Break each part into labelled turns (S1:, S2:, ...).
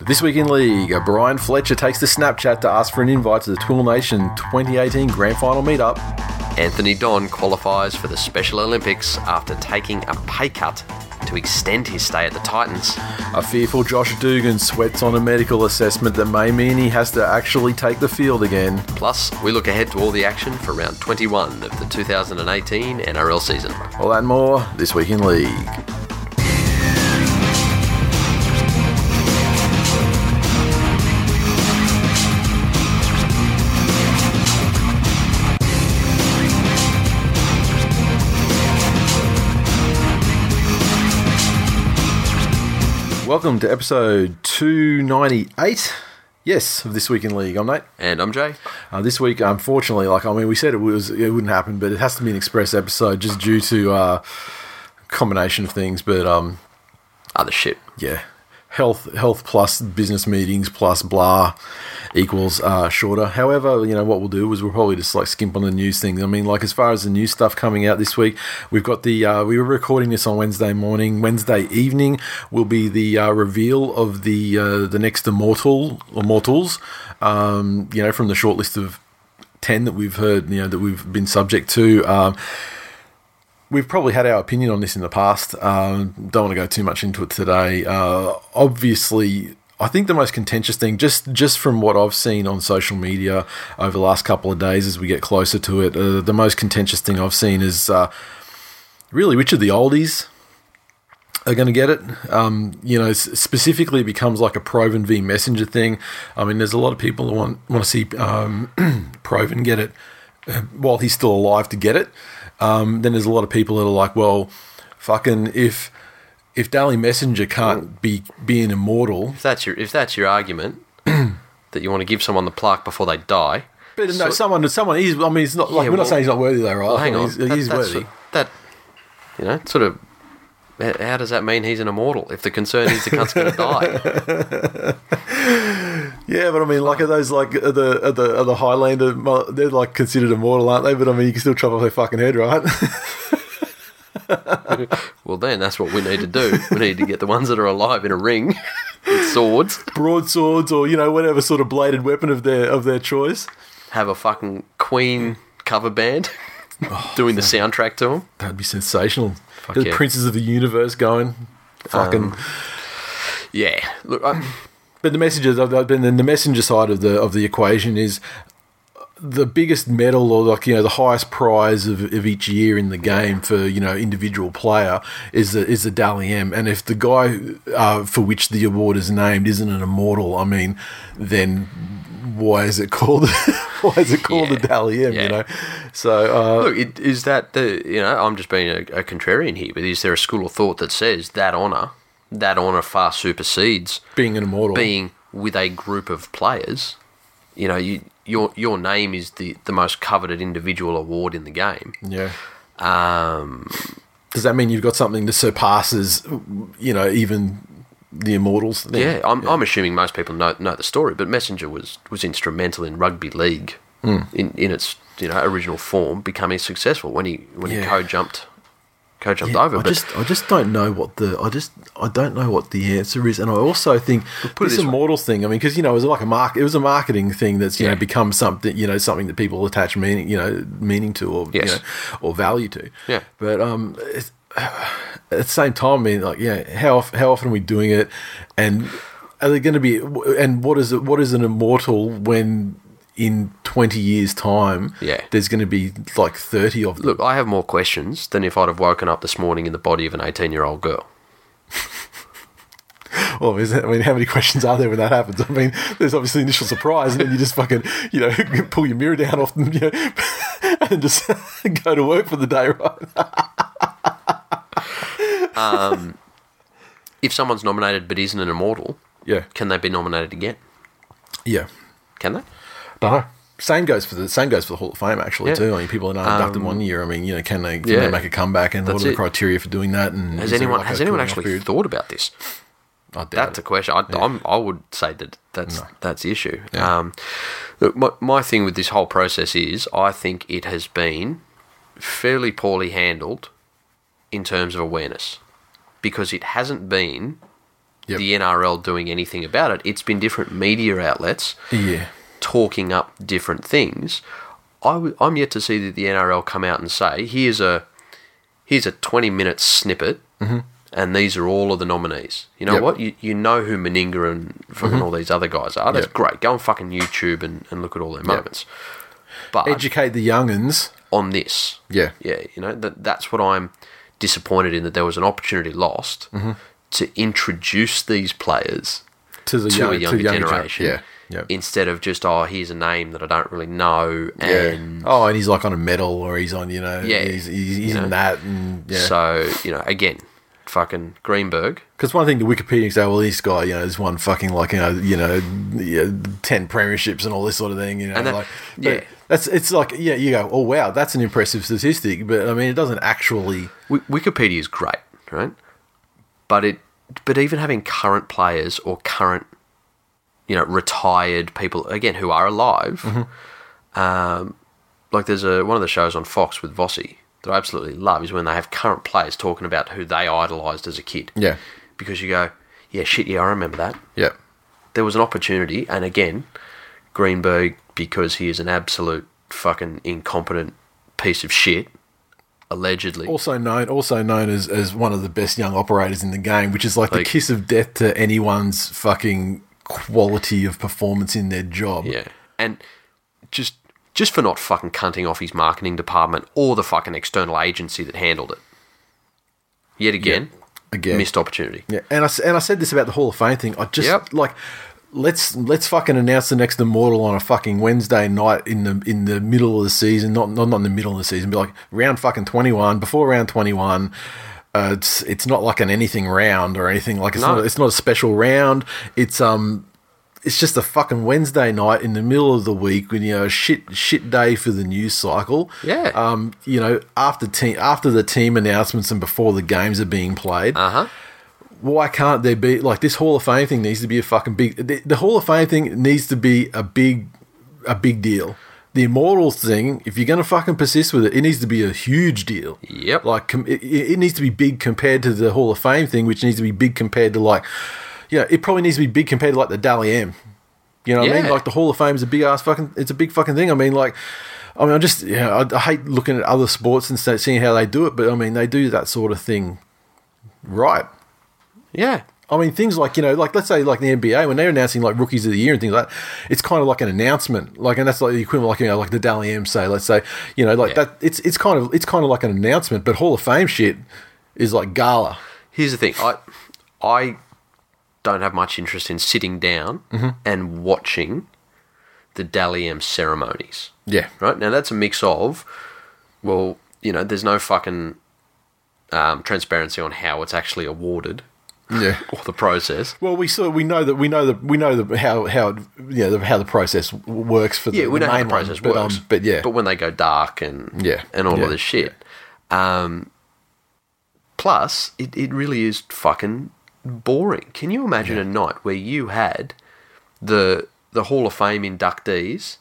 S1: This week in league, Brian Fletcher takes to Snapchat to ask for an invite to the Twill Nation 2018 Grand Final meetup.
S2: Anthony Don qualifies for the Special Olympics after taking a pay cut to extend his stay at the Titans.
S1: A fearful Josh Dugan sweats on a medical assessment that may mean he has to actually take the field again.
S2: Plus, we look ahead to all the action for round 21 of the 2018 NRL season.
S1: All that and more this week in league. Welcome to episode 298. Yes, of this week in league. I'm Nate.
S2: And I'm Jay.
S1: Uh, this week, unfortunately, like I mean, we said it was it wouldn't happen, but it has to be an express episode just due to uh, combination of things. But um,
S2: Other Ah, shit.
S1: yeah, health health plus business meetings plus blah equals uh, shorter. However, you know what we'll do is we'll probably just like skimp on the news thing. I mean, like as far as the new stuff coming out this week, we've got the uh, we were recording this on Wednesday morning. Wednesday evening will be the uh, reveal of the uh, the next immortal immortals. Um, you know, from the short list of ten that we've heard, you know, that we've been subject to. Um, we've probably had our opinion on this in the past. Um, don't want to go too much into it today. Uh, obviously, I think the most contentious thing, just just from what I've seen on social media over the last couple of days, as we get closer to it, uh, the most contentious thing I've seen is uh, really which of the oldies are going to get it. Um, you know, s- specifically, it becomes like a Proven v Messenger thing. I mean, there's a lot of people who want want to see um, Proven get it uh, while he's still alive to get it. Um, then there's a lot of people that are like, well, fucking if if Daily Messenger can't be be an immortal,
S2: If that's your, if that's your argument, that you want to give someone the plaque before they die.
S1: but no, someone someone is. I mean, it's not like
S2: Yeah,
S1: we're not
S2: well-
S1: saying he's not worthy though, right?
S2: Well, hang
S1: I mean,
S2: on.
S1: Oh, he's, he's
S2: that's-
S1: worthy.
S2: That, you know, sort of. h- How does that mean he's an immortal if the concern is the cunt's going to die?
S1: Yeah, but I mean, like, are those like are the are the are the Highlander? mo- They're like considered immortal, aren't they? But I mean, you can still chop off their fucking head, right?
S2: Well, then that's what we need to do. We need to get the ones that are alive in a ring with swords,
S1: Broadswords, or you know, whatever sort of bladed weapon of their of their choice.
S2: have a fucking Queen cover band doing the soundtrack to them.
S1: That'd be sensational. the
S2: yeah. Um,
S1: princes of the universe going, fucking.
S2: Yeah. Look, I,
S1: But the messenger, then the messenger side of the of the equation is the biggest medal or like you know the highest prize of, of each year in the game for you know individual player is the is the Dally M. And if the guy uh, for which the award is named isn't an immortal, I mean, then why is it called why is it called
S2: Yeah.
S1: the Dally M?
S2: Yeah.
S1: You know, so uh,
S2: look, it, is that the you know I'm just being a, a contrarian here, but is there a school of thought that says that honor, that honor far supersedes
S1: being an immortal,
S2: being with a group of players, you know, you, your your name is the, the most coveted individual award in the game.
S1: yeah.
S2: Um,
S1: Does that mean you've got something that surpasses, you know, even the immortals? then?
S2: yeah, I'm, I'm assuming most people know know the story, but Messenger was, was instrumental in rugby league
S1: Hmm.
S2: in, in its you know original form becoming successful when he when he
S1: Yeah.
S2: co jumped co jumped
S1: Yeah,
S2: over.
S1: I
S2: but
S1: just I just don't know what the I just I don't know what the answer is, and I also think
S2: put it
S1: this
S2: this way.
S1: immortals thing. I mean, because you know, it was like a mark. It was a marketing thing that's you
S2: Yeah.
S1: know become something you know something that people attach meaning you know meaning to or you
S2: Yes.
S1: know, or value to.
S2: Yeah.
S1: But um, it's, at the same time, I mean, like yeah, how of- how often are we doing it, and are they going to be and what is it? What is an immortal when? In twenty years' time,
S2: Yeah.
S1: there's going to be like thirty of them.
S2: look, I have more questions than if I'd have woken up this morning in the body of an eighteen year old girl.
S1: Well, is it, I mean, how many questions are there when that happens? I mean, there's obviously initial surprise, and then you just fucking, you know, pull your mirror down off them, you know, and just go to work for the day, right?
S2: Um, if someone's nominated but isn't an immortal,
S1: Yeah.
S2: can they be nominated again?
S1: Yeah.
S2: Can they?
S1: No. Same goes for the same goes for the Hall of Fame actually
S2: Yeah. Um,
S1: too. I mean, people are not inducted one year. I mean, you know, can they can
S2: Yeah.
S1: they make a comeback and what
S2: That's
S1: are the
S2: it.
S1: criteria for doing that? And
S2: Has
S1: is there
S2: anyone
S1: like
S2: has
S1: a
S2: anyone
S1: cooling-off
S2: actually
S1: period?
S2: thought about this?
S1: I doubt
S2: That's
S1: it.
S2: a question. I, I'm, I would say that that's that's the issue.
S1: Yeah.
S2: Um, look, my, my thing with this whole process is I think it has been fairly poorly handled in terms of awareness because it hasn't been
S1: Yep.
S2: the NRL doing anything about it. It's been different media outlets
S1: yeah.
S2: talking up different things. I w- I'm yet to see that the NRL come out and say, "Here's a here's a 20 minute snippet, and these are all of the nominees." You know
S1: Mm-hmm. Yep. Mm-hmm.
S2: what? You, you know who Meninga and fucking all these other guys are. That's
S1: Yep.
S2: great. Go on fucking YouTube and, and look at all their moments. But
S1: Educate the youngins.
S2: on this,
S1: Yeah.
S2: yeah, you know that that's what I'm disappointed in that there was an opportunity lost
S1: Mm-hmm.
S2: to introduce these players
S1: To the
S2: to
S1: young,
S2: a younger
S1: to the younger
S2: generation.
S1: gen- Yeah. Yeah.
S2: Instead of just oh, here's a name that I don't really know, and
S1: yeah. Oh, and he's like on a medal or he's on, you know,
S2: Yeah.
S1: he's, he's, he's
S2: You
S1: in
S2: know.
S1: that. And, yeah.
S2: so you know, again, fucking Greenberg.
S1: Because one thing, the Wikipedia can say, well, this guy, you know, has won fucking like you know, you know, yeah, ten premierships and all this sort of thing, you know,
S2: And that-
S1: like but
S2: yeah.
S1: that's it's like yeah, you go, oh wow, that's an impressive statistic, but I mean, it doesn't actually.
S2: W- Wikipedia is great, right? But it, but even having current players or current, you know, retired people again who are alive,
S1: Mm-hmm.
S2: um, like there's a one of the shows on Fox with Vossi that I absolutely love is when they have current players talking about who they idolised as a kid.
S1: Yeah.
S2: because you go, yeah, shit, yeah, I remember that.
S1: Yeah,
S2: there was an opportunity, and again, Greenberg, because he is an absolute fucking incompetent piece of shit, allegedly.
S1: also known also known as as one of the best young operators in the game, which is like, the
S2: Like-
S1: kiss of death to anyone's fucking quality of performance in their job.
S2: yeah, and just just for not fucking cunting off his marketing department or the fucking external agency that handled it. Yet again,
S1: Again.
S2: missed opportunity.
S1: Yeah, and I s- and I said this about the Hall of Fame thing. I just
S2: Yep.
S1: like let's let's fucking announce the next immortal on a fucking Wednesday night in the in the middle of the season. Not not, not in the middle of the season, but like round fucking twenty one before round twenty one. Uh, it's it's not like an anything round or anything like it's
S2: No.
S1: not it's not a special round. It's um it's just a fucking Wednesday night in the middle of the week when you know shit shit day for the news cycle.
S2: Yeah.
S1: Um, you know, after team after the team announcements and before the games are being played
S2: Uh huh.
S1: why can't there be like this Hall of Fame thing needs to be a fucking big the, the Hall of Fame thing needs to be a big a big deal. The Immortals thing, if you're going to fucking persist with it, it needs to be a huge deal.
S2: Yep.
S1: Like com- it, it it needs to be big compared to the Hall of Fame thing, which needs to be big compared to like you know, it probably needs to be big compared to like the Dally M. You know what I mean?
S2: Yeah.
S1: Like the Hall of Fame is a big ass fucking. It's a big fucking thing. I mean, like, I mean, I just yeah, I, I hate looking at other sports and sta- seeing how they do it, but I mean, they do that sort of thing right.
S2: Yeah.
S1: I mean, things like you know, like let's say like the NBA when they're announcing like rookies of the year and things like that, it's kind of like an announcement, like and that's like the equivalent, like you know, like the Dally M say, let's say, you know, like
S2: Yeah.
S1: that. It's it's kind of it's kind of like an announcement, but Hall of Fame shit is like gala.
S2: Here's the thing. I I don't have much interest in sitting down
S1: Mm-hmm.
S2: and watching the Dally M ceremonies.
S1: Yeah,
S2: right? Now that's a mix of, well, you know, there's no fucking um, transparency on how it's actually awarded
S1: yeah.
S2: or the process.
S1: Well, we saw we know that we know that we know the, how how it, you know the, how the process w- works for the,
S2: Yeah, we
S1: the
S2: know how the
S1: main one,
S2: process
S1: but,
S2: works,
S1: um, but yeah,
S2: but when they go dark and
S1: Yeah,
S2: and all
S1: yeah,
S2: of this shit, um, plus it it really is fucking boring. Can you imagine a night where you had the the Hall of Fame inductees,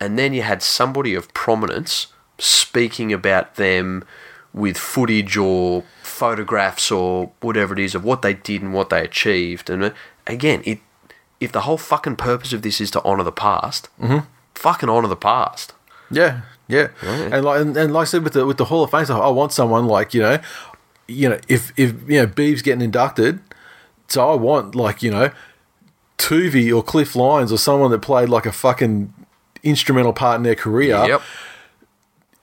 S2: and then you had somebody of prominence speaking about them with footage or photographs or whatever it is of what they did and what they achieved. And uh, again, it if the whole fucking purpose of this is to honour the past,
S1: Mm-hmm.
S2: fucking honour the past.
S1: Yeah, yeah, and like and, and like I said with the with the Hall of Fame stuff, I want someone like you know, you know, if if you know Beeves getting inducted, so I want like you know, Tuvey or Cliff Lyons or someone that played like a fucking instrumental part in their career,
S2: Yep.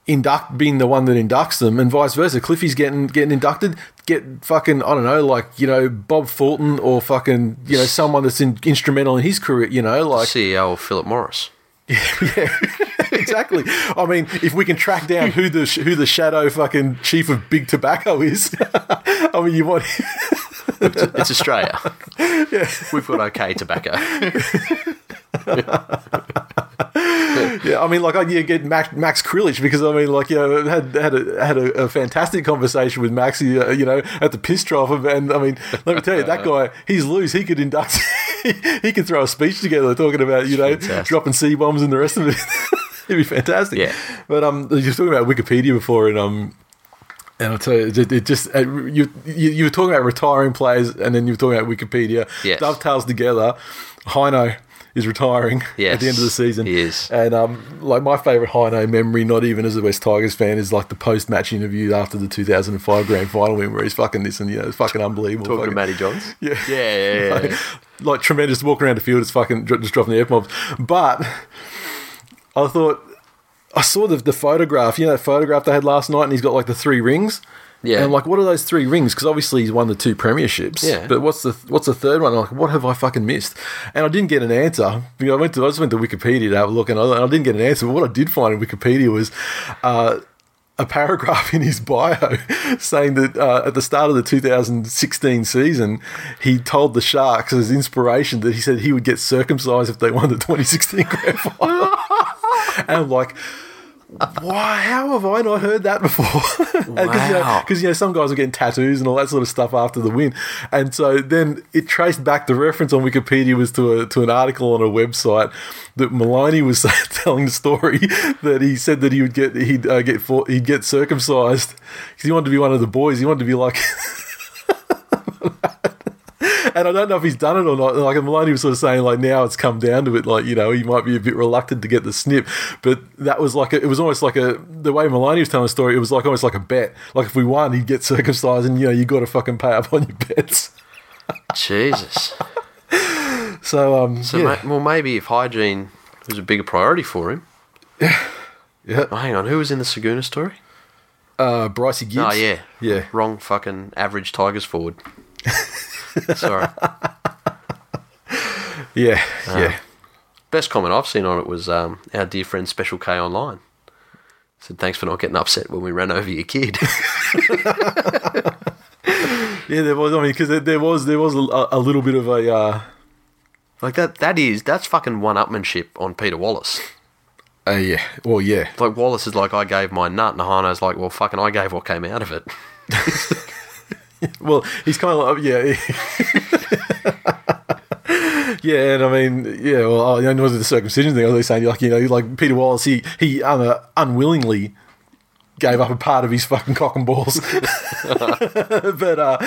S1: induct being the one that inducts them, and vice versa. Cliffy's getting getting inducted, get fucking I don't know, like you know Bob Fulton or fucking you know someone that's in, instrumental in his career, you know, like
S2: CEO E of Philip Morris.
S1: exactly. I mean, if we can track down who the who the shadow fucking chief of big tobacco is, I mean, you want
S2: It's, it's Australia. We've got okay tobacco.
S1: Yeah, I mean, like I yeah, get Max, Max Krillich because I mean, like you know, had had a, had a, a fantastic conversation with Maxi, uh, you know, at the piss trough, and, and I mean, let me tell you, that guy, he's loose. He could induct, he, he could throw a speech together talking about you know
S2: Fantastic.
S1: dropping c bombs and the rest of it. It'd be fantastic.
S2: Yeah.
S1: but um, you were talking about Wikipedia before, and um, and I'll tell you, it, it just it, you, you you were talking about retiring players, and then you were talking about Wikipedia.
S2: Yes.
S1: dovetails together. Hino is retiring at
S2: Yes,
S1: the end of the season.
S2: he is.
S1: and um, like my favourite Hino memory, not even as a West Tigers fan, is like the post-match interview after the 2005 Grand Final win, where he's fucking this and you know, it's fucking unbelievable.
S2: Talking
S1: fucking,
S2: to Matty Johns.
S1: Yeah.
S2: Yeah, yeah, yeah, yeah.
S1: like tremendous walking around the field, it's fucking dr- just dropping the f mobs. But I thought I saw the, the photograph, you know, that photograph they had last night, and he's got like the three rings.
S2: Yeah.
S1: And I'm like, what are those three rings? Because obviously he's won the two premierships.
S2: Yeah.
S1: But what's the what's the third one? I'm like, what have I fucking missed? And I didn't get an answer. You know, I went to I just went to Wikipedia to have a look, and I, and I didn't get an answer. But what I did find in Wikipedia was. Uh, a paragraph in his bio saying that uh, at the start of the 2016 season, he told the Sharks as inspiration that he said he would get circumcised if they won the 2016 Grand Final. and I'm like, why? How have I not heard that before? Because you, know,
S2: Wow.
S1: 'cause, you know some guys are getting tattoos and all that sort of stuff after the win, and so then it traced back. The reference on Wikipedia was to a, to an article on a website that Maloney was telling the story that he said that he would get he'd uh, get for, he'd get circumcised because he wanted to be one of the boys. He wanted to be like. And I don't know if he's done it or not. Like Maloney was sort of saying, like now it's come down to it. Like you know, he might be a bit reluctant to get the snip, but that was like a, it was almost like a the way Maloney was telling the story. It was like almost like a bet. Like if we won, he'd get circumcised, and you know, you got to fucking pay up on your bets.
S2: Jesus.
S1: So um,
S2: So,
S1: yeah,
S2: ma- well, maybe if hygiene was a bigger priority for him.
S1: Yeah.
S2: Oh, hang on, who was in the Saguna story?
S1: uh, Brycey Gibbs.
S2: Oh yeah,
S1: yeah.
S2: Wrong fucking average Tigers forward. Sorry.
S1: Yeah,
S2: Uh.
S1: yeah.
S2: Best comment I've seen on it was um, our dear friend Special K online. Said thanks for not getting upset when we ran over your kid.
S1: Yeah, there was. I mean, because there, there was there was a, a little bit of a uh,
S2: like that. That is that's fucking one-upmanship on Peter Wallace.
S1: uh yeah. Well, yeah,
S2: Like Wallace is like I gave my nut, and Hano's like, well, fucking I gave what came out of it.
S1: Well, he's kind of like, yeah. yeah, and I mean, yeah, well, oh, you know, was it the circumcision thing? I was saying, like, you know, like Peter Wallace, he, he un- unwillingly gave up a part of his fucking cock and balls. but, uh,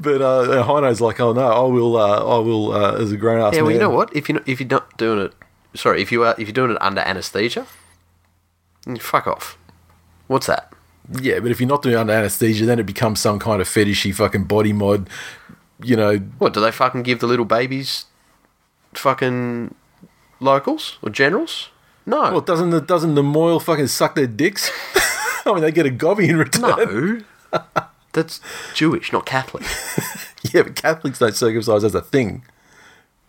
S1: but, uh, Hino's like, oh no, I will, uh, I will, uh, as a grown ass
S2: Yeah,
S1: man.
S2: well, you know what? If you if you're not doing it, sorry, if you are if you're doing it under anesthesia, then fuck off. What's that?
S1: Yeah, but if you're not doing it under anesthesia, then it becomes some kind of fetishy fucking body mod, you know,
S2: What do they fucking give the little babies? Fucking locals or generals? No,
S1: Well, doesn't the doesn't the Moyle fucking suck their dicks? I mean, they get a gobby in return.
S2: no. That's Jewish, not Catholic.
S1: Yeah, but Catholics don't circumcise as a thing.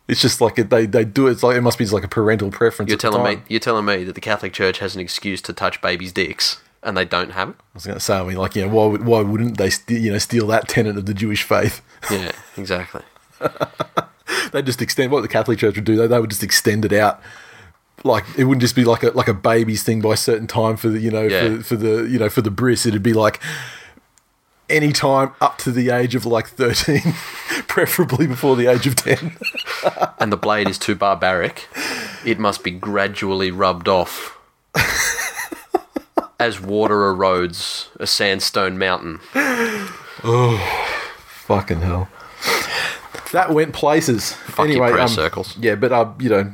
S1: It's just like it, they they do it. It's like it must be just like a parental preference.
S2: You're
S1: at the
S2: telling me
S1: time.
S2: you're telling me that the Catholic Church has an excuse to touch babies' dicks, and they don't have it.
S1: I was going to say, I mean, like, you know, why would- why wouldn't they st- you know steal that tenet of the Jewish faith?
S2: Yeah, exactly.
S1: they just extend what the Catholic Church would do. They, they would just extend it out. Like it wouldn't just be like a like a baby's thing by a certain time for the you know
S2: Yeah.
S1: for, for the you know for the bris. It'd be like any time up to the age of like thirteen, preferably before the age of ten.
S2: And the blade is too barbaric. It must be gradually rubbed off. As water erodes a sandstone mountain.
S1: Fucking hell. That went places.
S2: your
S1: anyway,
S2: prayer
S1: um,
S2: circles.
S1: Yeah, but uh, you know,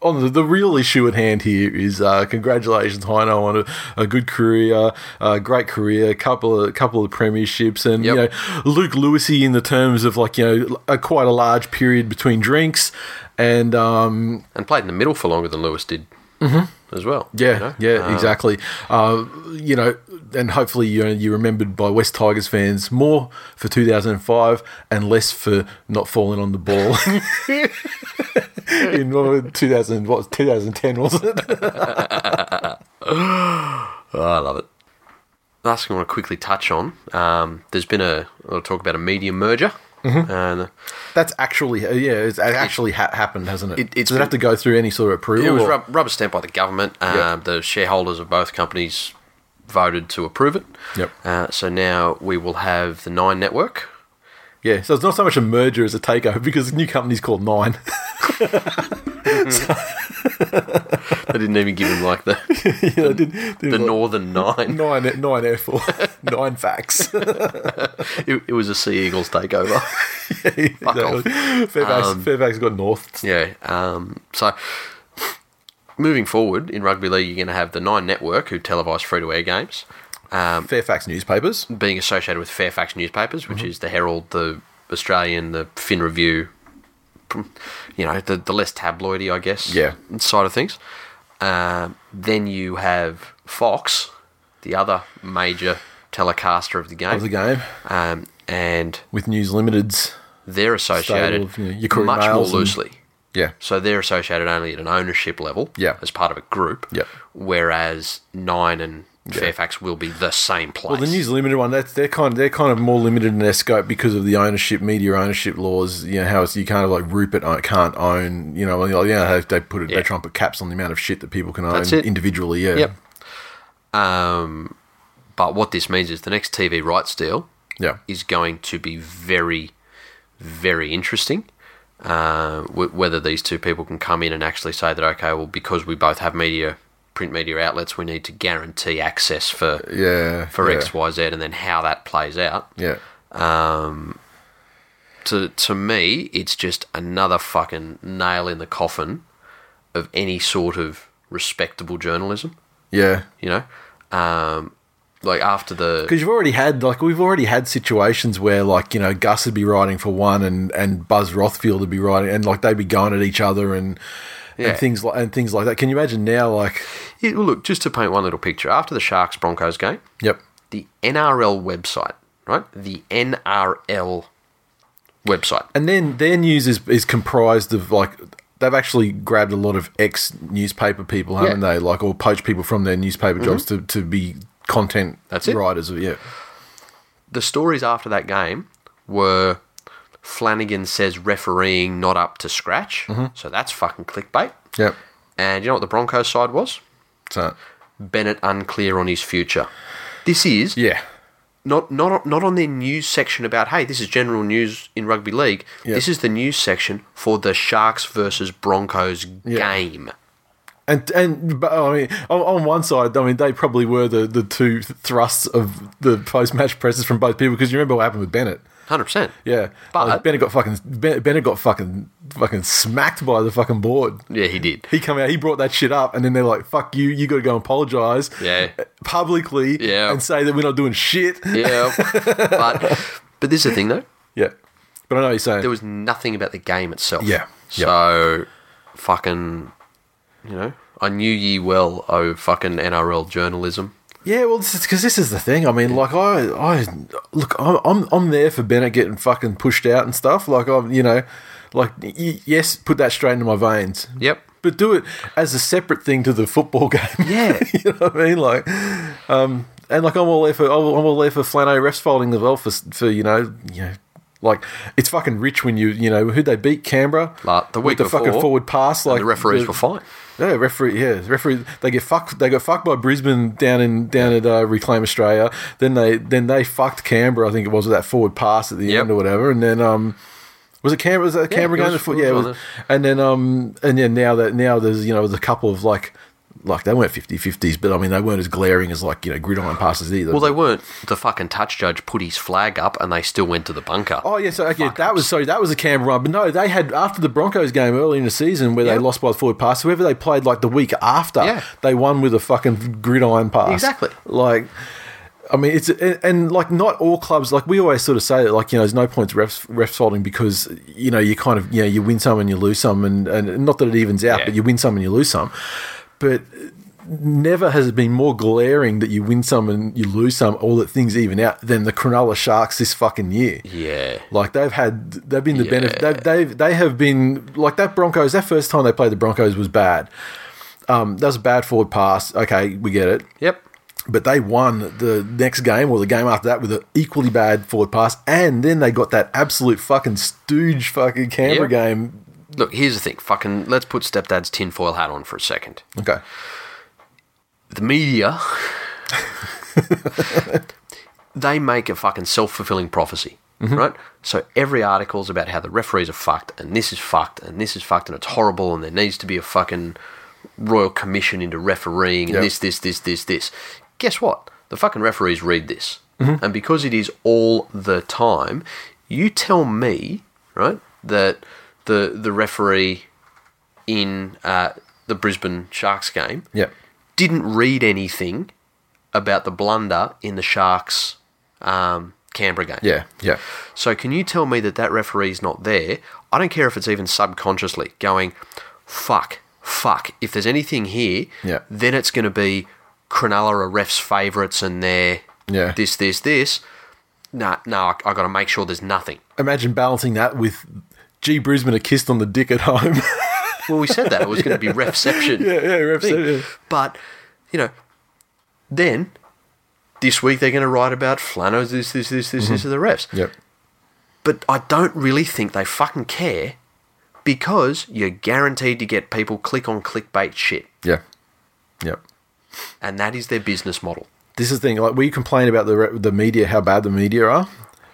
S1: on the, the real issue at hand here is uh, congratulations, Hino, on a, a good career, a great career, couple of couple of premierships, and you
S2: Yep.
S1: know, Luke Lewisy in the terms of like you know, a quite a large period between drinks, and um,
S2: And played in the middle for longer than Lewis did as well.
S1: yeah,
S2: you know?
S1: yeah, exactly. Uh, you know, and hopefully you you remembered by West Tigers fans more for 2005 and less for not falling on the ball in what, was it, 2000 what 2010 was it?
S2: Oh, I love it. Last thing I want to quickly touch on um, there's been a, I'll talk about a media merger. Mm-hmm. And
S1: That's actually uh, yeah, it's it actually ha- happened, hasn't it?
S2: It- it's
S1: Does it have to
S2: been-
S1: go through any sort of approval?
S2: it was
S1: or-
S2: rub- rubber stamped by the government. Um,
S1: Yeah.
S2: The shareholders of both companies voted to approve it.
S1: Yep.
S2: Uh, so now we will have the Nine Network.
S1: Yeah, so it's not so much a merger as a takeover because the new company's called Nine.
S2: I didn't even give him like the
S1: yeah, they did, they
S2: the
S1: were like,
S2: Northern Nine.
S1: Nine, nine F or nine facts.
S2: It, it was a Sea Eagles takeover. off.
S1: Fairfax, Fairfax got North.
S2: yeah. Um, so moving forward in rugby league, you're going to have the Nine Network who televise free to air games, um,
S1: Fairfax newspapers.
S2: being associated with Fairfax newspapers,
S1: Mm-hmm.
S2: which is the Herald, the Australian, the Fin Review. You know, the the less tabloidy, I guess.
S1: Yeah.
S2: Side of things. Um, then you have Fox, the other major telecaster of the game,
S1: Of the game
S2: Um, and
S1: with News Limiteds.
S2: they're associated
S1: Stable, you know, your Courier
S2: much more
S1: Mails and-
S2: loosely.
S1: Yeah,
S2: So they're associated only at an ownership level
S1: Yeah.
S2: as part of a group.
S1: Yeah.
S2: Whereas Nine and Fairfax will be the same place.
S1: Well, the News Limited one, that's, they're kind of, they're kind of more limited in their scope because of the ownership, media ownership laws. You know how it's, you kind of like Rupert own- can't own. You know, like, yeah, they, they put it,
S2: Yeah.
S1: they trumpet caps on the amount of shit that people can own
S2: That's it.
S1: individually. Yeah,
S2: Yep. Um, but what this means is the next TV rights deal
S1: yeah.
S2: is going to be very, very interesting. Uh, w- whether these two people can come in and actually say that okay, well, because we both have media, print media outlets, we need to guarantee access for
S1: Yeah,
S2: for
S1: yeah,
S2: X, Y, Z, and then how that plays out.
S1: Yeah,
S2: to to me, it's just another fucking nail in the coffin of any sort of respectable journalism.
S1: yeah.
S2: You know, um, like after the
S1: Because you've already had like we've already had situations where like you know Gus would be writing for one and and Buzz Rothfield would be writing and like they'd be going at each other and
S2: Yeah.
S1: and things like and things like that. Can you imagine now? Like,
S2: Yeah, well, look, just to paint one little picture after the Sharks Broncos game,
S1: yep,
S2: the NRL website, right? The NRL website.
S1: And then their news is, is comprised of like they've actually grabbed a lot of ex newspaper people, haven't
S2: Yeah.
S1: they?
S2: Mm-hmm.
S1: Like or poached people from their newspaper jobs to, to be content
S2: That's it.
S1: writers. It. Yeah.
S2: The stories after that game were Flanagan says refereeing not up to scratch, so that's fucking clickbait.
S1: Yep.
S2: And you know what the Broncos side was?
S1: So
S2: Bennett unclear on his future. This is
S1: yeah.
S2: not not not on their news section about hey, this is general news in rugby league.
S1: Yeah.
S2: This is the news section for the Sharks versus Broncos
S1: Yeah.
S2: game.
S1: And and but I mean, on, on one side, I mean, they probably were the, the two thrusts of the post match presses from both people because you remember what happened with Bennett.
S2: Hundred percent.
S1: Yeah,
S2: But-
S1: Like, Bennett got fucking Ben- Bennett got fucking fucking smacked by the fucking board.
S2: Yeah, he did.
S1: He come out, he brought that shit up, and then they're like, "Fuck you, you got to go and apologize,
S2: Yeah.
S1: publicly,
S2: Yeah.
S1: and say that we're not doing shit."
S2: Yeah, but but this is the thing though.
S1: Yeah. but I know what you're saying.
S2: There was nothing about the game itself.
S1: Yeah.
S2: So fucking, you know, I knew ye well. Oh fucking NRL journalism.
S1: yeah, well, because this is the thing. I mean, like, I, I look, I'm, I'm, I'm there for Bennett getting fucking pushed out and stuff. Like, I'm, you know, like, y- yes, put that straight into my veins.
S2: Yep.
S1: But do it as a separate thing to the football game.
S2: Yeah.
S1: you know what I mean? Like, um, and like I'm all there for I'm all there for Flano refs folding the well for, for you know you know like it's fucking rich when you you know who they beat Canberra
S2: Like, the
S1: with
S2: week
S1: the fucking
S2: before,
S1: forward pass like
S2: the referees
S1: the-
S2: were fine.
S1: yeah referee yeah referee they get fucked they got fucked by Brisbane down in down at uh, Reclaim Australia then they then they fucked Canberra I think it was with that forward pass at the
S2: Yep.
S1: end or whatever and then um. Was it Canberra? Was that
S2: Yeah,
S1: Canberra
S2: it
S1: game?
S2: was-
S1: The foot-
S2: it
S1: yeah, it
S2: was
S1: was,
S2: on
S1: and then um and then now that now there's you know there's a couple of like like they weren't 50-50s, but I mean they weren't as glaring as like you know gridiron passes either.
S2: Well, they weren't. The fucking touch judge put his flag up, and they still went to the bunker.
S1: Oh yeah, so okay, that was sorry, that was a Canberra one. But no, they had after the Broncos game early in the season where
S2: Yeah.
S1: they lost by the forward pass. Whoever they played like the week after,
S2: Yeah.
S1: they won with a fucking gridiron pass.
S2: Exactly.
S1: Like, I mean, it's and, and like not all clubs. Like we always sort of say that like you know there's no point to refs refs holding because you know you kind of you know you win some and you lose some and and not that it evens out,
S2: Yeah.
S1: but you win some and you lose some. But never has it been more glaring that you win some and you lose some, all that things even out, than the Cronulla Sharks this fucking year.
S2: Yeah.
S1: Like they've had, they've been the benefit.
S2: Yeah.
S1: They've, they've they have been like that Broncos. That first time they played the Broncos was bad. Um, that was a bad forward pass. Okay, we get it.
S2: Yep.
S1: but they won the next game or the game after that with an equally bad forward pass, and then they got that absolute fucking stooge fucking Canberra
S2: Yep.
S1: game.
S2: Look, here's the thing. Fucking, let's put stepdad's tinfoil hat on for a second.
S1: Okay,
S2: the media they make a fucking self-fulfilling prophecy right so every article's about how the referees are fucked and this is fucked and this is fucked and it's horrible and there needs to be a fucking royal commission into refereeing and
S1: Yep.
S2: this this this this this guess what the fucking referees read this and because it is all the time you tell me right that the the referee in uh, the Brisbane Sharks game
S1: Yep.
S2: didn't read anything about the blunder in the Sharks um, Canberra game.
S1: yeah, yeah,
S2: So can you tell me that that referee's not there? I don't care if it's even subconsciously going, fuck, fuck. If there's anything here,
S1: Yeah.
S2: then it's going to be Cronulla are refs' favourites and they're
S1: Yeah.
S2: this, this, this. Nah, nah, I, I got to make sure there's nothing.
S1: Imagine balancing that with G Brisbane a kissed on the dick at home.
S2: Well, we said that it was going to be refception.
S1: yeah, yeah, ref
S2: thing.
S1: said, yeah.
S2: But you know, then this week they're going to write about Flano's this, this, this, this, this are the refs.
S1: Yep.
S2: But I don't really think they fucking care because you're guaranteed to get people click on clickbait shit,
S1: Yeah. Yep.
S2: and that is their business model.
S1: This is the thing. Like we complain about the re- the media, how bad the media are,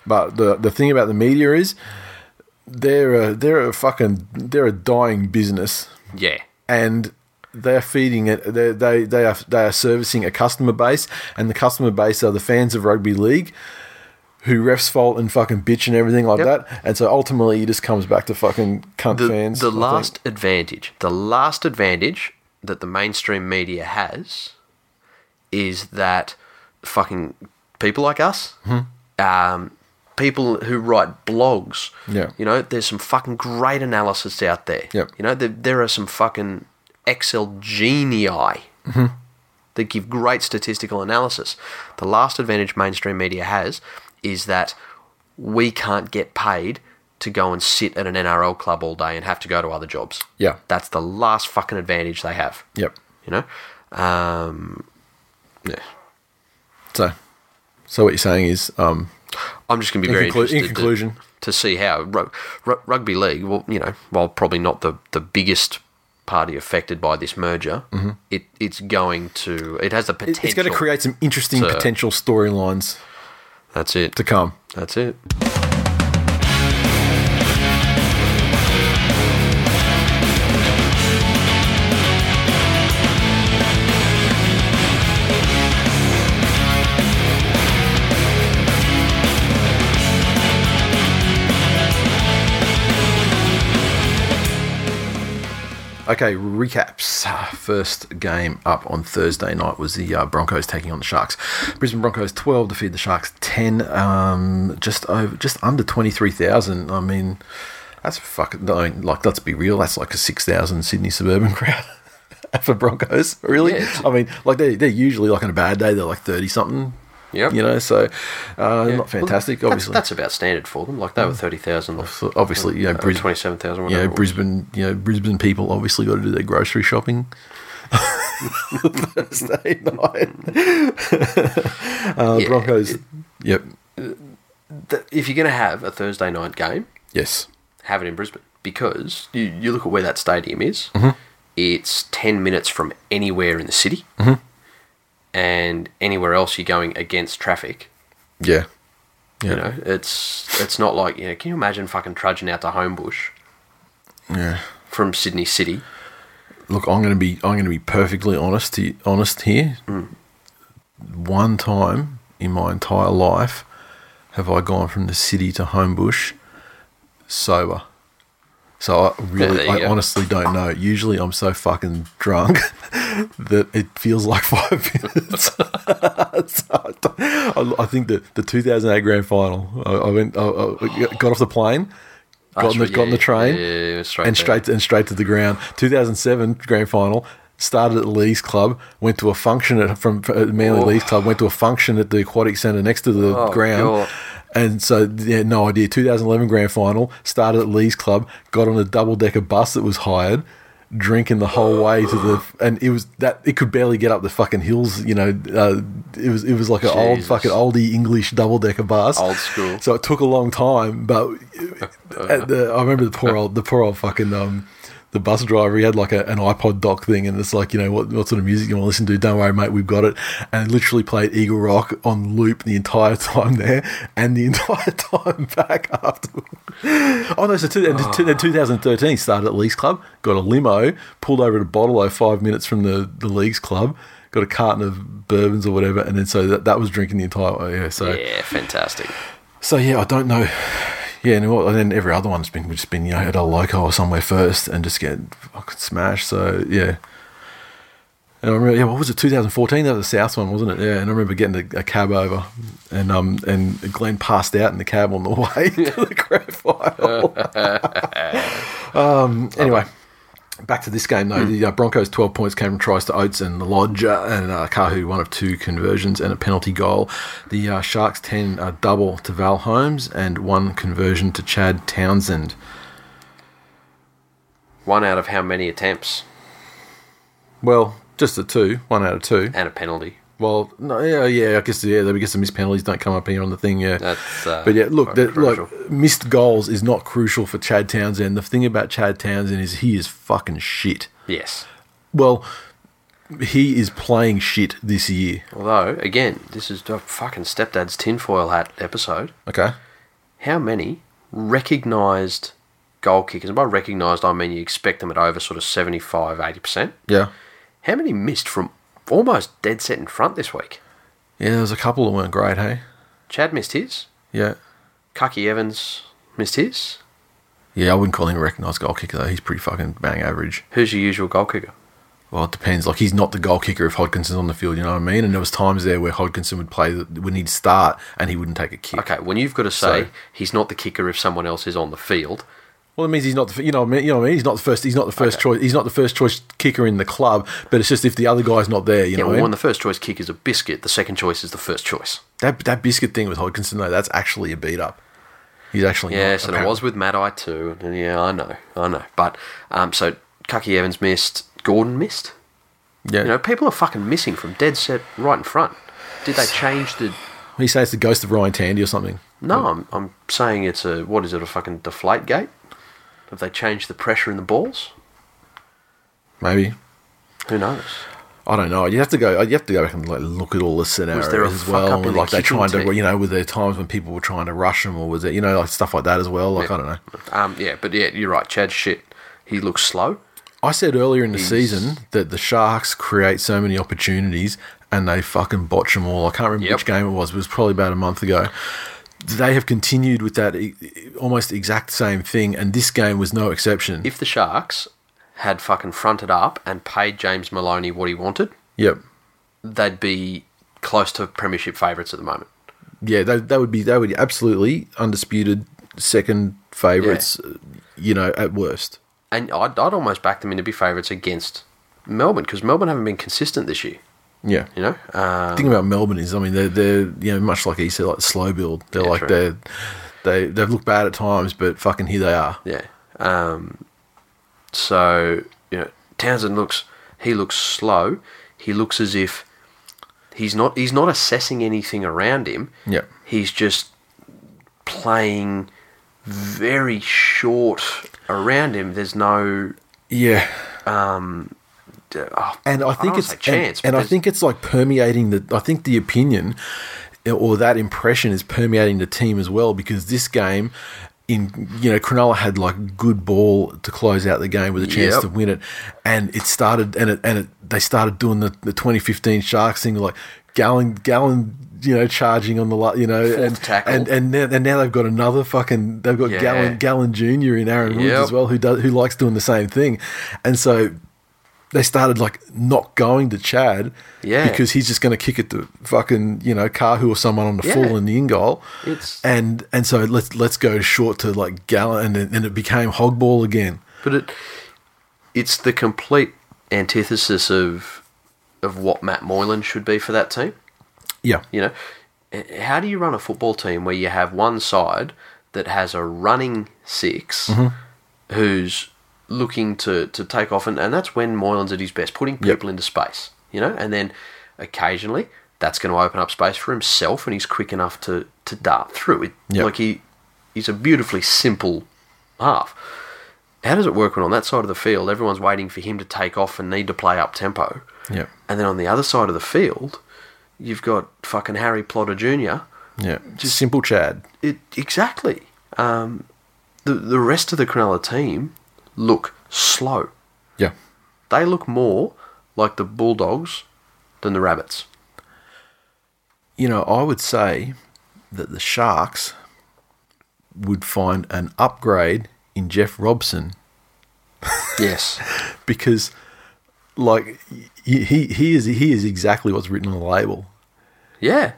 S1: but the the thing about the media is they're a, they're a fucking they're a dying business,
S2: Yeah.
S1: and they're feeding it. They they they are they are servicing a customer base, and the customer base are the fans of rugby league. Who refs fault and fucking bitch and everything like
S2: Yep.
S1: that, and so ultimately it just comes back to fucking cunt
S2: The,
S1: fans. I
S2: the
S1: think.
S2: last advantage, the last advantage that the mainstream media has is that fucking people like us,
S1: Hmm.
S2: um, people who write blogs.
S1: Yeah.
S2: You know, there's some fucking great analysis out there.
S1: Yep.
S2: You know, there, there are some fucking Excel genii that give great statistical analysis. The last advantage mainstream media has is that we can't get paid to go and sit at an NRL club all day and have to go to other jobs.
S1: Yeah.
S2: That's the last fucking advantage they have.
S1: yep.
S2: You know? Um, yeah.
S1: So, so what you're saying is, um,
S2: I'm just going to be
S1: In
S2: very
S1: conclu- in
S2: interested to-
S1: conclusion.
S2: to, see how ru- ru- rugby league. Well, you know, while probably not the, the biggest party affected by this merger, it it's going to it has the potential.
S1: Mm-hmm. it's going to create some interesting
S2: to-
S1: potential storylines
S2: That's it.
S1: to come.
S2: That's it.
S1: Okay, recaps. First game up on Thursday night was the uh, Broncos taking on the Sharks. Brisbane Broncos twelve defeated the Sharks ten. Um, just over, just under twenty three thousand. I mean, that's fucking I mean, like let's be real. That's like a six thousand Sydney suburban crowd. For Broncos, really?
S2: Yeah, it's-
S1: I mean, like they they're usually like on a bad day, they're like thirty something.
S2: Yep.
S1: You know, so uh, not fantastic.
S2: Well, that's-
S1: obviously, Mm.
S2: that's, about standard for them. Like they were thirty thousand,
S1: So obviously, you know, Brisbane,
S2: Uh, twenty-seven thousand.
S1: you know, Brisbane, you know, Brisbane people obviously got to do their grocery shopping. Thursday night, uh,
S2: Yeah.
S1: Broncos. Yep.
S2: if you're going to have a Thursday night game,
S1: Yes.
S2: have it in Brisbane because you, you look at where that stadium is.
S1: Mm-hmm.
S2: It's ten minutes from anywhere in the city,
S1: Mm-hmm.
S2: and anywhere else you're going against traffic.
S1: Yeah.
S2: You know, it's it's not like you know. Can you imagine fucking trudging out to Homebush
S1: Yeah.
S2: from Sydney City?
S1: Look, I'm going to be I'm going to be perfectly honest to, honest here. One time in my entire life have I gone from the city to Homebush sober. So I really,
S2: there you
S1: I
S2: go.
S1: honestly don't know. Usually, I'm so fucking drunk that it feels like five minutes. So I don't- I, I think the the 2008 grand final. I, I went, I, I got off the plane, got, on, the,
S2: Yeah,
S1: got on the train,
S2: yeah, yeah, yeah, straight
S1: and
S2: there.
S1: straight and straight to the ground. 2007 grand final started at the Leagues Club, went to a function at from at Manly
S2: Oh.
S1: Leagues Club, went to a function at the Aquatic Centre next to the
S2: Oh,
S1: ground.
S2: God.
S1: And so, yeah, no idea. 2011 grand final started at Lee's Club, got on a double decker bus that was hired, drinking the whole way to the and it was that it could barely get up the fucking hills you know uh, it was it was like an old
S2: Jesus.
S1: fucking oldie english double decker bus
S2: Old school.
S1: so it took a long time but at the, i remember the poor old the poor old fucking um the bus driver he had like a, an ipod dock thing and it's like you know what, what sort of music you want to listen to don't worry mate we've got it and literally played eagle rock on loop the entire time there and the entire time back afterwards Oh no! So two, and two- then 2013 started at Leagues Club. Got a limo, pulled over to Bottle five minutes from the the Leagues Club. Got a carton of bourbons or whatever, and then so that, that was drinking the entire way. Yeah. So
S2: Yeah, fantastic.
S1: so yeah, I don't know. Yeah, and, well, and then every other one's been just been you know at a loco or somewhere first and just get fucking smashed. So yeah. And I remember, yeah, what was it? 2014. That was the South one, wasn't it? Yeah, and I remember getting a, a cab over, and um, and Glenn passed out in the cab on the way to the grand final. um, anyway, back to this game though. The uh, Broncos 12 points came from tries to Oates and the Lodge, uh, and uh, Kahu one of two conversions and a penalty goal. The uh, Sharks 10 uh, double to Val Holmes and one conversion to Chad Townsend.
S2: One out of how many attempts
S1: Well, just a two, one out of two.
S2: and a penalty?
S1: Well, no, yeah, yeah, I guess yeah, I guess the missed penalties don't come up here on the thing, yeah.
S2: That's, uh,
S1: but yeah, look, that,
S2: controversial.
S1: look, missed goals is not crucial for Chad Townsend. The thing about Chad Townsend is he is fucking shit.
S2: Yes.
S1: Well, he is playing shit this year.
S2: Although, again, this is a fucking stepdad's tinfoil hat episode.
S1: Okay.
S2: How many recognised goal kickers, and by recognised I mean you expect them at over sort of 75, 80%.
S1: Yeah.
S2: How many missed from almost dead set in front this week?
S1: Yeah, there was a couple that weren't great, hey?
S2: Chad missed his.
S1: Yeah.
S2: Cucky Evans missed his.
S1: Yeah, I wouldn't call him a recognised goal kicker, though. He's pretty fucking bang average.
S2: Who's your usual goal kicker?
S1: Well, it depends. Like, he's not the goal kicker if Hodkinson's on the field, you know what I mean? And there was times there where Hodkinson would play, when he'd start, and he wouldn't take a kick.
S2: Okay, when you've got to say
S1: So-
S2: he's not the kicker if someone else is on the field,
S1: Well, it means he's not, the, f- you know, what I mean, you know what I mean. He's not the first. He's not the first choice. He's not the first choice kicker in the club. But it's just if the other guy's not there, you
S2: yeah,
S1: know.
S2: well,
S1: what I
S2: when
S1: mean?
S2: the first choice kick is a biscuit, the second choice is the first choice.
S1: that that biscuit thing with Hodkinson though, that's actually a beat up. He's actually
S2: Yes,
S1: not,
S2: and it was with Mad Eye too. And yeah, I know, I know. But um, so Cucky Evans missed, Gordon missed.
S1: Yeah,
S2: You know, people are fucking missing from dead set right in front. Did they change the?
S1: he says the ghost of Ryan Tandy or something.
S2: No, I'm, I'm saying it's a what is it a fucking deflate gate? Have they changed the pressure in the balls?
S1: Maybe
S2: Who knows?
S1: I don't know. You have to go. You have to go back and like look at all the scenarios
S2: there a
S1: as
S2: fuck
S1: well.
S2: up in
S1: and,
S2: the
S1: like they
S2: kicking
S1: trying to,
S2: team?
S1: you know, with their times when people were trying to rush them, or was it, you know, like stuff like that as well. Like I don't know.
S2: Um, yeah, but yeah, you're right. Chad shit. He looks slow.
S1: I said earlier in the
S2: He's-
S1: season that the Sharks create so many opportunities and they fucking botch them all. I can't remember
S2: Yep.
S1: which game it was, but it was probably about a month ago. They have continued with that e- e- almost exact same thing, and this game was no exception.
S2: If the Sharks had fucking fronted up and paid James Maloney what he wanted,
S1: yep.
S2: they'd be close to premiership favourites at the moment.
S1: Yeah, they, they would be they would be absolutely undisputed second favourites, uh you know, at worst.
S2: And I'd, I'd almost back them in to be favourites against Melbourne because Melbourne haven't been consistent this year.
S1: Yeah.
S2: You know, uh,
S1: The thing about Melbourne is, I mean, they're they're you know much like he said, like slow build. They're
S2: Yeah,
S1: like
S2: true.
S1: they're they they've looked bad at times, but fucking here they are.
S2: yeah. Um, so you know, Townsend looks he looks slow. He looks as if he's not he's not assessing anything around him.
S1: Yeah.
S2: he's just playing very short around him. There's no
S1: Yeah,
S2: Um, d- oh,
S1: and I
S2: don't
S1: think
S2: wanna
S1: it's
S2: say chance,
S1: and, and
S2: but
S1: I
S2: there's-
S1: think it's like permeating the. I think the opinion uh, or that impression is permeating the team as well because this game. In you know, Cronulla had like good ball to close out the game with a chance
S2: Yep.
S1: to win it, and it started and it and it they started doing the, the 2015 Sharks thing like Gallon Gallon you know charging on the la- you know and,
S2: tackle.
S1: and and now, and now they've got another fucking they've got
S2: Yeah.
S1: Gallon Gallon Junior in Aaron Woods
S2: Yep.
S1: as well who does who likes doing the same thing, and so they started like not going to Chad,
S2: Yeah.
S1: because he's just going to kick it to fucking you know Kahu or someone on the
S2: Yeah.
S1: full in the in goal,
S2: It's-
S1: and and so let's let's go short to like Gallon, and then and it became hog ball again.
S2: But it it's the complete antithesis of of what Matt Moylan should be for that team.
S1: Yeah,
S2: You know, H- how do you run a football team where you have one side that has a running 6 who's looking to, to take off, and, and that's when Moylan's at his best, putting people into space, you know, and then occasionally that's going to open up space for himself, and he's quick enough to, to dart through it.
S1: Yep.
S2: Like he, he's a beautifully simple half. How does it work when on that side of the field everyone's waiting for him to take off and need to play up tempo?
S1: Yep.
S2: And then on the other side of the field, you've got fucking Harry Plotter Jr.
S1: Yeah. Just simple Chad.
S2: It exactly. Um, the the rest of the Cronulla team look slow.
S1: Yeah.
S2: They look more like the Bulldogs than the Rabbits.
S1: You know, I would say that the Sharks would find an upgrade in Jeff Robson
S2: Yes.
S1: because, like, he he, he is he is exactly what's written on the label.
S2: yeah.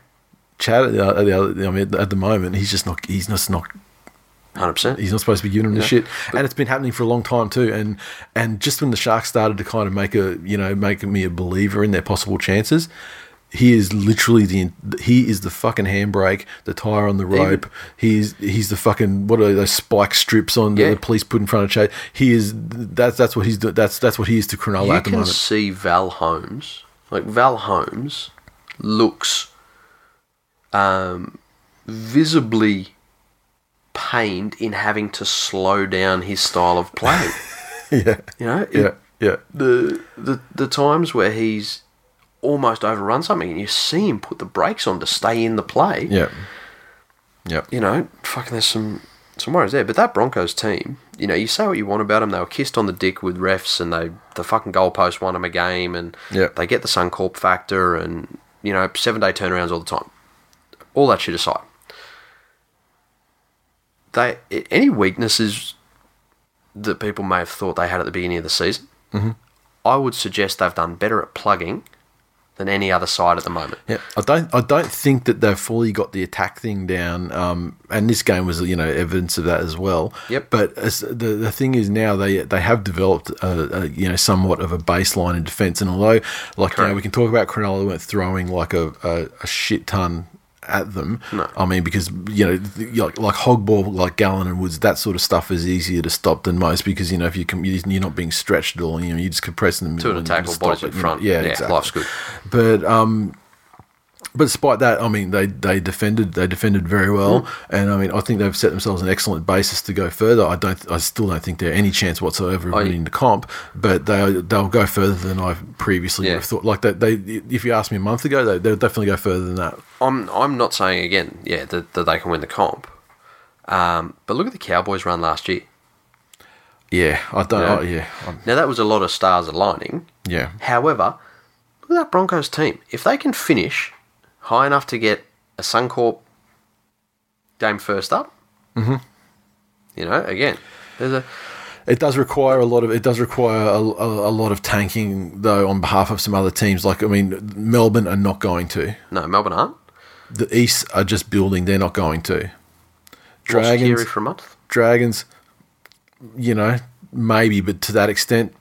S1: Chad, at the, at the other, I mean, at the moment, he's just not he's just not
S2: Hundred percent.
S1: he's not supposed to be giving him this shit, and it's been happening for a long time too. And and just when the Sharks started to kind of make a you know make me a believer in their possible chances, he is literally the he is the fucking handbrake, the tire on the rope. He's he's the fucking what are those spike strips on
S2: Yeah.
S1: the police put in front of Chase? He is that's that's what he's do- that's that's what he is to Cronulla
S2: You
S1: at the
S2: can
S1: moment.
S2: see Val Holmes. Like Val Holmes looks um, visibly pained in having to slow down his style of play.
S1: yeah,
S2: You know, it-
S1: yeah, yeah,
S2: the the the times where he's almost overrun something and you see him put the brakes on to stay in the play.
S1: yeah, yeah.
S2: You know, fucking there's some some worries there. But that Broncos team, you know, you say what you want about them. They were kissed on the dick with refs and they the fucking goalpost won them a game and
S1: Yeah.
S2: they get the Suncorp factor and you know, seven day turnarounds all the time. All that shit aside. They i- any weaknesses that people may have thought they had at the beginning of the season,
S1: Mm-hmm.
S2: I would suggest they've done better at plugging than any other side at the moment.
S1: Yeah, I don't. I don't think that they've fully got the attack thing down. Um, and this game was, you know, evidence of that as well.
S2: Yep.
S1: But as the the thing is now they they have developed a, a you know somewhat of a baseline in defence, and although like you know, we can talk about Cronulla weren't throwing like a, a, a shit ton at them.
S2: No.
S1: I mean because you know th- you know, like, like hogball, like Gallen and Woods, that sort of stuff is easier to stop than most because you know if you com- you're not being stretched at all, you know you're just compressing the
S2: Two
S1: middle
S2: and a
S1: and you
S2: tackle,
S1: stop
S2: bodies
S1: it,
S2: in
S1: you know.
S2: front.
S1: Yeah, exactly.
S2: life's good.
S1: But um, but despite that, I mean they they defended they defended very well, and I mean I think they've set themselves an excellent basis to go further. I don't I still don't think they're any chance whatsoever of
S2: I-
S1: winning the comp, but they they'll go further than I previously
S2: Yeah.
S1: would have thought. Like they, they if you asked me a month ago, they they'll definitely go further than that.
S2: I'm I'm not saying again, yeah, that, that they can win the comp. Um, but look at the Cowboys run last year.
S1: Yeah, I don't.
S2: Yeah.
S1: Yeah, yeah, I'm-
S2: Now that was a lot of stars aligning.
S1: yeah.
S2: However, look at that Broncos team. If they can finish high enough to get a Suncorp game first up, mm-hmm. you know, again, there's a
S1: It does require a lot of it does require a, a, a lot of tanking though on behalf of some other teams. Like I mean, Melbourne are not going to.
S2: no Melbourne aren't.
S1: the East are just building. They're not going to. Dragons,
S2: Dragons for a month.
S1: Dragons, you know, maybe, but to that extent,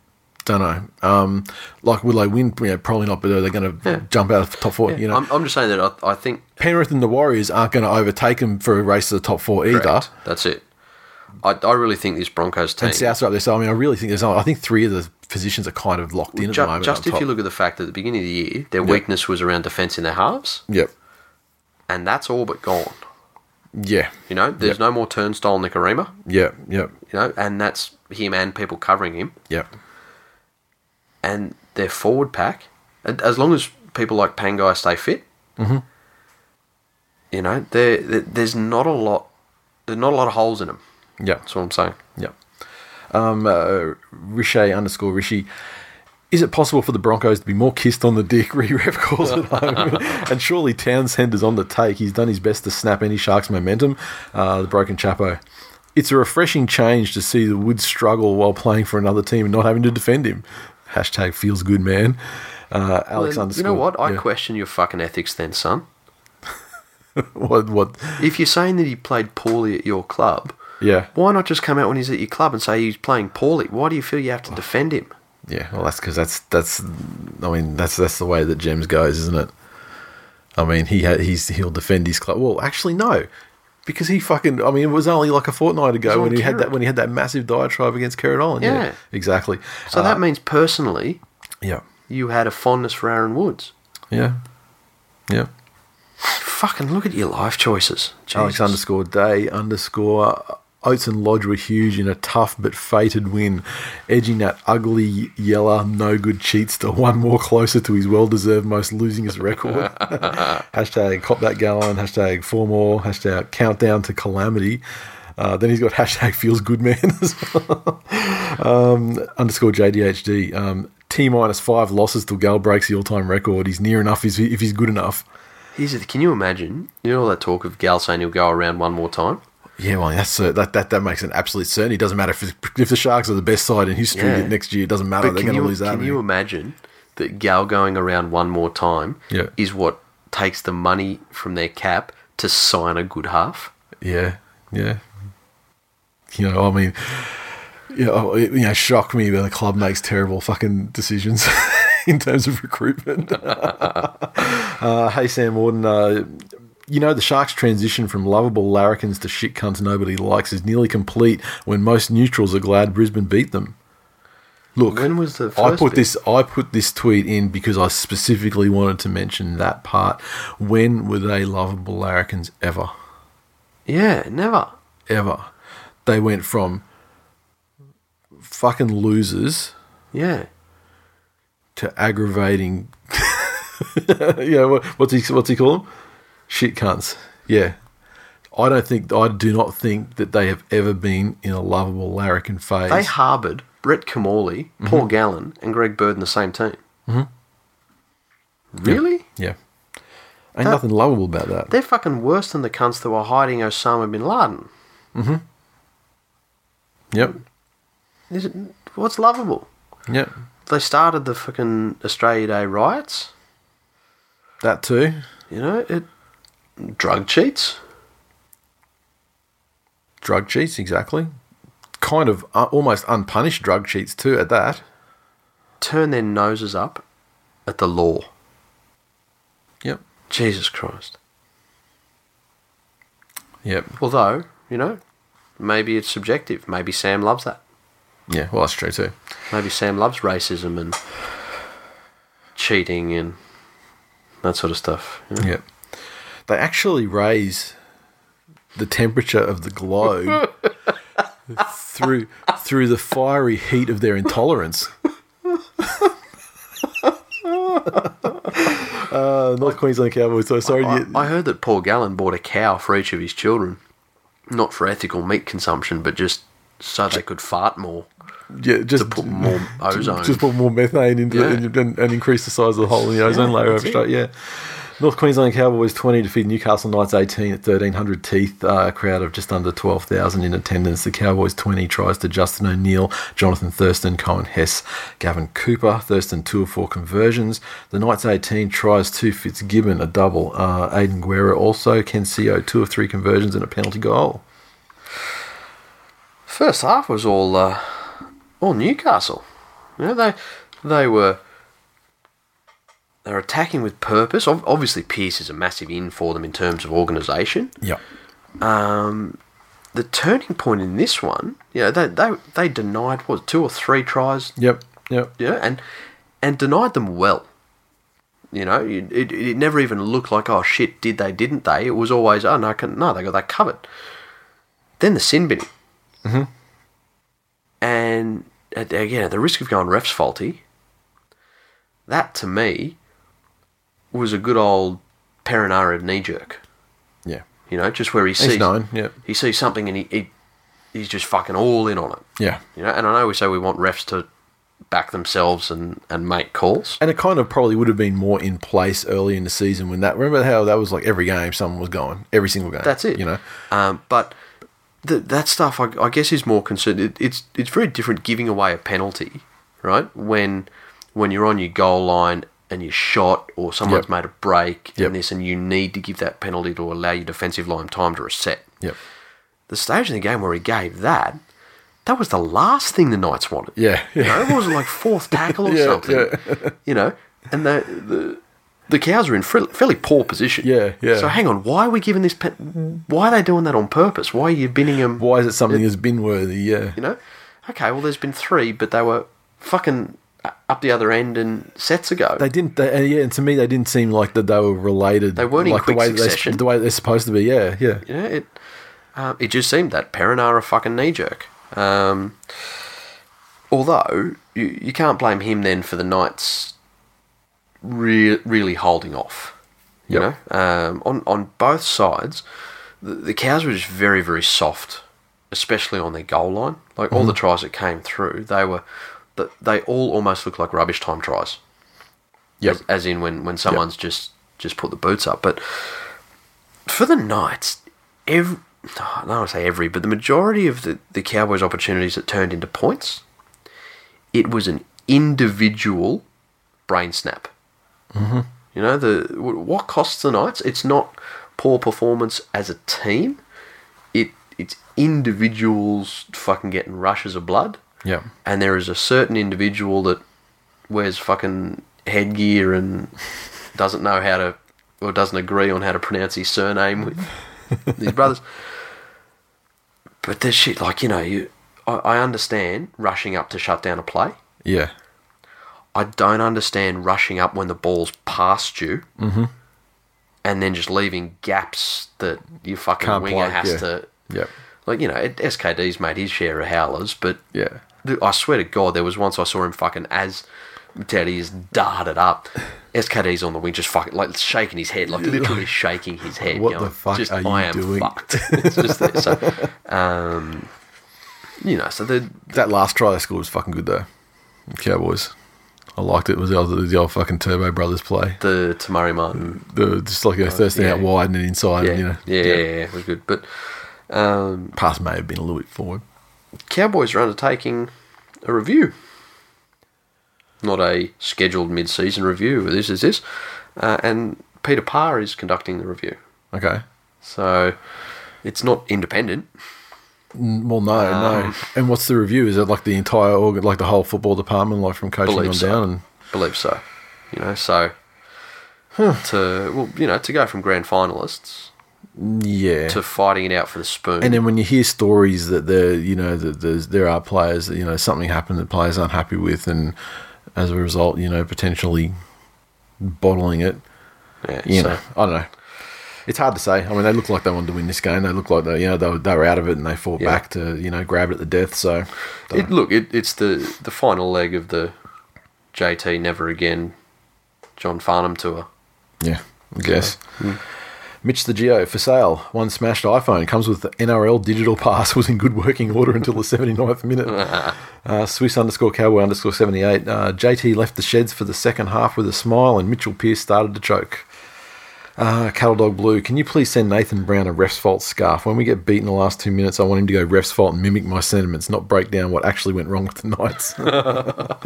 S1: don't know. Um, like, will they win? You know, probably not, but are they going to
S2: Yeah. Um,
S1: jump out of the top four? You know,
S2: I'm, I'm just saying that I, I think
S1: Penrith and the Warriors aren't going to overtake them for a race to the top four either.
S2: correct. that's it. I, I really think this Broncos team.
S1: And Souths are up there, so I mean, I really think there's. I think three of the positions are kind of locked in at
S2: Ju-
S1: the moment.
S2: just if you look at the fact that at the beginning of the year, their weakness was around defence in their halves,
S1: yep,
S2: and that's all but gone.
S1: yeah,
S2: You know, there's
S1: Yep.
S2: no more turnstile Nicarima,
S1: yeah, yeah,
S2: you know, and that's him and people covering him.
S1: yeah,
S2: And their forward pack, a- as long as people like Pangai stay fit, mm-hmm. you know, there there- there's not a lot, there's not a lot of holes in them.
S1: yeah.
S2: That's what I'm saying.
S1: Yeah. Um, uh, Rishi underscore Rishi. Is it possible for the Broncos to be more kissed on the dick? Re-ref calls at home. and surely Townsend is on the take. He's done his best to snap any Sharks momentum. Uh, the broken chapo. It's a refreshing change to see the Woods struggle while playing for another team and not having to defend him. Hashtag feels good, man. Uh, Alex
S2: Well, you
S1: underscore.
S2: know what? I
S1: yeah.
S2: question your fucking ethics then, son.
S1: What? What?
S2: If you're saying that he played poorly at your club,
S1: Yeah.
S2: Why not just come out when he's at your club and say he's playing poorly? Why do you feel you have to defend him?
S1: Yeah, well, that's because that's that's. I mean, that's that's the way that Gems goes, isn't it? I mean, he ha- he's he'll defend his club. Well, actually, no. Because he fucking, I mean, it was only like a fortnight ago
S2: on
S1: when he had that
S2: Kerrick.
S1: when he had that massive diatribe against Kerrod Olin. Yeah.
S2: Yeah.
S1: exactly.
S2: So
S1: Uh,
S2: that means personally,
S1: yeah,
S2: you had a fondness for Aaron Woods.
S1: yeah, yeah.
S2: Fucking look at your life choices. Jesus.
S1: Alex underscore Day underscore Oates and Lodge were huge in a tough but fated win, edging that ugly yeller no good cheatster one more closer to his well deserved most losingest record. hashtag cop that gallon. Hashtag four more. Hashtag countdown to calamity. Uh, then he's got hashtag feels good man as well. um, underscore JDHD. Um, T minus five losses till Gal breaks the all time record. He's near enough if if he's good enough.
S2: Here's the, can you imagine? You know all that talk of Gal saying he'll go around one more time?
S1: Oh, Yeah, well, that's uh, that, that that makes an absolute certainty. It doesn't matter if, if the Sharks are the best side in history
S2: Yeah.
S1: next year. It doesn't matter. They're
S2: can
S1: going
S2: you,
S1: to lose that.
S2: can you
S1: many.
S2: imagine that Gal going around one more time
S1: Yeah.
S2: is what takes the money from their cap to sign a good half?
S1: yeah, yeah. You know, I mean, you know, it, you know, shocked me when the club makes terrible fucking decisions in terms of recruitment. uh, hey, Sam Warden. Uh, you know, the Sharks' transition from lovable larrikins to shit cunts nobody likes is nearly complete when most neutrals are glad Brisbane beat them. Look,
S2: When was the first
S1: I put
S2: bit?
S1: this I put this tweet in because I specifically wanted to mention that part. When were they lovable larrikins ever?
S2: Yeah, never.
S1: Ever. They went from fucking losers
S2: Yeah.
S1: to aggravating you know, what, what's he what's he call them? Shit cunts. Yeah. I don't think I do not think that they have ever been in a lovable larrikin phase.
S2: They harboured Brett Kamali, Paul Gallen, and Greg Bird in the same team. Mm-hmm. Really?
S1: yeah. Ain't nothing lovable about that.
S2: They're fucking worse than the cunts that were hiding Osama bin Laden.
S1: Yep.
S2: Is it, what's lovable?
S1: Yep.
S2: They started the fucking Australia Day riots.
S1: That too.
S2: You know, it drug cheats.
S1: drug cheats exactly kind of uh, almost unpunished drug cheats too at that
S2: turn their noses up at the law.
S1: yep
S2: Jesus Christ.
S1: yep
S2: Although, you know, maybe it's subjective. Maybe Sam loves that.
S1: yeah well that's true too
S2: Maybe Sam loves racism and cheating and that sort of stuff. you know?
S1: yep they actually raise the temperature of the globe through through the fiery heat of their intolerance uh, North Queensland Cowboys. So sorry.
S2: I,
S1: you-
S2: I heard that Paul Gallen bought a cow for each of his children, not for ethical meat consumption, but just so they could fart more.
S1: yeah, just
S2: put more ozone.
S1: Just put more methane into
S2: Yeah.
S1: the, and, and increase the size of the hole in the ozone layer over straight. Yeah. North Queensland Cowboys 20 defeat Newcastle Knights 18 at 1300 teeth. Uh, a crowd of just under 12,000 in attendance. The Cowboys 20 tries to Justin O'Neill, Jonathan Thurston, Cohen Hess, Gavin Cooper. Thurston 2 of 4 conversions. The Knights 18 tries 2 Fitzgibbon, a double. Uh, Aiden Guerra also. Ken Seo 2 of 3 conversions and a penalty goal.
S2: First half was all uh, all Newcastle. You know, they they were they were attacking with purpose. Ob- Obviously, Pearce is a massive in for them in terms of organisation.
S1: Yep.
S2: The turning point in this one, you know, they they, they denied what two or three tries,
S1: Yep. Yep.
S2: you know, and and denied them well. You know, it, it, it never even looked like oh shit, did they? Didn't they? It was always oh no, can, no, they got that covered. Then the sin bin. And at- again, at the risk of going ref's faulty, that to me was a good old Perinara knee jerk.
S1: Yeah.
S2: You know, just where he sees
S1: known, yep.
S2: he sees something and he, he he's just fucking all in on it.
S1: Yeah.
S2: You know, and I know we say we want refs to back themselves and, and make calls.
S1: And it kind of probably would have been more in place early in the season when that. Remember how that was like every game someone was going, every single game.
S2: That's it.
S1: You know,
S2: um, but th- that stuff I, I guess is more concerned. It, it's it's very different giving away a penalty, right? When when you're on your goal line and you're shot or someone's
S1: Yep.
S2: made a break
S1: Yep.
S2: and this, and you need to give that penalty to allow your defensive line time to reset.
S1: Yep.
S2: The stage in the game where he gave that, that was the last thing the Knights wanted.
S1: Yeah,
S2: You know, it was like fourth tackle or
S1: Yeah,
S2: something.
S1: yeah.
S2: You know, and the the the cows are in fri- fairly poor position.
S1: Yeah, yeah.
S2: So hang on, why are we giving this? Pe- why are they doing that on purpose? Why are you binning them?
S1: Why is it something that's bin worthy? Yeah.
S2: You know, okay. Well, there's been three, but they were fucking uh, up the other end and sets ago.
S1: They didn't, they, and yeah, and to me, they didn't seem like that they were related.
S2: They weren't in
S1: like
S2: quick
S1: the way that
S2: succession.
S1: They, the way they're supposed to be, yeah, yeah.
S2: you know, it uh, it just seemed that Perrin are a fucking knee jerk. Um, although you, you can't blame him then for the Knights re- really holding off. You
S1: Yep.
S2: know, um, on on both sides, the, the cows were just very very soft, especially on their goal line. Like all the tries that came through, they were th- they all almost looked like rubbish time tries.
S1: Yep.
S2: As, as in when when someone's just just put the boots up, but for the Knights, every I don't want to say every, but the majority of the, the Cowboys' opportunities that turned into points, it was an individual brain snap. Mm-hmm. You know the wh- what costs the Knights? It's not poor performance as a team. It it's individuals fucking getting rushes of blood,
S1: Yeah.
S2: and there is a certain individual that wears fucking headgear and doesn't know how to or doesn't agree on how to pronounce his surname with his brothers. But there's shit like you know you, I, I understand rushing up to shut down a play.
S1: Yeah.
S2: I don't understand rushing up when the ball's past you,
S1: Mm-hmm.
S2: and then just leaving gaps that your fucking
S1: Can't
S2: winger
S1: play,
S2: has
S1: yeah.
S2: to.
S1: Yep.
S2: Like you know, it- SKD's made his share of howlers, but
S1: Yeah.
S2: Dude, I swear to God, there was once I saw him fucking as Teddy is darted up. SKD's on the wing, just fucking like shaking his head, like literally shaking his head.
S1: What
S2: going,
S1: the fuck
S2: just,
S1: are you
S2: I am
S1: doing?"
S2: Fucked. It's just that, so, um, you know, so the
S1: That last try they scored was fucking good though. Cowboys. I liked it. It was the old, the old fucking Turbo Brothers play.
S2: the Tamari Martin,
S1: The, just like you know, thirsting out
S2: Oh, yeah.
S1: wide and then inside,
S2: yeah,
S1: and, you know.
S2: yeah, yeah, yeah, it was good. But um,
S1: Pass may have been a little bit forward.
S2: Cowboys are undertaking a review, not a scheduled mid-season review. This is this, uh, and Peter Parr is conducting the review.
S1: Okay.
S2: So it's not independent.
S1: N- Well, no,
S2: Um,
S1: no. And what's the review? Is it like the entire organ, like the whole football department, like from coaching
S2: Believe
S1: on
S2: so.
S1: down? And
S2: Believe so. You know, so to well, you know, to go from grand finalists
S1: yeah.
S2: to fighting it out for the spoon.
S1: And then when you hear stories that there, you know, that there's, there are players that you know something happened that players aren't happy with, and as a result, you know, potentially bottling it.
S2: yeah,
S1: You
S2: so-
S1: know, I don't know. It's hard to say. I mean, they look like they wanted to win this game. They look like they, you know, they were, they were out of it and they fought
S2: Yeah.
S1: back to, you know, grab it at the death. So, don't
S2: it, look, it, it's the the final leg of the JT Never Again John Farnham tour.
S1: know. yeah, I guess. Mitch the Geo for sale. One smashed iPhone comes with the NRL digital pass. Was in good working order until the 79th minute. Uh, Swiss underscore cowboy underscore 78. Uh, JT left the sheds for the second half with a smile, and Mitchell Pearce started to choke. Uh, Cattle Dog Blue, can you please send Nathan Brown a ref's fault scarf? When we get beat in the last two minutes, I want him to go ref's fault and mimic my sentiments, not break down what actually went wrong with the Knights. the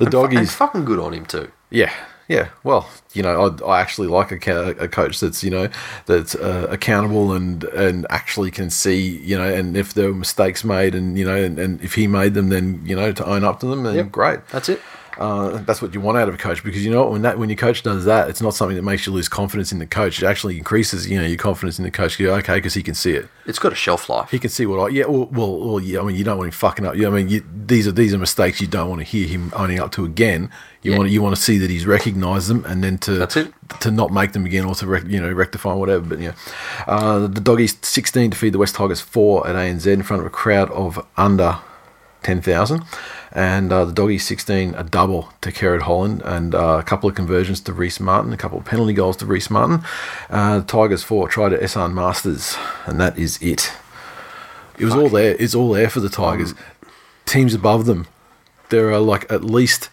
S2: And
S1: doggies.
S2: fucking good on him too.
S1: Yeah, yeah. Well, you know, I, I actually like a, co- a coach that's you know that's uh, accountable and and actually can see you know, and if there were mistakes made and you know, and, and if he made them, then you know, to own up to them, then great.
S2: That's it.
S1: Uh, that's what you want out of a coach because you know what, when that when your coach does that, it's not something that makes you lose confidence in the coach. It actually increases you know your confidence in the coach. You go, okay, because he can see it.
S2: It's got a shelf life.
S1: He can see what I yeah. Well, well, well yeah. I mean, you don't want him fucking up. You, I mean, you, these are these are mistakes you don't want to hear him owning up to again. You
S2: Yeah.
S1: want you want to see that he's recognised them and then to
S2: That's it.
S1: to not make them again or to rec, you know rectify and whatever. But yeah, uh, the doggies sixteen to feed the West Tigers four at ANZ in front of a crowd of under ten thousand, and uh, the doggies sixteen a double to Kerrod Holland and uh, a couple of conversions to Reese Martin, a couple of penalty goals to Reese Martin. Uh, the Tigers four try to Essan Masters, and that is it. It was all there. It's all there for the
S2: Mm.
S1: Tigers. Teams above them, there are like at least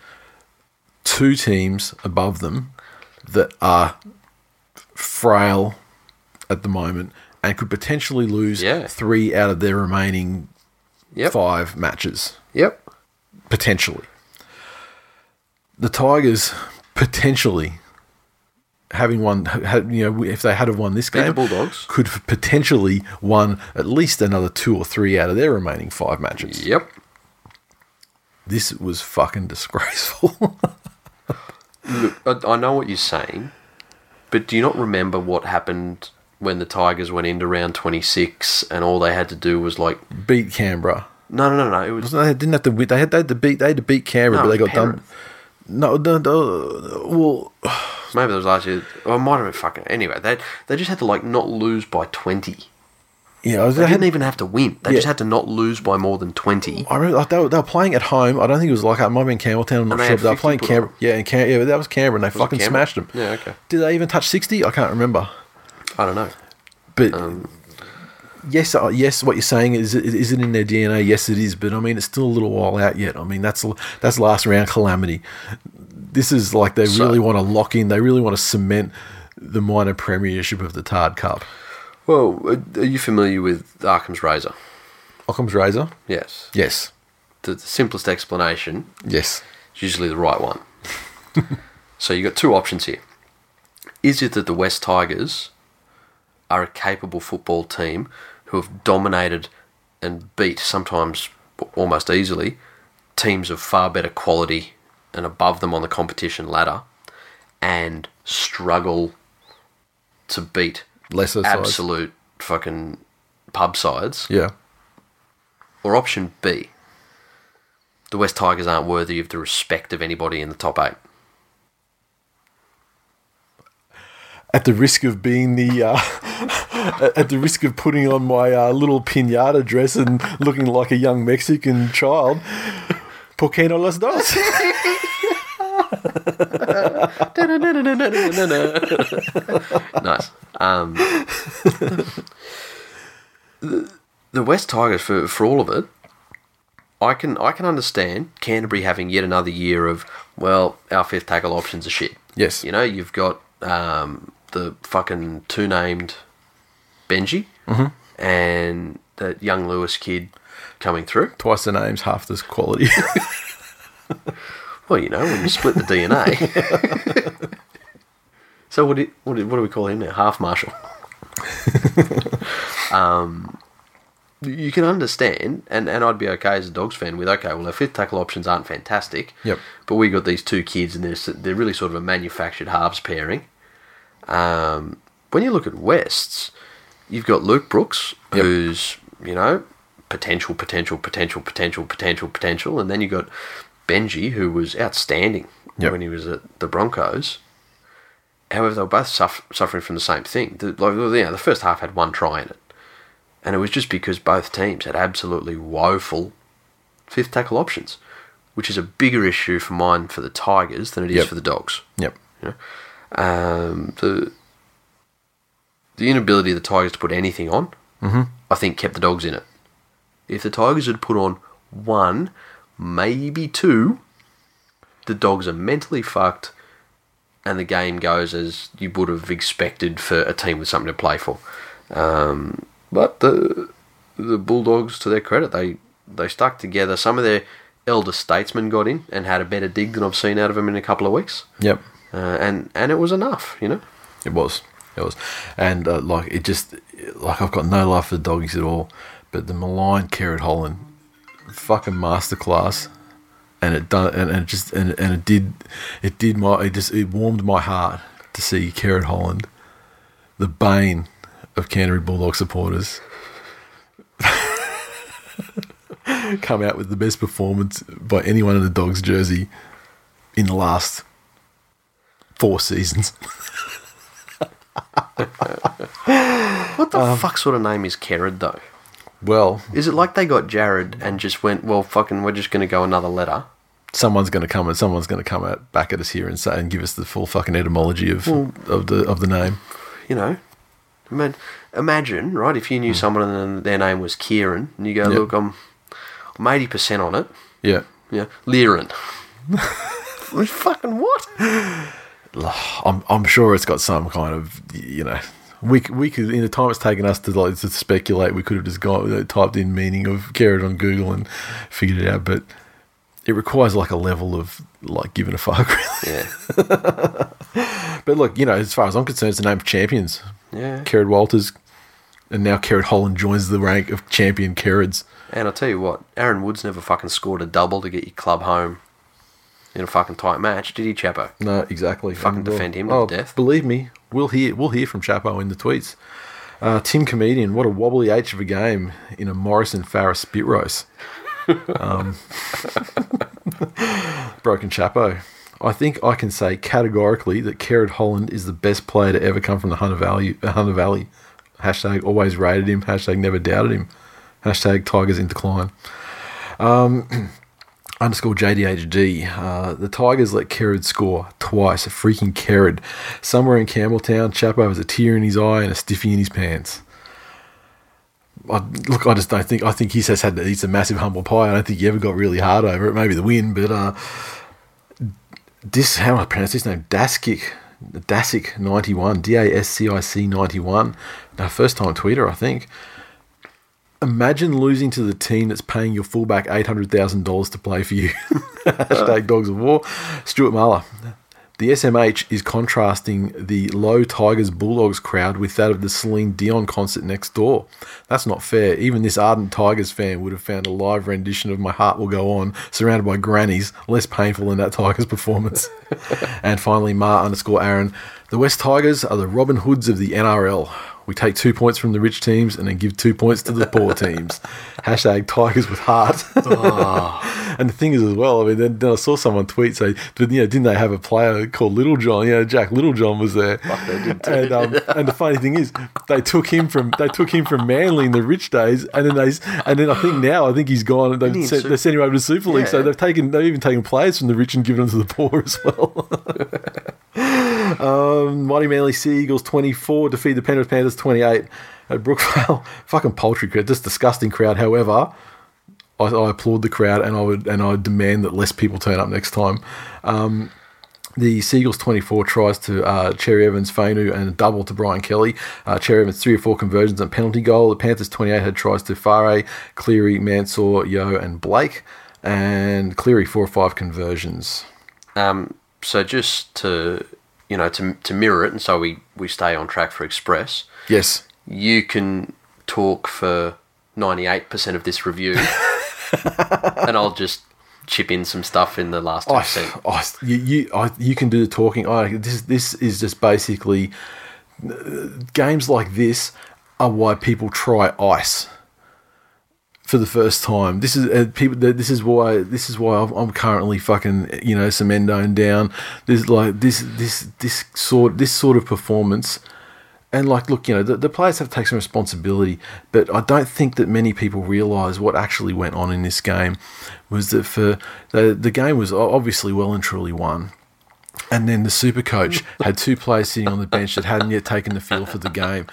S1: two teams above them that are frail at the moment and could potentially lose
S2: Yeah.
S1: three out of their remaining
S2: Yep.
S1: five matches
S2: Yep.
S1: potentially. The Tigers potentially having won, had, you know, if they had have won this
S2: Beat the
S1: game,
S2: Bulldogs.
S1: could have potentially won at least another two or three out of their remaining five matches.
S2: Yep.
S1: This was fucking disgraceful.
S2: Look, I, I know what you're saying, but do you not remember what happened when the Tigers went into round 26 and all they had to do was like,
S1: Beat Canberra.
S2: no, no, no, no, it was
S1: They didn't have to. win- They had, they had to beat. They had to beat Canberra, but
S2: No,
S1: they
S2: it was
S1: got done. No, no, no, well,
S2: maybe that was last year. Or it might have been fucking anyway. They they just had to like not lose by 20.
S1: yeah, I was-
S2: They
S1: they had
S2: didn't even have to win. They
S1: Yeah.
S2: just had to not lose by more than 20.
S1: I remember like, they, were, they were playing at home. I don't think it was like it might have been Campbelltown. I'm not
S2: they
S1: sure. But
S2: had
S1: they were
S2: 50
S1: playing
S2: put
S1: Canberra.
S2: up.
S1: Yeah, and Cam- yeah, that was Canberra, and they fucking
S2: Canberra?
S1: smashed them.
S2: Yeah, okay.
S1: Did they even touch sixty? I can't remember.
S2: I don't know.
S1: But yes, uh, yes, what you're saying is it- is it in their DNA? Yes, it is. But I mean, it's still a little while out yet. I mean, that's l- that's last round calamity. This is like they
S2: So-
S1: really want to lock in. They really want to cement the minor premiership of the Tard Cup.
S2: Well, uh, are- are you familiar with Arkham's razor?
S1: Occam's razor.
S2: Yes.
S1: Yes.
S2: The, the simplest explanation
S1: Yes.
S2: is usually the right one. so you've got two options here. Is it that the West Tigers are a capable football team who have dominated and beat, sometimes almost easily, teams of far better quality and above them on the competition ladder and struggle to beat
S1: Lesser size.
S2: absolute fucking pub sides?
S1: Yeah.
S2: Or option B, the West Tigers aren't worthy of the respect of anybody in the top eight.
S1: at the risk of being the uh, at- at the risk of putting on my uh, little pinata dress and looking like a young Mexican child. ¿Por qué no las dos?
S2: nice. Um, the, the West Tigers, for, for all of it, I can I can understand Canterbury having yet another year of well, our fifth tackle options are shit.
S1: Yes.
S2: you know you've got um, the fucking two named Benji and that young Lewis kid coming through.
S1: Twice the name's half this quality.
S2: Well, you know, when you split the DNA. so what do, what, do, what do we call him now? Half Marshall. um, you can understand, and, and I'd be okay as a Dogs fan with okay, well, our fifth tackle options aren't fantastic.
S1: Yep.
S2: But we got these two kids, and they're s- they're really sort of a manufactured halves pairing. Um, when you look at Wests, you've got Luke Brooks,
S1: Yep.
S2: who's you know potential, potential, potential, potential, potential, potential, and then you got Benji, who was outstanding
S1: Yep.
S2: when he was at the Broncos. However, they were both suff- suffering from the same thing. The, like, you know, the first half had one try in it, and it was just because both teams had absolutely woeful fifth tackle options, which is a bigger issue for mine for the Tigers than it is
S1: Yep.
S2: for the Dogs.
S1: yep.
S2: Um, the the inability of the Tigers to put anything on, I think, kept the Dogs in it. If the Tigers had put on one, maybe two, the Dogs are mentally fucked, and the game goes as you would have expected for a team with something to play for. Um, but the the Bulldogs, to their credit, they they stuck together. Some of their elder statesmen got in and had a better dig than I've seen out of them in a couple of weeks
S1: Yep.
S2: uh, and and it was enough, you know.
S1: It was. It was. And uh, like it just like I've got no love for the doggies at all, but the maligned Kerrod Holland, fucking masterclass, and it done and, and it just and, and it did it did my it just it warmed my heart to see Kerrod Holland, the bane of Canterbury Bulldog supporters. Come out with the best performance by anyone in a dog's jersey in the last four seasons.
S2: What the fuck sort of name is Kerrod though?
S1: Well,
S2: Is it like they got Jared and just went, well, fucking, we're just going to go another letter?
S1: someone's going to come and someone's going to come out back at us here and say and give us the full fucking etymology of of the of the name.
S2: You know, Ima- imagine right if you knew someone and their name was Kieran, and you go,
S1: Yep.
S2: look, I'm I'm eighty percent on it.
S1: Yeah,
S2: Yeah, Leeran. fucking what?
S1: I'm I'm sure it's got some kind of you know. We, c- we could in the time it's taken us to like to speculate we could have just got uh, typed in meaning of carrot on Google and figured it out but it requires like a level of like giving a fuck really.
S2: Yeah,
S1: but look you know as far as I'm concerned it's the name of champions
S2: yeah.
S1: Kerrod Walters and now Kerrod Holland joins the rank of champion Kerrods
S2: And I tell you what, Aaron Woods never fucking scored a double to get your club home. in a fucking tight match, did he, Chapo?
S1: No, exactly.
S2: Fucking
S1: And we'll-
S2: defend him to
S1: oh,
S2: death.
S1: Believe me, we'll hear we'll hear from Chapo in the tweets. Uh, Tim comedian, what a wobbly H of a game in a Morrison Farris spit roast. Um, broken Chapo. I think I can say categorically that Kerrod Holland is the best player to ever come from the Hunter Valley. uh, Hunter Valley. Hashtag always rated him. Hashtag never doubted him. Hashtag Tigers in decline underscore JDHD. Uh, the Tigers let Kerrod score twice. A freaking Kerrod. Somewhere in Campbelltown, Chapo has a tear in his eye and a stiffy in his pants. I, look, I just don't think. I think he's just had to eat some massive humble pie. I don't think he ever got really hard over it. Maybe the win, but uh, this how do I pronounce this name? Daskic, Dasic ninety one, D A S C I C ninety one. Now, first time tweeter, I think. Imagine losing to the team that's paying your fullback eight hundred thousand dollars to play for you. Hashtag Dogs of War. Stuart Muller. The SMH is contrasting the low Tigers Bulldogs crowd with that of the Celine Dion concert next door. That's not fair. Even this ardent Tigers fan would have found a live rendition of My Heart Will Go On, surrounded by grannies, less painful than that Tigers performance. and finally, Ma underscore Aaron. The West Tigers are the Robin Hoods of the NRL. We take two points from the rich teams and then give two points to the poor teams. Hashtag Tigers with heart.
S2: Ah.
S1: And the thing is, as well, I mean, then, then I saw someone tweet say, did, you know, didn't they have a player called Little John? You know, Jack Little John was there. and, um, and the funny thing is, they took him from they took him from Manly in the rich days, and then they s- and then I think now I think he's gone. And
S2: he
S1: they've
S2: in
S1: sent,
S2: Super-
S1: they sent him over to Super League, so
S2: Yeah.
S1: they've taken they've even taken players from the rich and given them to the poor as well. Um, Mighty Manly Sea Eagles 24 defeat the Penrith Panthers 28 at Brookvale. Fucking paltry crowd, just disgusting crowd. However, I, I applaud the crowd and I would and I would demand that less people turn up next time. Um, the Seagulls 24 tries to uh, Cherry Evans, Fainu, and a double to Brian Kelly. Uh, Cherry Evans, three or four conversions and penalty goal. The Panthers 28 had tries to Fare, Cleary, Mansour, Yo, and Blake. And Cleary, four or five conversions.
S2: Um, so just to you know to to mirror it, and so we we stay on track for Express.
S1: Yes.
S2: You can talk for ninety eight percent of this review, and I'll just chip in some stuff in the last two
S1: I,
S2: percent.
S1: I, you, you, I, you can do the talking. I, this, this is just basically uh, games like this are why people try ice for the first time. This is uh, people. th- This is why. This is why I'm, I'm currently fucking you know Semendone down. This like this this this sort this sort of performance. And like, look, you know, the, the players have to take some responsibility, but I don't think that many people realise what actually went on in this game. Was that for the the game was o- obviously well and truly won, and then the super coach had two players sitting on the bench that hadn't yet taken the field for the game.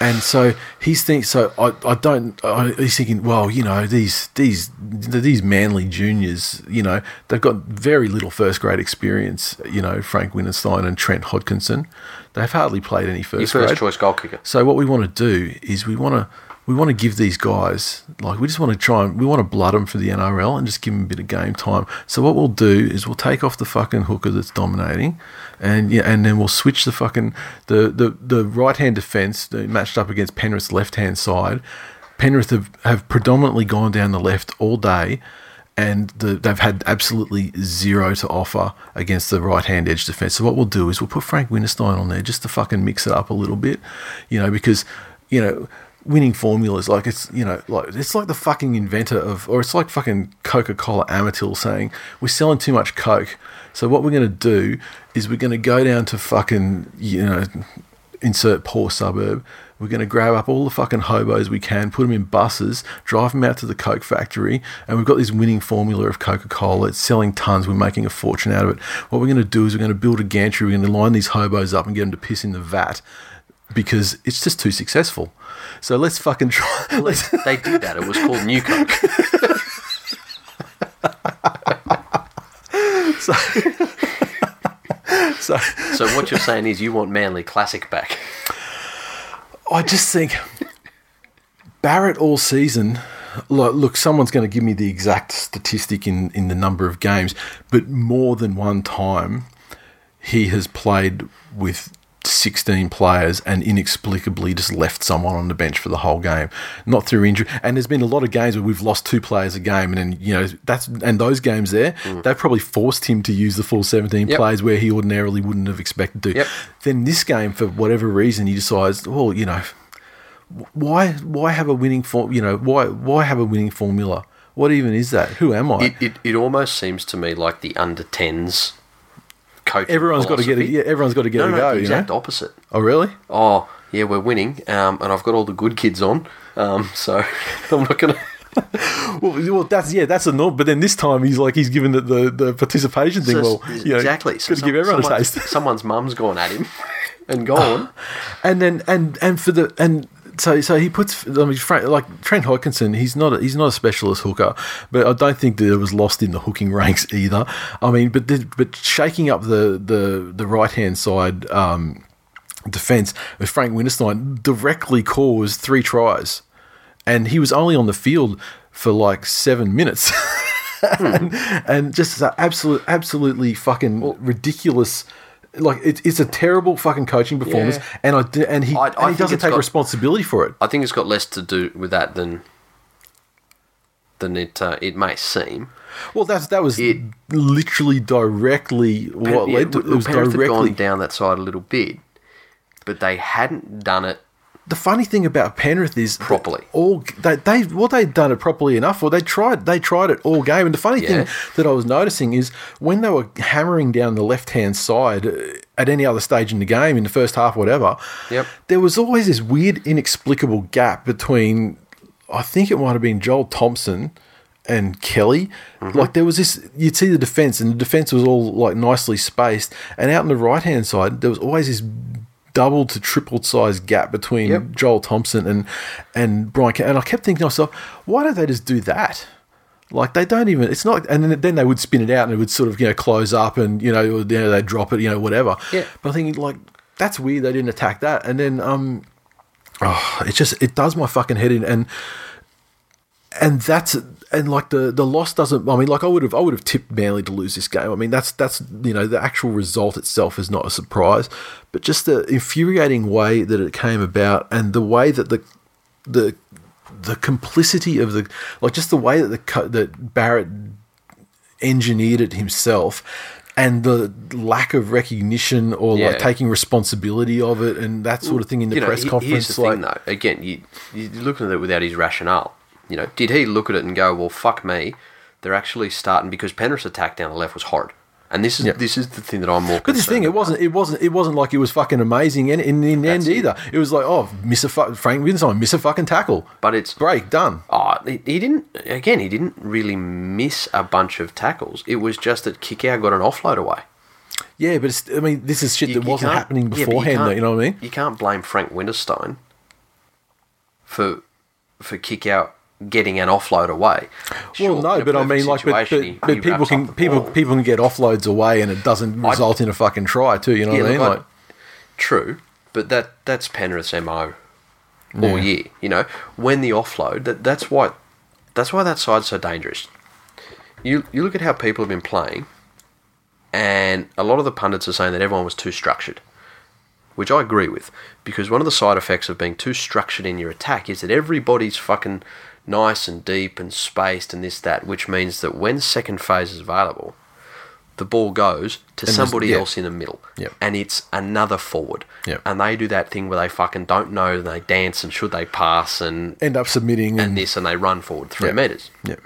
S1: And so he's thinking. So I, I don't. I, he's thinking. Well, you know these these these manly juniors. You know they've got very little first grade experience. You know Frank Winterstein and Trent Hodkinson. They've hardly played any first,
S2: Your first
S1: grade.
S2: choice goal kicker.
S1: So what we want to do is we want to we want to give these guys like we just want to try and we want to blood them for the NRL and just give them a bit of game time. So what we'll do is we'll take off the fucking hooker that's dominating, and yeah, and then we'll switch the fucking the the, the right hand defence they matched up against Penrith's left hand side. Penrith have, have predominantly gone down the left all day. And the, they've had absolutely zero to offer against the right hand edge defence. So, what we'll do is we'll put Frank Winterstein on there just to fucking mix it up a little bit, you know, because, you know, winning formulas, like it's, you know, like it's like the fucking inventor of, or it's like fucking Coca Cola Amatil saying, we're selling too much Coke. So, what we're going to do is we're going to go down to fucking, you know, insert poor suburb. We're going to grab up all the fucking hobos we can, put them in buses, drive them out to the Coke factory, and we've got this winning formula of Coca Cola. It's selling tons. We're making a fortune out of it. What we're going to do is we're going to build a gantry. We're going to line these hobos up and get them to piss in the vat because it's just too successful. So let's fucking try. Let's,
S2: They did that. It was called New Coke.
S1: so, so
S2: So what you're saying is you want Manly Classic back.
S1: I just think Barrett all season. Look, look someone's going to give me the exact statistic in, in the number of games, but more than one time he has played with 16 players and inexplicably just left someone on the bench for the whole game, not through injury. And there's been a lot of games where we've lost two players a game, and then you know that's and those games there, they probably forced him to use the full 17
S2: Mm. Yep.
S1: players where he ordinarily wouldn't have expected to.
S2: Yep.
S1: Then this game, for whatever reason, he decides, well, you know, why why have a winning form? You know, why why have a winning formula? What even is that? Who am I?
S2: It, it, it almost seems to me like the under 10s coach.
S1: everyone's got to get it. Yeah, everyone's got to get
S2: No,
S1: a
S2: no,
S1: go.
S2: the
S1: You know?
S2: exact opposite.
S1: Oh, really?
S2: Oh, yeah, we're winning, um, and I've got all the good kids on, um, so I'm not going to.
S1: Well, well, that's yeah, that's a norm. But then this time he's like he's given the the, the participation thing. well, you know,
S2: exactly.
S1: got to give everyone a
S2: someone's,
S1: taste.
S2: someone's mum's gone at him and gone.
S1: and then and and for the and so so he puts I mean Frank, like Trent Hodkinson he's not a, he's not a specialist hooker but I don't think that it was lost in the hooking ranks either I mean but the, but shaking up the the the right hand side um, defense with Frank Winterstein directly caused three tries and he was only on the field for like seven minutes. and, and just that absolute, absolutely fucking ridiculous. Like it, it's a terrible fucking coaching performance,
S2: Yeah.
S1: and I d- and he
S2: I- I
S1: and he
S2: think
S1: doesn't
S2: it's
S1: take
S2: got-
S1: responsibility for it.
S2: I think it's got less to do with that than than it uh, it may seem.
S1: Well, that's that was
S2: It-
S1: literally directly what
S2: Yeah,
S1: led to it.
S2: well,
S1: was
S2: Penrith had gone
S1: directly
S2: down that side a little bit, but they hadn't done it
S1: the funny thing about Penrith is that
S2: Properly.
S1: all they, they well they'd done it properly enough. Well, they tried they tried it all game. And the funny
S2: Yeah.
S1: thing that I was noticing is when they were hammering down the left hand side uh, at any other stage in the game in the first half, whatever.
S2: Yep.
S1: There was always this weird, inexplicable gap between. I think it might have been Joel Thompson. And Kelly,
S2: Mm-hmm.
S1: like there was this, you'd see the defense, and the defense was all like nicely spaced. And out on the right hand side, there was always this double to triple size gap between
S2: Yep.
S1: Joel Thompson and and Brian. Ca- And I kept thinking to myself, why don't they just do that? Like they don't even. It's not. And then, then they would spin it out and it would sort of you know close up and you know, or, you know they drop it you know whatever.
S2: Yeah.
S1: But I think like that's weird. They didn't attack that. And then um, oh, it just it does my fucking head in and and that's and like the the loss doesn't. I mean, like I would have I would have tipped Manly to lose this game. I mean, that's that's you know the actual result itself is not a surprise, but just the infuriating way that it came about and the way that the the the complicity of the like just the way that the co- that Barrett engineered it himself and the lack of recognition or
S2: Yeah.
S1: like taking responsibility of it and that sort of thing in the
S2: you know,
S1: press
S2: he-
S1: conference
S2: Here's the
S1: like
S2: thing, though. Again, you you look at it without his rationale. You know, did he look at it and go, "Well, fuck me"? They're actually starting because Penrith's attack down the left was horrid, and this is
S1: Yeah.
S2: this is the thing that I'm more.
S1: But this thing, it wasn't, it wasn't, it wasn't like it was fucking amazing in, in, in the end
S2: That's it.
S1: either. It was like, oh, miss a fu- Frank Winson, miss a fucking tackle,
S2: But it's-
S1: break done.
S2: Oh, he, he didn't. Again, he didn't really miss a bunch of tackles. It was just that Kikau got an offload away.
S1: Yeah, but it's, I mean, this is shit that
S2: you
S1: wasn't
S2: can't-
S1: happening
S2: yeah, but you
S1: beforehand. though,
S2: can't-
S1: you know what I mean?
S2: You can't blame Frank Winterstein for for kick out getting an offload away. Sure,
S1: well,
S2: in
S1: no,
S2: a
S1: but I
S2: perfect
S1: mean, like, but,
S2: situation, he-
S1: but, but
S2: he
S1: people
S2: wraps up
S1: can
S2: the
S1: people
S2: ball.
S1: people can get offloads away, and it doesn't result in a fucking try, too. You know
S2: Yeah,
S1: what I mean?
S2: look, I-
S1: Like,
S2: True, but that that's Penrith's mo all year. You know, when the offload that that's why that's why that side's so dangerous. You you look at how people have been playing, and a lot of the pundits are saying that everyone was too structured, which I agree with, because one of the side effects of being too structured in your attack is that everybody's fucking nice and deep and spaced and this that, which means that when second phase is available, the ball goes to
S1: there's-
S2: somebody
S1: yeah.
S2: else in the middle,
S1: Yep.
S2: and it's another forward,
S1: Yep.
S2: and they do that thing where they fucking don't know, and they dance, and should they pass, and
S1: end up submitting and,
S2: and this, and they run forward three
S1: Mm. Yep.
S2: meters
S1: yeah.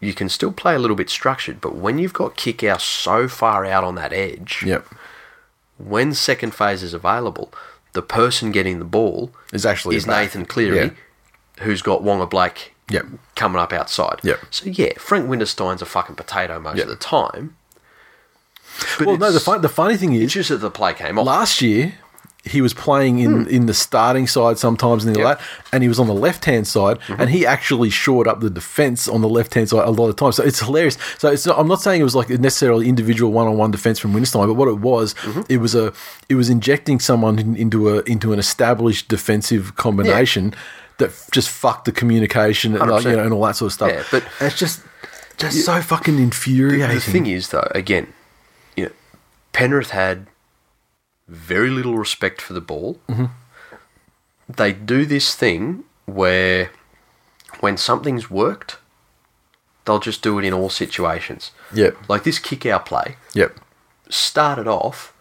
S2: you can still play a little bit structured, but when you've got kick out so far out on that edge,
S1: Yep.
S2: when second phase is available, the person getting the ball
S1: Is actually a
S2: is
S1: back.
S2: Nathan Cleary,
S1: Yeah.
S2: who's got Wonga Blake
S1: Yep.
S2: coming up outside.
S1: Yep.
S2: So yeah, Frank Winterstein's a fucking potato most
S1: Yep.
S2: of the time. But
S1: Well, no, the,
S2: it's-
S1: fun, the funny thing
S2: it's
S1: is,
S2: just that the play came off.
S1: last year he was playing in, in the starting side sometimes and the
S2: Hmm. Yep. Mm-hmm.
S1: like, and he was on the left hand side and he actually shored up the defense on the left hand side a lot of times. So it's hilarious. So it's not, I'm not saying it was like necessarily individual one on one defense from Winterstein, but what it was,
S2: Mm-hmm.
S1: it was a it was injecting someone in- into a into an established defensive combination that just fucked the communication and, like, you
S2: 100%.
S1: know, and all that sort of stuff.
S2: Yeah, but-
S1: it's just just so fucking infuriating.
S2: The thing is, though, again, you know, Penrith had very little respect for the ball.
S1: Mm-hmm.
S2: They do this thing where when something's worked, they'll just do it in all situations.
S1: Yep.
S2: Like this kick out play
S1: Yep.
S2: started off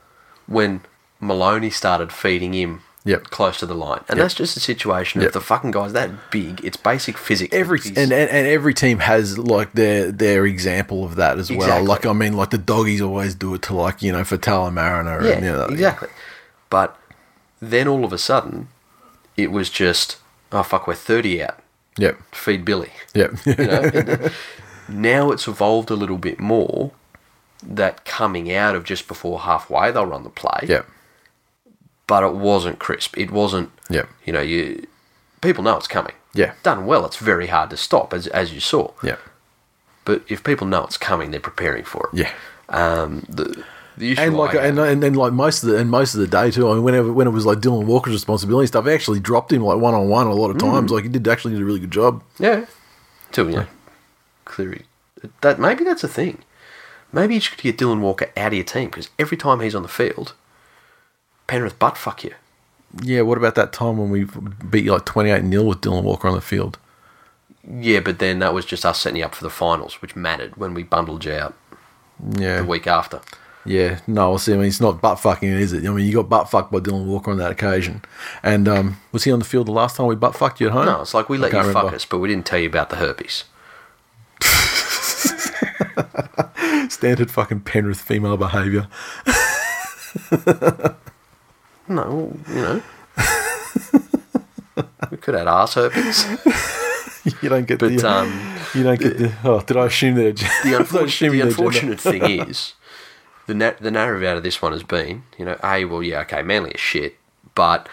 S2: when Maloney started feeding him
S1: Yep.
S2: close to the line. And that's just a situation
S1: Yep.
S2: if the fucking guy's that big, it's basic physics.
S1: Every
S2: He's-
S1: and, and, and every team has like their their example of that as well.
S2: Exactly.
S1: Like I mean, like the doggies always do it to like you know Fatala Mariner.
S2: yeah,
S1: and, you know, that-
S2: exactly. But then all of a sudden, it was just, oh fuck, we're 30 out.
S1: Yep.
S2: Feed Billy.
S1: Yep.
S2: Now it's evolved a little bit more that coming out of just before halfway, they'll run the play.
S1: yep.
S2: But it wasn't crisp. It wasn't,
S1: Yep.
S2: you know, you people know it's coming.
S1: Yeah.
S2: Done well, it's very hard to stop, as, as you saw.
S1: Yep.
S2: But if people know it's coming, they're preparing for it.
S1: Yeah.
S2: Um, the, the issue
S1: And like
S2: I
S1: and,
S2: had-
S1: and, and like most of the and most of the day too. I mean, whenever when it was like Dylan Walker's responsibility and stuff, I actually dropped him like one on one a lot of times. Like he did actually did a really good job.
S2: yeah, till you know, Cleary. That maybe that's a thing. Maybe you should get Dylan Walker out of your team because every time he's on the field, Penrith butt fuck you.
S1: Yeah. What about that time when we beat you like twenty eight 0 with Dylan Walker on the field?
S2: Yeah, but then that was just us setting you up for the finals, which mattered when we bundled you out
S1: Yeah.
S2: the week after.
S1: Yeah, no, I see. I mean, it's not butt fucking, is it? I mean, you got butt fucked by Dylan Walker on that occasion. And um, was he on the field the last time we butt fucked you at home?
S2: No, it's like we
S1: I
S2: let you
S1: can't
S2: fuck
S1: remember.
S2: us, but we didn't tell you about the herpes.
S1: standard fucking Penrith female behaviour.
S2: No, you know. we could have arse herpes.
S1: You don't get
S2: But
S1: the.
S2: um,
S1: you don't get the. Oh, did I assume that?
S2: the,
S1: did I
S2: unfortunate,
S1: assume
S2: the
S1: their gender?
S2: unfortunate thing is, the, na- the narrative out of this one has been, you know, A, well, yeah, okay, Manly is shit, but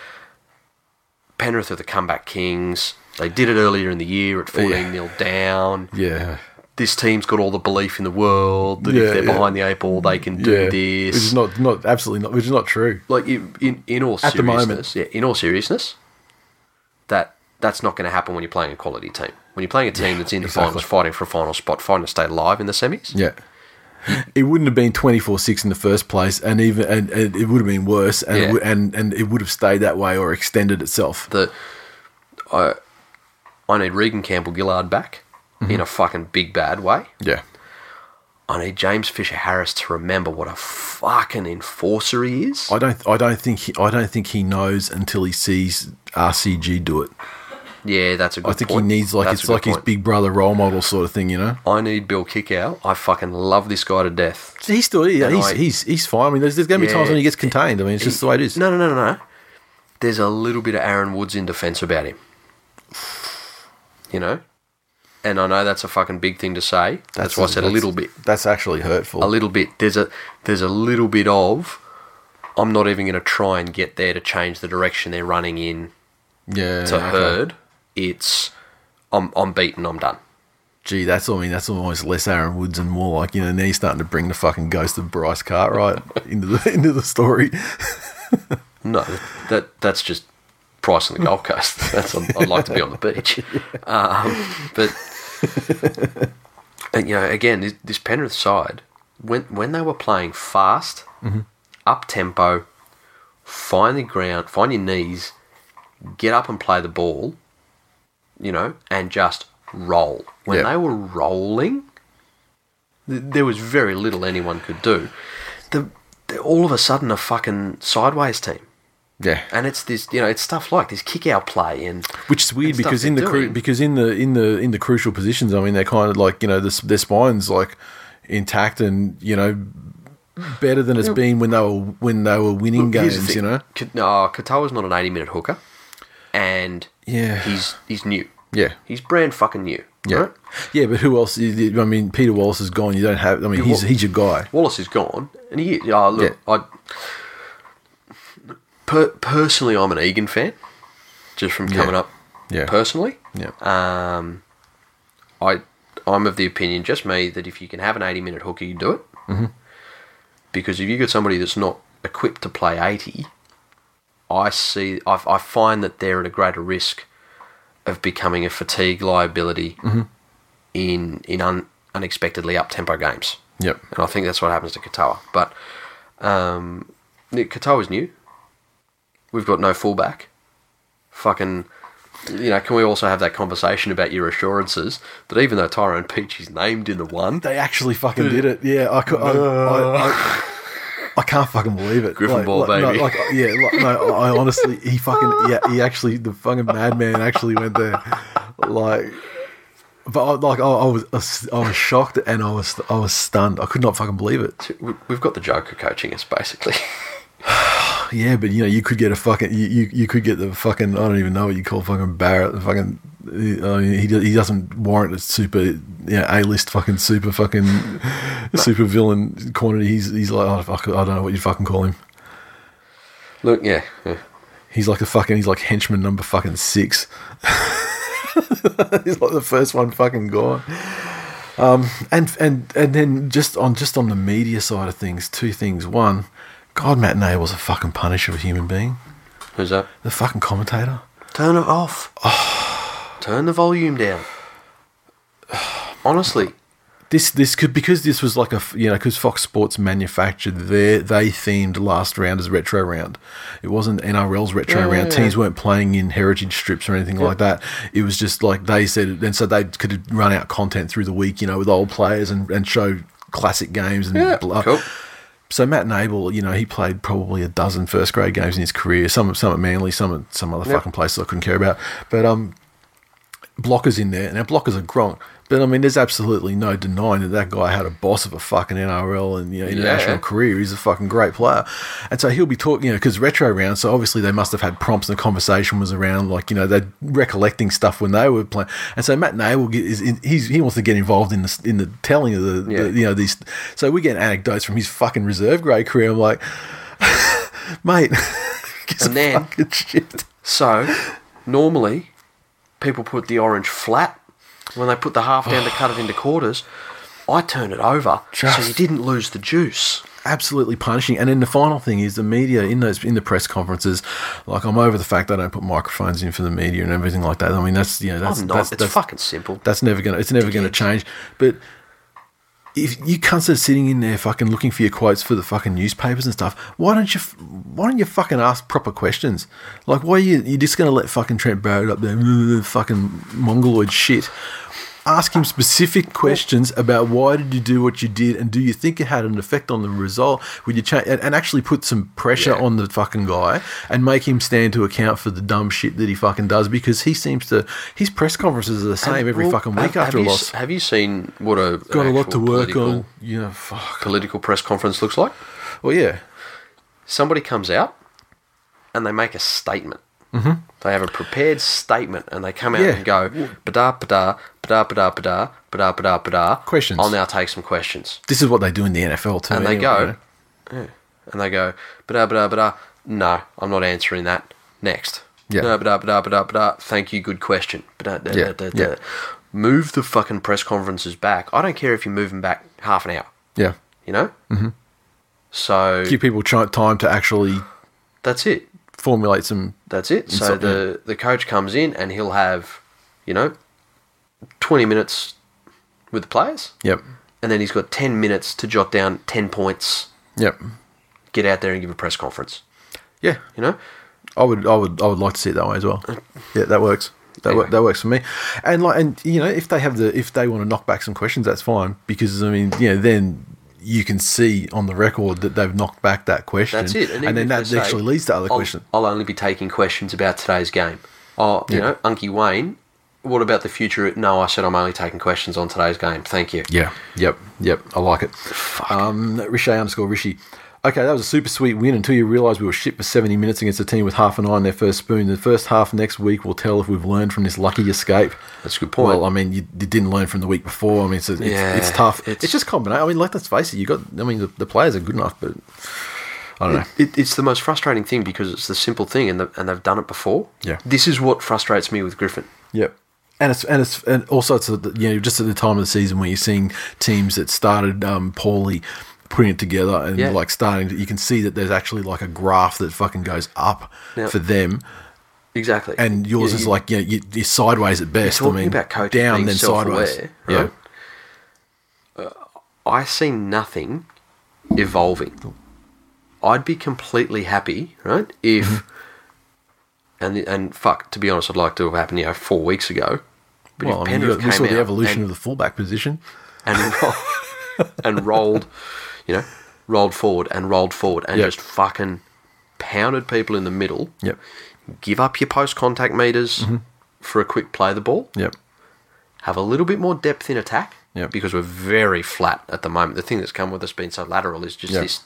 S2: Penrith are the comeback kings. They did it earlier in the year at 14 0 down.
S1: Yeah.
S2: This team's got all the belief in the world that if
S1: Yeah,
S2: they're
S1: yeah.
S2: behind the eight ball, they can do
S1: Yeah. Which
S2: this.
S1: is not, not, absolutely not, which is not true.
S2: like in in, in all
S1: At the moment.
S2: seriousness, yeah, in all seriousness, that that's not going to happen when you're playing a quality team. When you're playing a team that's in the
S1: exactly.
S2: finals, fighting for a final spot, fighting to stay alive in the semis.
S1: Yeah. It wouldn't have been twenty four six in the first place, and even and, and it would have been worse, and,
S2: Yeah.
S1: it would, and and it would have stayed that way or extended itself.
S2: The I I need Regan Campbell Gillard back
S1: Mm-hmm.
S2: in a fucking big bad way.
S1: Yeah,
S2: I need James Fisher Harris to remember what a fucking enforcer he is.
S1: I don't. I don't think. He, I don't think he knows until he sees RCG do it.
S2: yeah, that's a
S1: I
S2: good point.
S1: think he needs like
S2: That's a
S1: it's
S2: good
S1: like his
S2: point.
S1: big brother role model sort of thing. You know,
S2: I need Bill Kickout. I fucking love this guy to death.
S1: he's still. Yeah,
S2: And
S1: he's,
S2: I-
S1: he's he's fine. I mean, there's, there's going to be
S2: Yeah.
S1: times when he gets contained. I mean, it's just the way it is.
S2: No, no, no, no, no. There's a little bit of Aaron Woods in defence about him. You know? And I know that's a fucking big thing to say. That's, why I said a little bit.
S1: That's actually
S2: A
S1: hurtful.
S2: little bit. There's a there's a little bit of I'm not even gonna try and get there to change the direction they're running in
S1: yeah.
S2: to
S1: okay.
S2: herd. It's I'm I'm beaten, I'm done.
S1: Gee, that's I mean, that's almost less Aaron Woods and more like you know. Now you're starting to bring the fucking ghost of Bryce Cartwright into the into the story.
S2: No, that that's just price on the Gold Coast. That's I'd, I'd like to be on the beach, um, but and, you know, again, this, this Penrith side when when they were playing fast, up tempo, find the ground, find your knees, get up and play the ball, you know, and just roll. When
S1: Yeah.
S2: they were rolling, th- there was very little anyone could do. The, they're all of a sudden a fucking sideways team.
S1: Yeah,
S2: And it's this, you know, it's stuff like this kick out play and
S1: Which is weird
S2: and stuff
S1: because in the
S2: they're
S1: cru-
S2: doing.
S1: because in the in the in the crucial positions, I mean, they're kind of like you know the, their spines like intact and you know better than it's been when they were when they were winning
S2: Look, here's the
S1: games.
S2: thing.
S1: You know,
S2: K- no, Katoa's not an eighty-minute hooker, and
S1: Yeah.
S2: he's he's new.
S1: Yeah.
S2: he's brand fucking new.
S1: yeah,
S2: right?
S1: yeah. But who else? is it- I mean, Peter Wallace is gone. You don't have. I mean, he's
S2: Wa-
S1: he's your guy.
S2: Wallace is gone, and he. Oh, look, I per, personally, I'm an Egan fan, just from coming up.
S1: Yeah.
S2: personally,
S1: Yeah,
S2: um, I I'm of the opinion, just me, that if you can have an 80 minute hooker, you do it. Mm-hmm. Because if you got somebody that's not equipped to play 80, I see I, I find that they're at a greater risk of becoming a fatigue liability in in un, unexpectedly up tempo games.
S1: yep.
S2: And I think that's what happens to Katawa. But um, Nick Katoa's new. We've got no fullback. Fucking, you know, can we also have that conversation about your assurances that even though Tyrone Peachy's named in the one,
S1: They actually fucking did it. Yeah, I, cou- I, I, I, I can't fucking believe it.
S2: Griffin
S1: Like-
S2: ball,
S1: like, no,
S2: baby.
S1: like, yeah, like, no, I honestly, he fucking, yeah, he actually, the fucking madman actually went there. Like, but I, like, I, I was, I was shocked and I was, I was stunned. I could not fucking believe it.
S2: we- we've got the Joker coaching us basically.
S1: Yeah, but you know, you could get a fucking you, you, you could get the fucking I don't even know what you call fucking Barrett. The fucking uh, I mean, he do- he doesn't warrant a super yeah a list fucking super fucking super villain quantity. He's he's like oh, fuck, I don't know what you fucking call him.
S2: Look, yeah, yeah.
S1: He's like the fucking he's like henchman number fucking six. he's like the first one fucking guy. Um and and and then just on just on the media side of things, two things. One, God, Matt Nay was a fucking punish of a human being.
S2: Who's that?
S1: The fucking commentator.
S2: Turn it off. Turn the volume down. Honestly,
S1: This this could because this was like a f- you know because Fox Sports manufactured their they themed last round as retro round. It wasn't NRL's retro
S2: Yeah, yeah,
S1: round.
S2: Mm, yeah.
S1: Teams weren't playing in heritage strips or anything like that. It was just like they said, it, and so they could run out content through the week, you know, with old players and, and show classic games and
S2: Yeah,
S1: blah.
S2: cool.
S1: So Matt Nable, you know, he played probably a dozen first grade games in his career. Some some at Manly, some at some other
S2: Yeah.
S1: fucking places I couldn't care about. But um, blockers in there, and our blockers are Gronk. But I mean, there's absolutely no denying that that guy had a boss of a fucking NRL and you know, international
S2: Yeah.
S1: career. He's a fucking great player, and so he'll be talking, you know, because retro round. So obviously they must have had prompts, and the conversation was around like you know they're recollecting stuff when they were playing. And so Matt Nay will get is in, he's, he wants to get involved in the in the telling of the,
S2: Yeah.
S1: the you know these. So we get anecdotes from his fucking reserve grade career. I'm like, mate,
S2: And then-
S1: fucking shit.
S2: so normally people put the orange flat. When they put the half down to cut it into quarters, I turn it over so
S1: Just-
S2: you didn't lose the juice.
S1: absolutely punishing. And then the final thing is the media in those in the press conferences. Like I'm over the fact they don't put microphones in for the media and everything like that. I mean that's you know that's
S2: I'm not.
S1: that's,
S2: it's
S1: that's-
S2: fucking simple.
S1: that's never gonna it's never gonna change. But if you cunts are sitting in there fucking looking for your quotes for the fucking newspapers and stuff, why don't you f- why don't you fucking ask proper questions? Like why are you you just gonna let fucking Trent Barrett up there fucking mongoloid shit? Ask him specific questions about why did you do what you did, and do you think it had an effect on the result? Would you change and, and actually put some pressure
S2: Yeah.
S1: on the fucking guy and make him stand to account for the dumb shit that he fucking does? Because he seems to his press conferences are the same
S2: And,
S1: every
S2: well,
S1: fucking week
S2: have- have
S1: after a
S2: you
S1: loss.
S2: s- Have you seen what a an
S1: Got a lot
S2: actual
S1: to work
S2: political-
S1: on. You know, fuck.
S2: Political press conference looks like.
S1: Well, yeah.
S2: somebody comes out and they make a statement. Mm-hmm. They have a prepared statement and they come out
S1: Yeah.
S2: and go, ba-da, ba-da, ba-da, ba-da, ba-da, ba-da, ba-da, ba-da.
S1: Questions.
S2: I'll now take some questions.
S1: This is what they do in the NFL too.
S2: And
S1: anyway,
S2: they
S1: you
S2: go,
S1: know.
S2: yeah. and they go, ba-da, ba-da, ba-da. No, I'm not answering that. Next.
S1: Yeah.
S2: No, ba-da, ba-da, ba-da, ba-da. Thank you, good question. Ba-da, da,
S1: Yeah,
S2: da, da,
S1: yeah.
S2: da. Move the fucking press conferences back. I don't care if you move them back half an hour,
S1: yeah,
S2: you know? Mm-hmm. So
S1: give people chi- time to actually
S2: that's it.
S1: formulate some.
S2: That's it. So
S1: so-
S2: the the coach comes in and he'll have, you know, twenty minutes with the players,
S1: Yep,
S2: and then he's got ten minutes to jot down ten points,
S1: yep,
S2: get out there and give a press conference.
S1: yeah.
S2: You know,
S1: I would, I would, I would like to see it that way as well. Yeah, that works. That,
S2: Anyway.
S1: wor- that works for me. And like, and you know, if they have the, if they want to knock back some questions, that's fine. Because I mean, you know, then you can see on the record that they've knocked back that question.
S2: that's it.
S1: And,
S2: even
S1: then
S2: if
S1: that
S2: they say, "Oh,
S1: actually leads to other
S2: "I'll-
S1: questions.
S2: I'll only be taking questions about today's game. Oh, you
S1: Yeah.
S2: know, Unky Wayne. What about the future? No, I said I'm only taking questions on today's game. Thank you.
S1: Yeah. Yep. Yep. I like it. Um, Rishi underscore Rishi. Okay, that was a super sweet win until you realise we were shit for 70 minutes against a team with half an eye on their first spoon. The first half next week will tell if we've learned from this lucky escape.
S2: That's a good point.
S1: Well, I mean, you, you didn't learn from the week before. I mean, it's, it's,
S2: Yeah,
S1: it's tough. It's,
S2: it's-
S1: just combination. I mean, like, let's face it, you got, I mean, the, the players are good enough, but I don't know.
S2: It, it's the most frustrating thing because it's the simple thing, and the, and they've done it before.
S1: Yeah.
S2: This is what frustrates me with Griffin.
S1: Yep. And it's and it's and also it's the- you know just at the time of the season where you're seeing teams that started um, poorly putting it together and
S2: Yeah.
S1: like starting to, you can see that there's actually like a graph that fucking goes up
S2: Yeah.
S1: for them
S2: Exactly.
S1: and yours
S2: Yeah,
S1: is
S2: you-
S1: like you know, you, you're sideways at best.
S2: talking
S1: I mean,
S2: about coaches
S1: down
S2: being
S1: then sideways.
S2: self-aware,
S1: Yeah,
S2: right? I see nothing evolving. I'd be completely happy, right? If
S1: Mm-hmm.
S2: and and fuck, to be honest, I'd like to have happened you know four weeks ago. But
S1: well,
S2: if
S1: I mean,
S2: Penrith
S1: you, you saw
S2: came
S1: the
S2: out
S1: evolution
S2: and-
S1: of the fullback position.
S2: and ro- and rolled, you know, rolled forward and rolled forward and
S1: Yep.
S2: just fucking pounded people in the middle.
S1: Yep. Mm-hmm.
S2: Give up your post contact meters for a quick play the ball.
S1: Yep.
S2: Have a little bit more depth in attack.
S1: Yep.
S2: Because we're very flat at the moment. The thing that's come with us being so lateral is just
S1: Yep.
S2: this,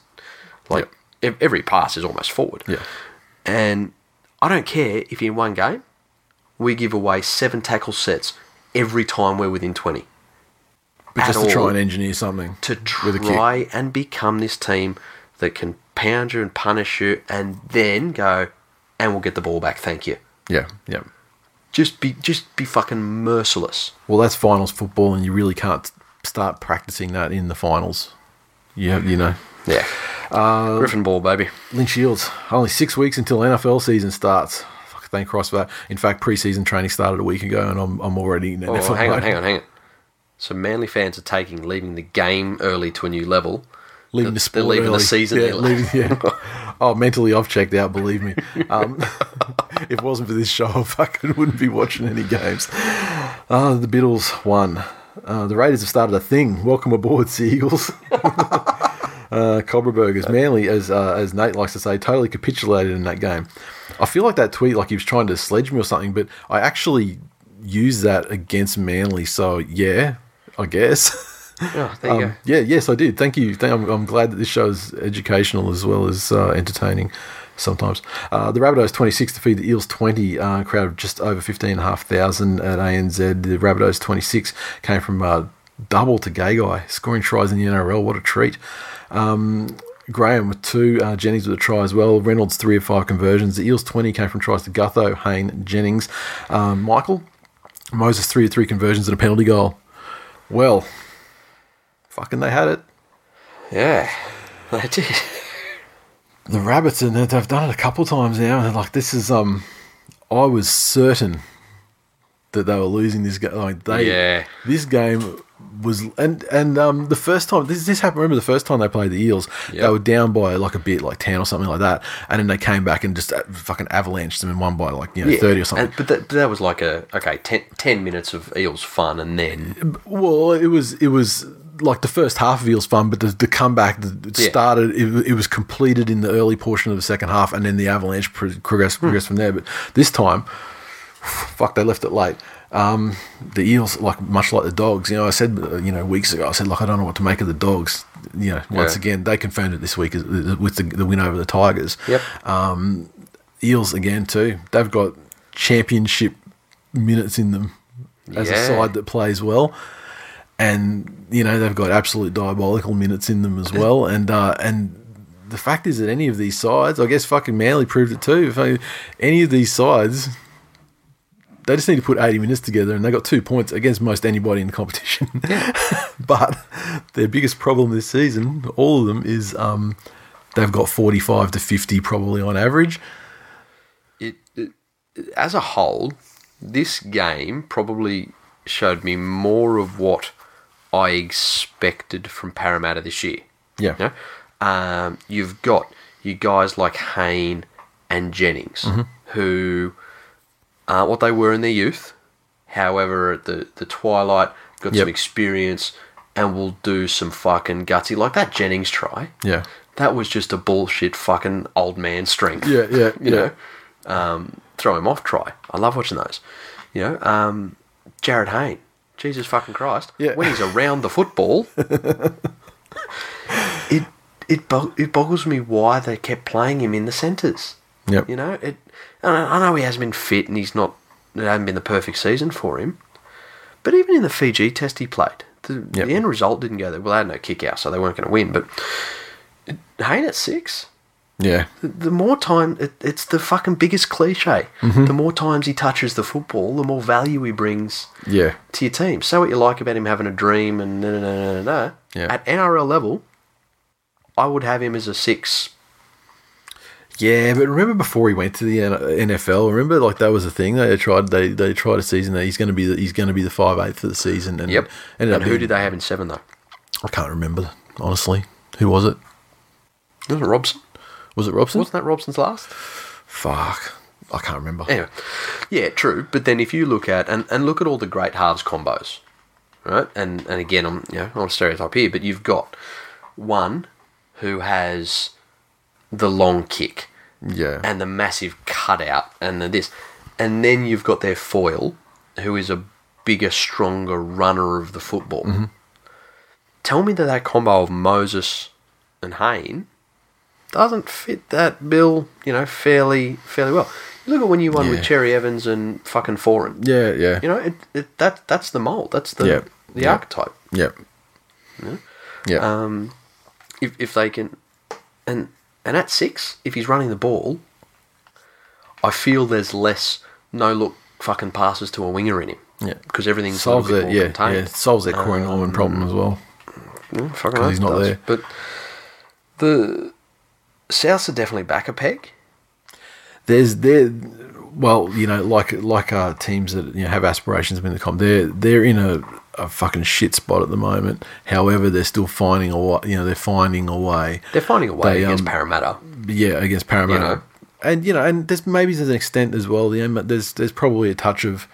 S2: like ev- every pass is almost forward.
S1: Yeah.
S2: And I don't care if in one game we give away seven tackle sets every time we're within twenty
S1: But
S2: At
S1: just to try
S2: all.
S1: and engineer something
S2: to
S1: with a kick.
S2: try and become this team that can pound you and punish you and then go and we'll get the ball back thank you
S1: Yeah. Yeah.
S2: just be just be fucking merciless
S1: Well, that's finals football, and you really can't start practicing that in the finals. You have, you know,
S2: yeah griffin ball baby
S1: Lynn Shields. Only six weeks until NFL season starts. Fuck, thank Christ for that. In fact, preseason training started a week ago, and I'm, I'm already in
S2: oh,
S1: NFL.
S2: hang on
S1: mode.
S2: hang on hang on so manly fans are taking leaving the game early to a new level
S1: leaving the
S2: They're
S1: sport
S2: leaving the
S1: early.
S2: season
S1: Yeah,
S2: early.
S1: leaving- yeah. oh, mentally, I've checked out. Believe me, um, if it wasn't for this show, I fucking wouldn't be watching any games. Uh, the Beatles won. Uh, the Raiders have started a thing. Welcome aboard, Sea Eagles. Uh, Cobra Burgers, Manly, as uh, as Nate likes to say, totally capitulated in that game. I feel like that tweet, like he was trying to sledge me or something, but I actually used that against Manly. So yeah, I guess.
S2: oh there you
S1: Um, yeah, yes, I did. Thank you. Th- I'm, I'm glad that this show is educational as well as uh, entertaining sometimes. Uh, the Rabbitohs 26 to feed the Eels 20, uh, crowd of just over 15,500 at ANZ. The Rabbitohs 26 came from uh, double to Gay Guy, scoring tries in the NRL. What a treat. Um, Graham with two, uh, Jennings with a try as well. Reynolds three of five conversions. The Eels twenty came from tries to Gutho, Hain, Jennings, um, Michael, Moses three of three conversions and a penalty goal. Well, fucking they had it.
S2: go yeah they did
S1: the rabbits and they've done it a couple times now and like this is um i was certain that they were losing this game like they
S2: Yeah.
S1: this game was and and um the first time this this happened remember the first time they played the eels they
S2: Yep.
S1: were down by like a bit like 10 or something like that and then they came back and just uh, fucking avalanched them and won by like you know
S2: Yeah.
S1: 30 or something
S2: And- but, that, but that was like a okay 10, 10 minutes of eels fun and then
S1: Well, it was it was like the first half of Eels fun, but the, the comeback that
S2: Yeah.
S1: started it, it was completed in the early portion of the second half, and then the Avalanche pro-
S2: Hmm.
S1: progressed progressed from there. But this time, fuck, they left it late. Um, the Eels, like much like the Dogs, you know, I said uh, you know weeks ago, I said like I don't know what to make of the Dogs. You know, once
S2: Yeah.
S1: again, they confirmed it this week as- with the, the win over the Tigers.
S2: yep
S1: Eels again too. They've got championship minutes in them as a
S2: Yeah.
S1: side that plays well, and you know they've got absolute diabolical minutes in them as well. And uh, and the fact is that any of these sides, I guess, fucking Manly proved it too. If I- any of these sides. They just need to put 80 minutes together, and they got two points against most anybody in the competition. but their biggest problem this season, all of them, is um, they've got 45 to 50 probably on average.
S2: it, it as a whole, this game probably showed me more of what I expected from Parramatta this year.
S1: Yeah.
S2: You know? um, you've got you guys like Hain and Jennings,
S1: Mm-hmm.
S2: who aren't what they were in their youth. However, at the the twilight got
S1: Yep.
S2: some experience and will do some fucking gutsy like that Jennings try.
S1: Yeah.
S2: That was just a bullshit fucking old man strength.
S1: Yeah, yeah,
S2: you
S1: yeah.
S2: know, um, throw him off. Try. I love watching those. You know, um, Jared Hayne. Jesus fucking Christ.
S1: Yeah.
S2: When he's around the football, it it bog- it boggles me why they kept playing him in the centres.
S1: Yep.
S2: You know, it. I know- I know he hasn't been fit and he's not. It hasn't been the perfect season for him. But even in the Fiji test he played, the,
S1: Yep.
S2: the end result didn't go there. Well, they had no kick out, so they weren't going to win. But Hayne at six,
S1: Yeah.
S2: the more time it, it's the fucking biggest cliche
S1: Mm-hmm.
S2: the more times he touches the football the more value he brings
S1: Yeah.
S2: to your team say what you like about him having a dream and na na na na na
S1: Yeah.
S2: at nrl level i would have him as a six
S1: Yeah, but remember before he went to the N- NFL, remember like that was a thing they tried they they tried a season that he's going to be the, he's going to be the five eighth for the season and
S2: and,
S1: ended up
S2: who
S1: being-
S2: did they have in seven though
S1: I can't remember honestly who was it
S2: was it robson
S1: Was it Robson?
S2: Wasn't that Robson's last?
S1: Fuck. I can't remember.
S2: Anyway, yeah, true. But then if you look at and, and look at all the great halves combos, right? And and again, I'm you know, I'm a stereotype here, but you've got one who has the long kick
S1: Yeah.
S2: and the massive cutout and the this, and then you've got their foil, who is a bigger, stronger runner of the football.
S1: Mm-hmm.
S2: Tell me that that combo of Moses and Hayne doesn't fit that bill, you know, fairly fairly well. You look at when you won
S1: Yeah.
S2: with Cherry Evans and fucking Foreign.
S1: yeah, yeah.
S2: You know, it, it, that that's the mold. That's the
S1: Yeah.
S2: the
S1: Yeah.
S2: archetype.
S1: yeah. Yeah.
S2: Um, if if they can, and and at six, if he's running the ball, I feel there's less no look fucking passes to a winger in him.
S1: Yeah.
S2: because everything's
S1: solves
S2: a little
S1: that,
S2: bit
S1: yeah,
S2: more contained. Uh,
S1: yeah. Solves that Corey Norman problem as well.
S2: Mm, fucking
S1: 'Cause
S2: right
S1: he's
S2: it
S1: not
S2: does.
S1: there.
S2: But the Souths are definitely back a peg.
S1: There's there, well, you know, like like uh, teams that you know have aspirations of in the comp, they're they're in a, a fucking shit spot at the moment. However, they're still finding a wa- you know they're finding a way.
S2: They're finding a way
S1: They,
S2: against
S1: um,
S2: Parramatta.
S1: yeah, against Parramatta.
S2: You know.
S1: And you know, and there's maybe there's an extent as well. You know, there's there's probably a touch of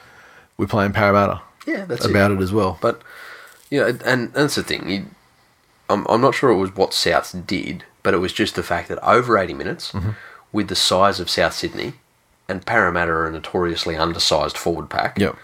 S1: we're playing Parramatta.
S2: Yeah, that's it.
S1: about it. as well.
S2: But you know, and, and that's the thing. You, I'm I'm not sure it was what Souths did, but it was just the fact that over 80 minutes,
S1: Mm-hmm.
S2: with the size of South Sydney, and Parramatta are a notoriously undersized forward pack.
S1: yep.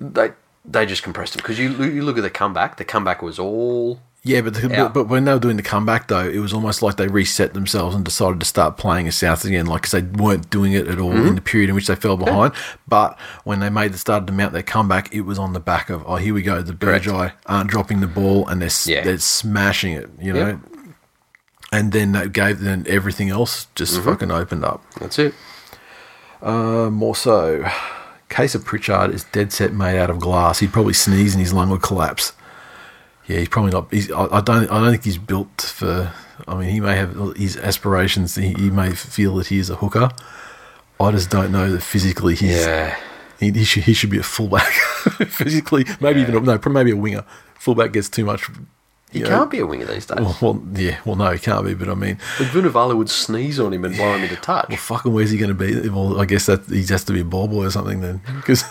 S2: They they just compressed them because you lo- you look at the comeback. The comeback was all
S1: Yeah, but, the,
S2: Yeah.
S1: but but when they were doing the comeback though, it was almost like they reset themselves and decided to start playing as South again, like 'cause they weren't doing it at all
S2: Mm-hmm.
S1: in the period in which they fell behind. But when they made the started to mount their comeback, it was on the back of oh here we go, the Bergi aren't dropping the ball and they're s
S2: Yeah.
S1: they're smashing it, you know.
S2: Yeah.
S1: And then that gave then everything else just
S2: Mm-hmm.
S1: fucking opened up.
S2: that's it.
S1: Uh, more so, case of Pritchard is dead set made out of glass. He'd probably sneeze and his lung would collapse. Yeah, he's probably not. He's, I, I don't. I don't think he's built for. I mean, he may have his aspirations. He, he may feel that he is a hooker. I just don't know that physically he's.
S2: Yeah.
S1: He, he should. He should be a fullback. physically, maybe even a, no. pro- Maybe a winger. Fullback gets too much.
S2: He
S1: you know.
S2: can't be a winger these days.
S1: Well, well, yeah. Well, no, he can't be. But I mean,
S2: But Vunivalu would sneeze on him and blow him into touch.
S1: well, fucking, where's he going to be? Well, I guess that he has to be a ball boy or something then, because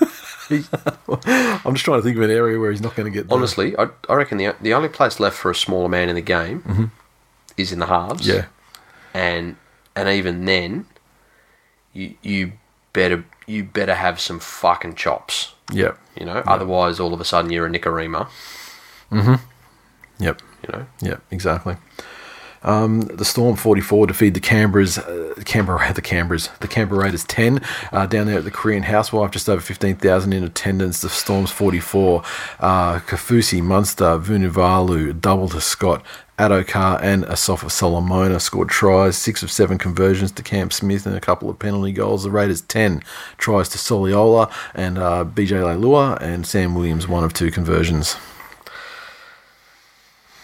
S1: I'm just trying to think of an area where he's not going to get. the-
S2: Honestly, I, I reckon the the only place left for a smaller man in the game is in the halves.
S1: Mm-hmm. yeah,
S2: and and even then, you you better you better have some fucking chops,
S1: yeah,
S2: you know. Otherwise, all of a sudden you're a Nicarima,
S1: yep.
S2: you know.
S1: Yeah, exactly. Um, the Storm 44 defeat the Canberras, uh, Canberra, the Canberras, the Canberra Raiders 10 uh, down there at the Korean Housewife, just over 15,000 in attendance. The Storm's 44, uh, Kafusi, Munster, Vunivalu, double to Scott, Adokar, and Asafa Solomona scored tries, six of seven conversions to Camp Smith, and a couple of penalty goals. The Raiders 10 tries to Soliola and uh, BJ Leilua, and Sam Williams, one of two conversions.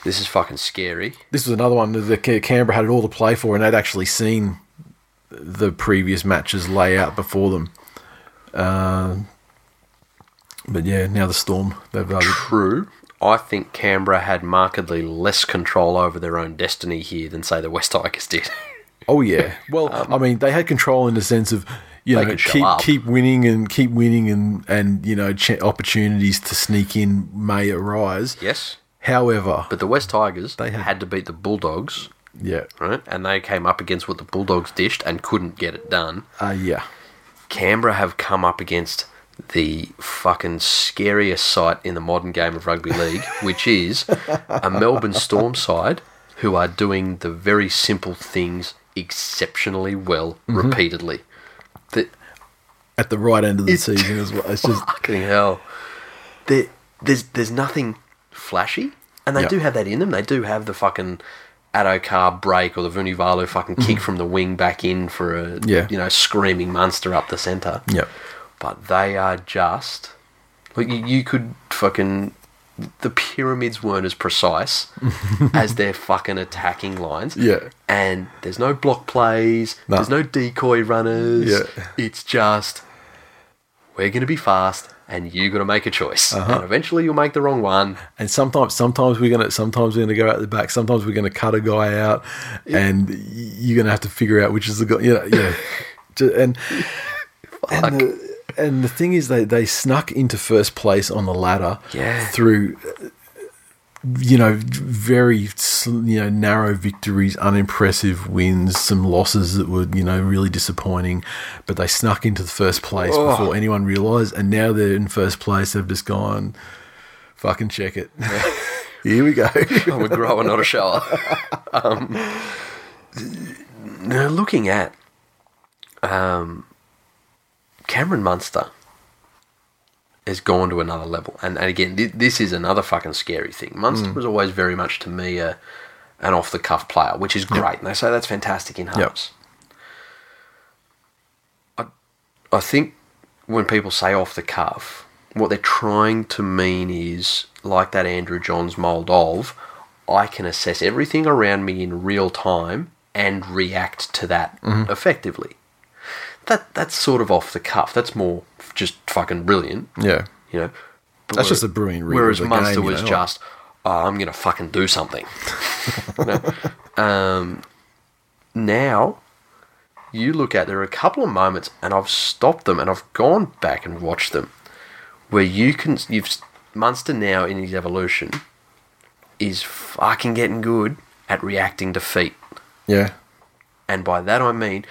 S2: This is fucking scary.
S1: this was another one that the Ca- Canberra had it all to play for, and they'd actually seen the previous matches lay out before them. Uh, but yeah, now the Storm they've uh,
S2: True. I think Canberra had markedly less control over their own destiny here than say the West Tigers did.
S1: oh yeah. Well, I mean they had control in the sense of you
S2: Um, They
S1: know
S2: could show
S1: keep
S2: up.
S1: keep winning and keep winning and and you know ch- opportunities to sneak in may arise.
S2: yes,
S1: However,
S2: but the West Tigers
S1: They
S2: they
S1: had-
S2: had, to beat the Bulldogs,
S1: yeah,
S2: right? And they came up against what the Bulldogs dished and couldn't get it done.
S1: uh, yeah,
S2: Canberra have come up against the fucking scariest sight in the modern game of rugby league, which is a Melbourne Storm side who are doing the very simple things exceptionally well
S1: Mm-hmm.
S2: repeatedly. The,
S1: at the right end of the season as well. It's just
S2: fucking hell. There, there's there's nothing flashy, and they
S1: Yeah.
S2: do have that in them. They do have the fucking Adokar break or the Vunivalu fucking kick from the wing back in for a
S1: Mm-hmm. Yeah.
S2: you know screaming monster up the centre.
S1: Yep.
S2: but they are just like you, you could fucking the pyramids weren't as precise as their fucking attacking lines.
S1: Yeah.
S2: and there's no block plays.
S1: No.
S2: There's no decoy runners.
S1: Yeah.
S2: it's just we're going to be fast, and you got to make a choice.
S1: Uh-huh.
S2: And eventually, you'll make the wrong one.
S1: And sometimes, sometimes we're gonna, sometimes we're gonna go out the back. Sometimes we're gonna cut a guy out, and y- you're gonna have to figure out which is the guy. You know, yeah. Ju- and and the, and the thing is, they they snuck into first place on the ladder
S2: Yeah.
S1: through uh, you know very sl- you know narrow victories, unimpressive wins, some losses that were you know really disappointing, but they snuck into the first place
S2: Oh.
S1: before anyone realised, and now they're in first place. They've just gone. Fucking check it. Here we go.
S2: I'm a grower, not a shower. um, now, looking at um, Cameron Munster has gone to another level, and, and again, thi- this is another fucking scary thing. Munster was always very much to me a, an off the cuff player, which is great, and they say that's fantastic in halves. I, I think when people say off the cuff, what they're trying to mean is like that Andrew Johns mold of I can assess everything around me in real time and react to that effectively. That that's sort of off the cuff. That's more just fucking brilliant,
S1: yeah.
S2: you know. But
S1: That's
S2: where-
S1: just a brilliant read of
S2: Whereas
S1: the
S2: Munster
S1: game, you
S2: was
S1: know,
S2: just, oh, I'm going to fucking do something. No. um, now, you look at there are a couple of moments, and I've stopped them, and I've gone back and watched them, where you can you've Munster now in his evolution is fucking getting good at reacting to feet.
S1: Yeah.
S2: And by that I mean,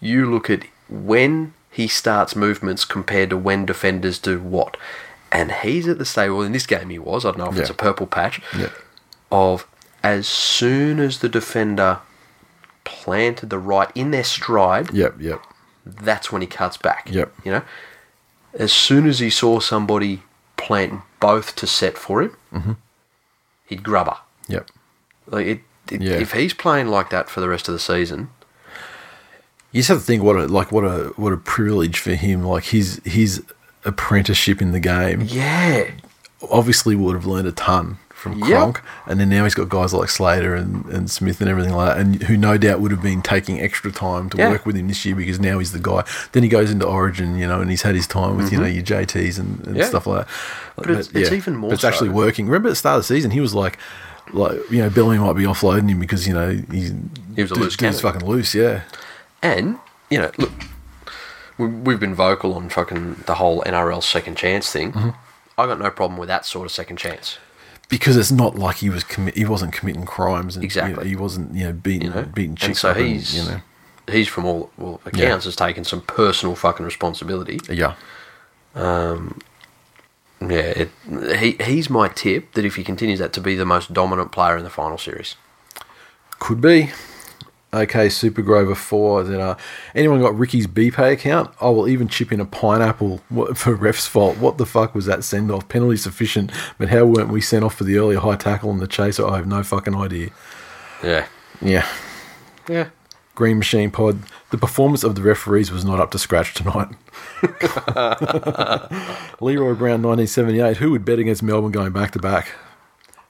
S2: you look at when he starts movements compared to when defenders do what. And he's at the stage, well, in this game he was, I don't know if it's
S1: Yeah.
S2: a purple patch,
S1: Yeah.
S2: of as soon as the defender planted the right in their stride,
S1: Yep. Yep.
S2: that's when he cuts back.
S1: Yep.
S2: You know, as soon as he saw somebody plant both to set for him,
S1: Mm-hmm.
S2: he'd grubber.
S1: Yep.
S2: Like it, it,
S1: Yeah.
S2: If he's playing like that for the rest of the season,
S1: You just have to think what a like what a what a privilege for him. Like his his apprenticeship in the game
S2: yeah,
S1: obviously would have learned a ton from
S2: Yep.
S1: Kronk, and then now he's got guys like Slater and, and Smith and everything like that, and who no doubt would have been taking extra time to
S2: Yeah.
S1: work with him this year because now he's the guy. Then he goes into Origin, you know, and he's had his time with you know your JTs and, and
S2: Mm-hmm. Yeah.
S1: stuff like that. But,
S2: it's- it's even more
S1: But it's actually
S2: so.
S1: working. Remember at the start of the season, he was like. Like you know, Bellamy might be offloading him because you know he's
S2: He was a
S1: dude- dude's
S2: loose cannon.
S1: fucking loose, yeah.
S2: And, you know, look, we- we've been vocal on fucking the whole NRL second chance thing.
S1: Mm-hmm.
S2: I got no problem with that sort of second chance.
S1: because it's not like he was commi- he wasn't committing crimes and you know,
S2: Exactly.
S1: he wasn't you know beating
S2: You know?
S1: beating chicks
S2: and so
S1: up and,
S2: he's,
S1: you know
S2: he's from all, all accounts, has taken some personal fucking responsibility.
S1: yeah
S2: Yeah, it, he, he's my tip that if he continues that to be the most dominant player in the final series.
S1: could be okay Super Grover four then uh, anyone got Ricky's BPay account I will even chip in a pineapple what, for ref's fault what the fuck was that send off penalty sufficient but how weren't we sent off for the earlier high tackle and the chaser I have no fucking idea
S2: Yeah.
S1: yeah
S2: Yeah.
S1: Green Machine Pod the performance of the referees was not up to scratch tonight. Leroy Brown, 1978. Who would bet against Melbourne going back to back?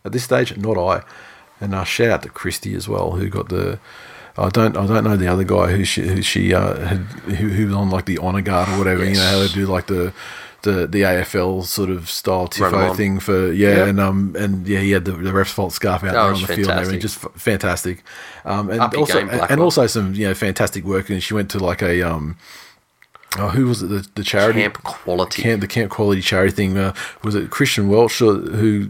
S1: At this stage, not I. And uh, shout out to Christy as well, who got the. I don't. I don't know the other guy who she who she uh, had who, who was on like the honor guard or whatever. You know how they
S2: Yes.
S1: do like the. The, the AFL sort of style
S2: Run 'em
S1: tifo
S2: on.
S1: thing for yeah,
S2: Yeah.
S1: and um and yeah he had the, the ref's fault scarf out
S2: That
S1: there on
S2: was
S1: the field and everything
S2: fantastic.
S1: just f- fantastic um and
S2: Up your
S1: also
S2: game,
S1: and,
S2: Blackwell.
S1: also some you know fantastic work and she went to like a um oh, who was it the, the charity
S2: Camp quality.
S1: Camp- the camp quality charity thing uh, was it Christian Welch uh, who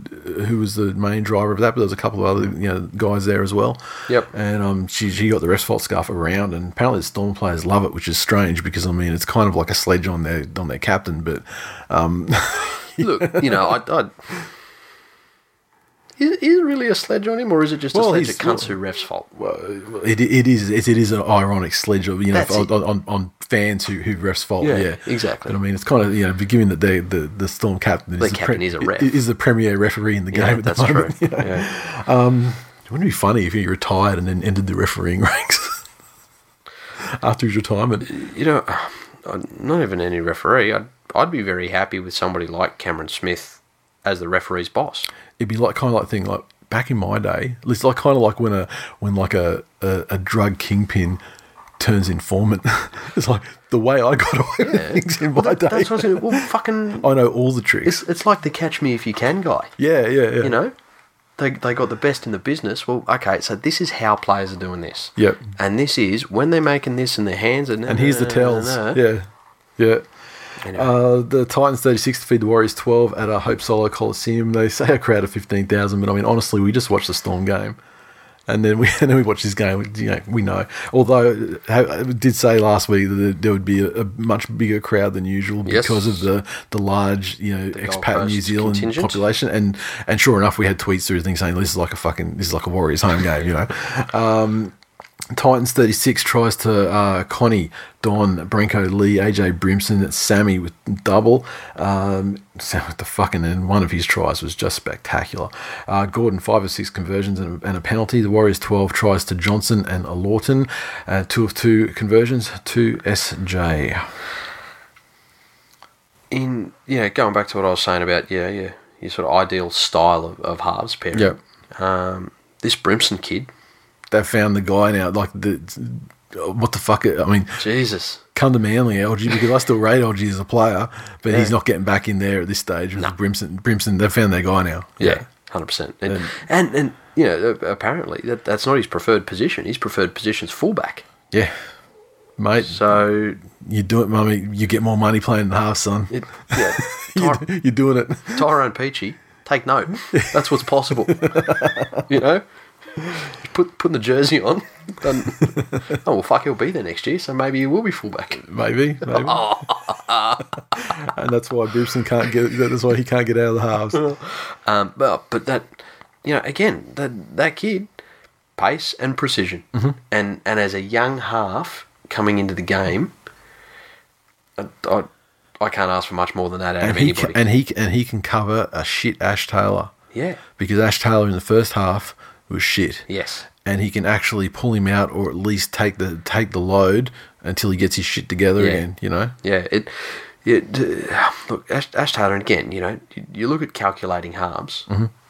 S1: who was the main driver of that, but there was a couple of other you know guys there as well.
S2: Yep.
S1: And um, she she got the rest fault scarf around, and apparently the Storm players love it, which is strange because I mean it's kind of like a sledge on their on their captain, but
S2: Look, you know, I. I is, is it really a sledge on him, or is it just
S1: Well,
S2: a sledge
S1: he's-
S2: at cunts who ref's fault?
S1: it, it is it, it is an ironic sledge of you know
S2: That's
S1: on,
S2: it.
S1: on, on fans who who refs fault. Yeah,
S2: Yeah, exactly.
S1: But I mean, it's kind of you know, but given that they, the the Storm captain is
S2: The captain is a ref.
S1: is the premier referee in the
S2: Yeah,
S1: game. At
S2: that's
S1: the
S2: true.
S1: moment, you know.
S2: Yeah.
S1: Wouldn't it be funny if he retired and then ended the refereeing ranks after his retirement?
S2: you know, I'm not even any referee. I'd, I'd be very happy with somebody like Cameron Smith as the referee's boss.
S1: It'd be like kind of like thing like back in my day. It's like kind of like when a when like a a, a drug kingpin turns informant. it's like the way I got away with things in my
S2: That-
S1: day.
S2: That's what I said. Well, fucking.
S1: I know all the tricks.
S2: It's, it's like the catch me if you can guy.
S1: yeah, yeah, yeah.
S2: You know, they they got the best in the business. Well, okay, so this is how players are doing this.
S1: Yep.
S2: And this is when they're making this and their hands and
S1: And here's the tells. Yeah, yeah.
S2: Anyway.
S1: Uh, the Titans 36 defeat the Warriors 12 at a Hope Solo Coliseum. They say a crowd of 15,000, but I mean, honestly, we just watched the Storm game. And then we and then we watched this game. You know, we know. Although uh, ha- I did say last week that there would be a, a much bigger crowd than usual
S2: Yes.
S1: because of the the large you know
S2: Gold
S1: expat New
S2: Coast
S1: Zealand
S2: contingent.
S1: population. And and sure enough, we had tweets through the thing saying this is like a fucking this is like a Warriors home game. You know, Um, Titans 36 tries to uh, Connie, Don, Branko, Lee, AJ Brimson, Sammy with double. Um, Sam with the fucking, and one of his tries was just spectacular. Uh, Gordon, five or six conversions and a, and a penalty. The Warriors 12 tries to Johnson and Lawton, uh, two of two conversions to SJ.
S2: in you know going back to what I was saying about yeah yeah your sort of ideal style of, of halves pairing.
S1: Yep.
S2: Um, this Brimson kid,
S1: They found the guy now, like the. What the fuck? I mean,
S2: Jesus,
S1: come to Manly, LG, because I still rate LG as a player, but he's not getting back in there at this stage with Brimson. Brimson, they found their guy now.
S2: hundred percent. And and and you know a- apparently that that's not his preferred position. His preferred position's fullback.
S1: Yeah. Mate,
S2: So
S1: you do it, mummy. You get more money playing the half, son.
S2: it, yeah,
S1: You-
S2: Ty-
S1: You're doing it.
S2: Tyrone Peachy, take note. That's what's possible. you know, put putting the jersey on. Then, oh well, fuck, he'll be there next year, so maybe he will be fullback.
S1: Maybe. maybe.
S2: Oh.
S1: and that's why Brimson can't get that's why he can't get out of the halves.
S2: Um, but but that you know again that that kid pace and precision
S1: Mm-hmm.
S2: and and as a young half coming into the game, I, I, I can't ask for much more than that out
S1: And
S2: of
S1: he
S2: anybody.
S1: can, and he and he can cover a shit Ash Taylor.
S2: yeah.
S1: Because Ash Taylor in the first half was shit.
S2: Yes.
S1: And he can actually pull him out or at least take the take the load until he gets his shit together
S2: Yeah.
S1: again, you know?
S2: Yeah. It. It. uh, Look, Ash, Ash Taylor and again. You know, you, you look at calculating halves.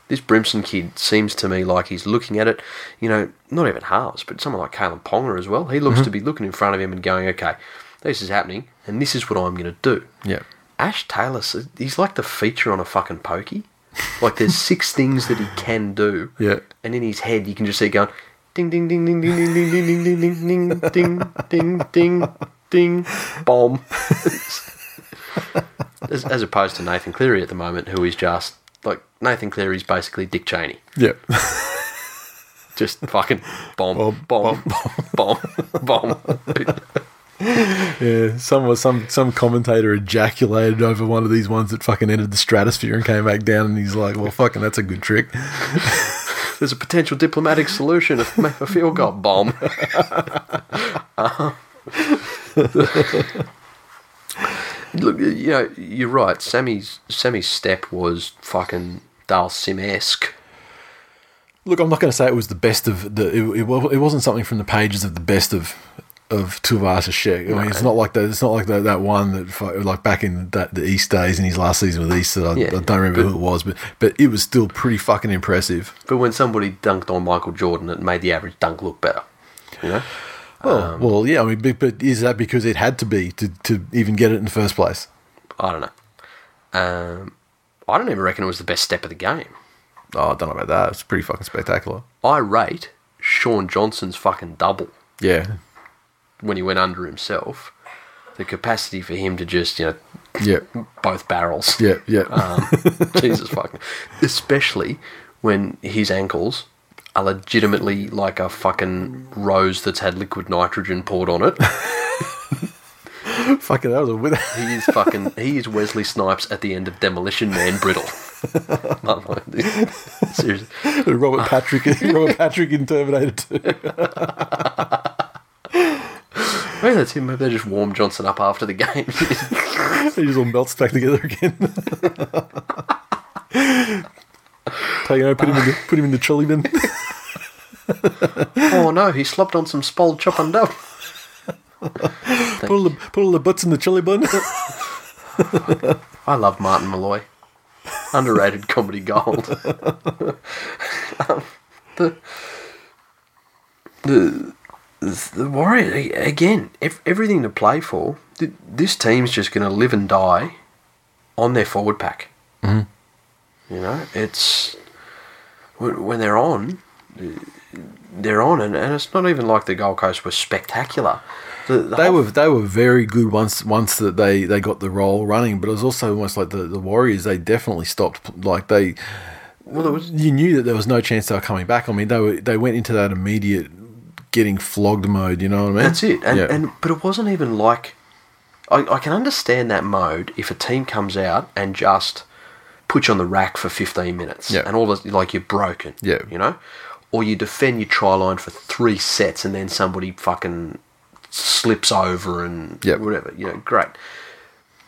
S2: This Brimson kid seems to me like he's looking at it, you know, not even halves, but someone like Caleb Ponga as well. He looks to be looking in front of him and going, okay, this is happening, and this is what I'm going to do.
S1: Yeah.
S2: Ash Taylor, s- he's like the feature on a fucking pokey. Like there's six things that he can do.
S1: Yeah.
S2: And in his head, you can just see it going ding ding ding ding ding ding ding ding ding ding ding ding ding ding ding bomb. as, as opposed to Nathan Cleary at the moment, who is just like Nathan Cleary's basically Dick Cheney,
S1: Yeah.
S2: just fucking bomb bomb bomb bomb.
S1: Yeah, some some some commentator ejaculated over one of these ones that fucking entered the stratosphere and came back down, and he's like, "Well, fucking, that's a good trick."
S2: There's a potential diplomatic solution if make a field goal bomb. Um, Look, you know, you're right. Sammy's Sammy's step was fucking Dal Sim esque.
S1: Look, I'm not going to say it was the best of the. It, it, wa- it wasn't something from the pages of the best of of Tuivasa Sheck. I mean, it's not like that. It's not like that, that one that fu- like back in that, the East days in his last season with East. That I,
S2: Yeah,
S1: I don't remember who it was, but but it was still pretty fucking impressive.
S2: But when somebody dunked on Michael Jordan, it made the average dunk look better. You know,
S1: Well, well, yeah. I mean, but, but is that because it had to be to to even get it in the first place?
S2: I don't know. Um, I don't even reckon it was the best step of the game.
S1: Oh, I don't know about that. It's pretty fucking spectacular.
S2: I rate Sean Johnson's fucking double.
S1: Yeah,
S2: when he went under himself, the capacity for him to just, you know,
S1: yeah.
S2: both barrels.
S1: Yeah, yeah.
S2: Um, Jesus fucking. Especially when his ankles are legitimately like a fucking rose that's had liquid nitrogen poured on it.
S1: Fucking, that was a win.
S2: He is fucking. he is Wesley Snipes at the end of Demolition Man brittle. I'm like, Seriously.
S1: Robert Patrick, Robert Patrick in Terminator 2.
S2: Maybe that's him. Maybe they just warm Johnson up after the game.
S1: He just all melts back together again. Take him out, put him in the, put him in the chili bin.
S2: oh no, he slopped on some spole chop and dough.
S1: Put all the put all the butts in the chili bin.
S2: I love Martin Malloy. Underrated comedy gold. um, the, the the Warriors again, ev- everything to play for. Th- This team's just going to live and die on their forward pack. Mm-hmm. You know, it's wh- when they're on, they're on, and, and it's not even like the Gold Coast were spectacular. The, the
S1: They
S2: whole-
S1: were they were very good once once that they, they got the roll running, but it was also almost like the, the Warriors. They definitely stopped like they. Well, it was, you knew that there was no chance they were coming back. I mean, they were they went into that immediate getting flogged mode. You know what I mean?
S2: That's it. And,
S1: yeah.
S2: and but it wasn't even like I, I can understand that mode if a team comes out and just puts you on the rack for fifteen minutes.
S1: Yeah.
S2: And all this like you're broken.
S1: Yeah.
S2: You know? Or you defend your try line for three sets and then somebody fucking slips over and
S1: Yeah.
S2: whatever. You know, great.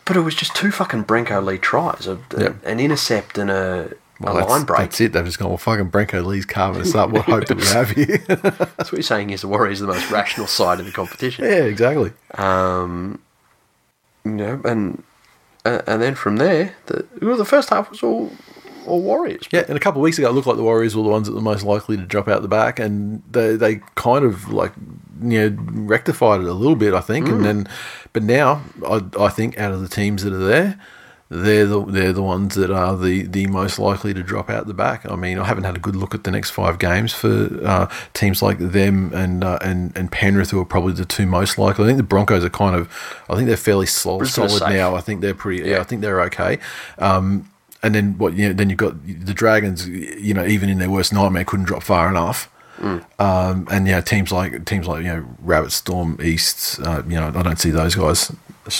S2: But it was just two fucking Brenko Lee tries, a, a-
S1: Yeah.
S2: an intercept and a,
S1: Well,
S2: a
S1: that's,
S2: line break.
S1: that's it. They've just gone. Well, fucking Branko Lee's carving us up. What hope do we have here?
S2: That's what you're saying is the Warriors are the most rational side of the competition.
S1: yeah, exactly.
S2: Um, you know, and uh, and then from there, the well, the first half was all all Warriors.
S1: Yeah, and a couple of weeks ago, it looked like the Warriors were the ones that were most likely to drop out the back, and they they kind of like you know rectified it a little bit, I think. And then, but now I I think out of the teams that are there, they're the they're the ones that are the the most likely to drop out the back. I mean, I haven't had a good look at the next five games for uh, teams like them and uh, and and Penrith, who are probably the two most likely. I think the Broncos are kind of, I think they're fairly slow,
S2: Brisbane are
S1: solid
S2: safe.
S1: now. I think they're pretty. Yeah, I think they're okay. Um, and then what? You know, then you've got the Dragons. You know, even in their worst nightmare, couldn't drop far enough. Um, and yeah, teams like teams like you know Rabbit Storm East. Uh, you know, I don't see those guys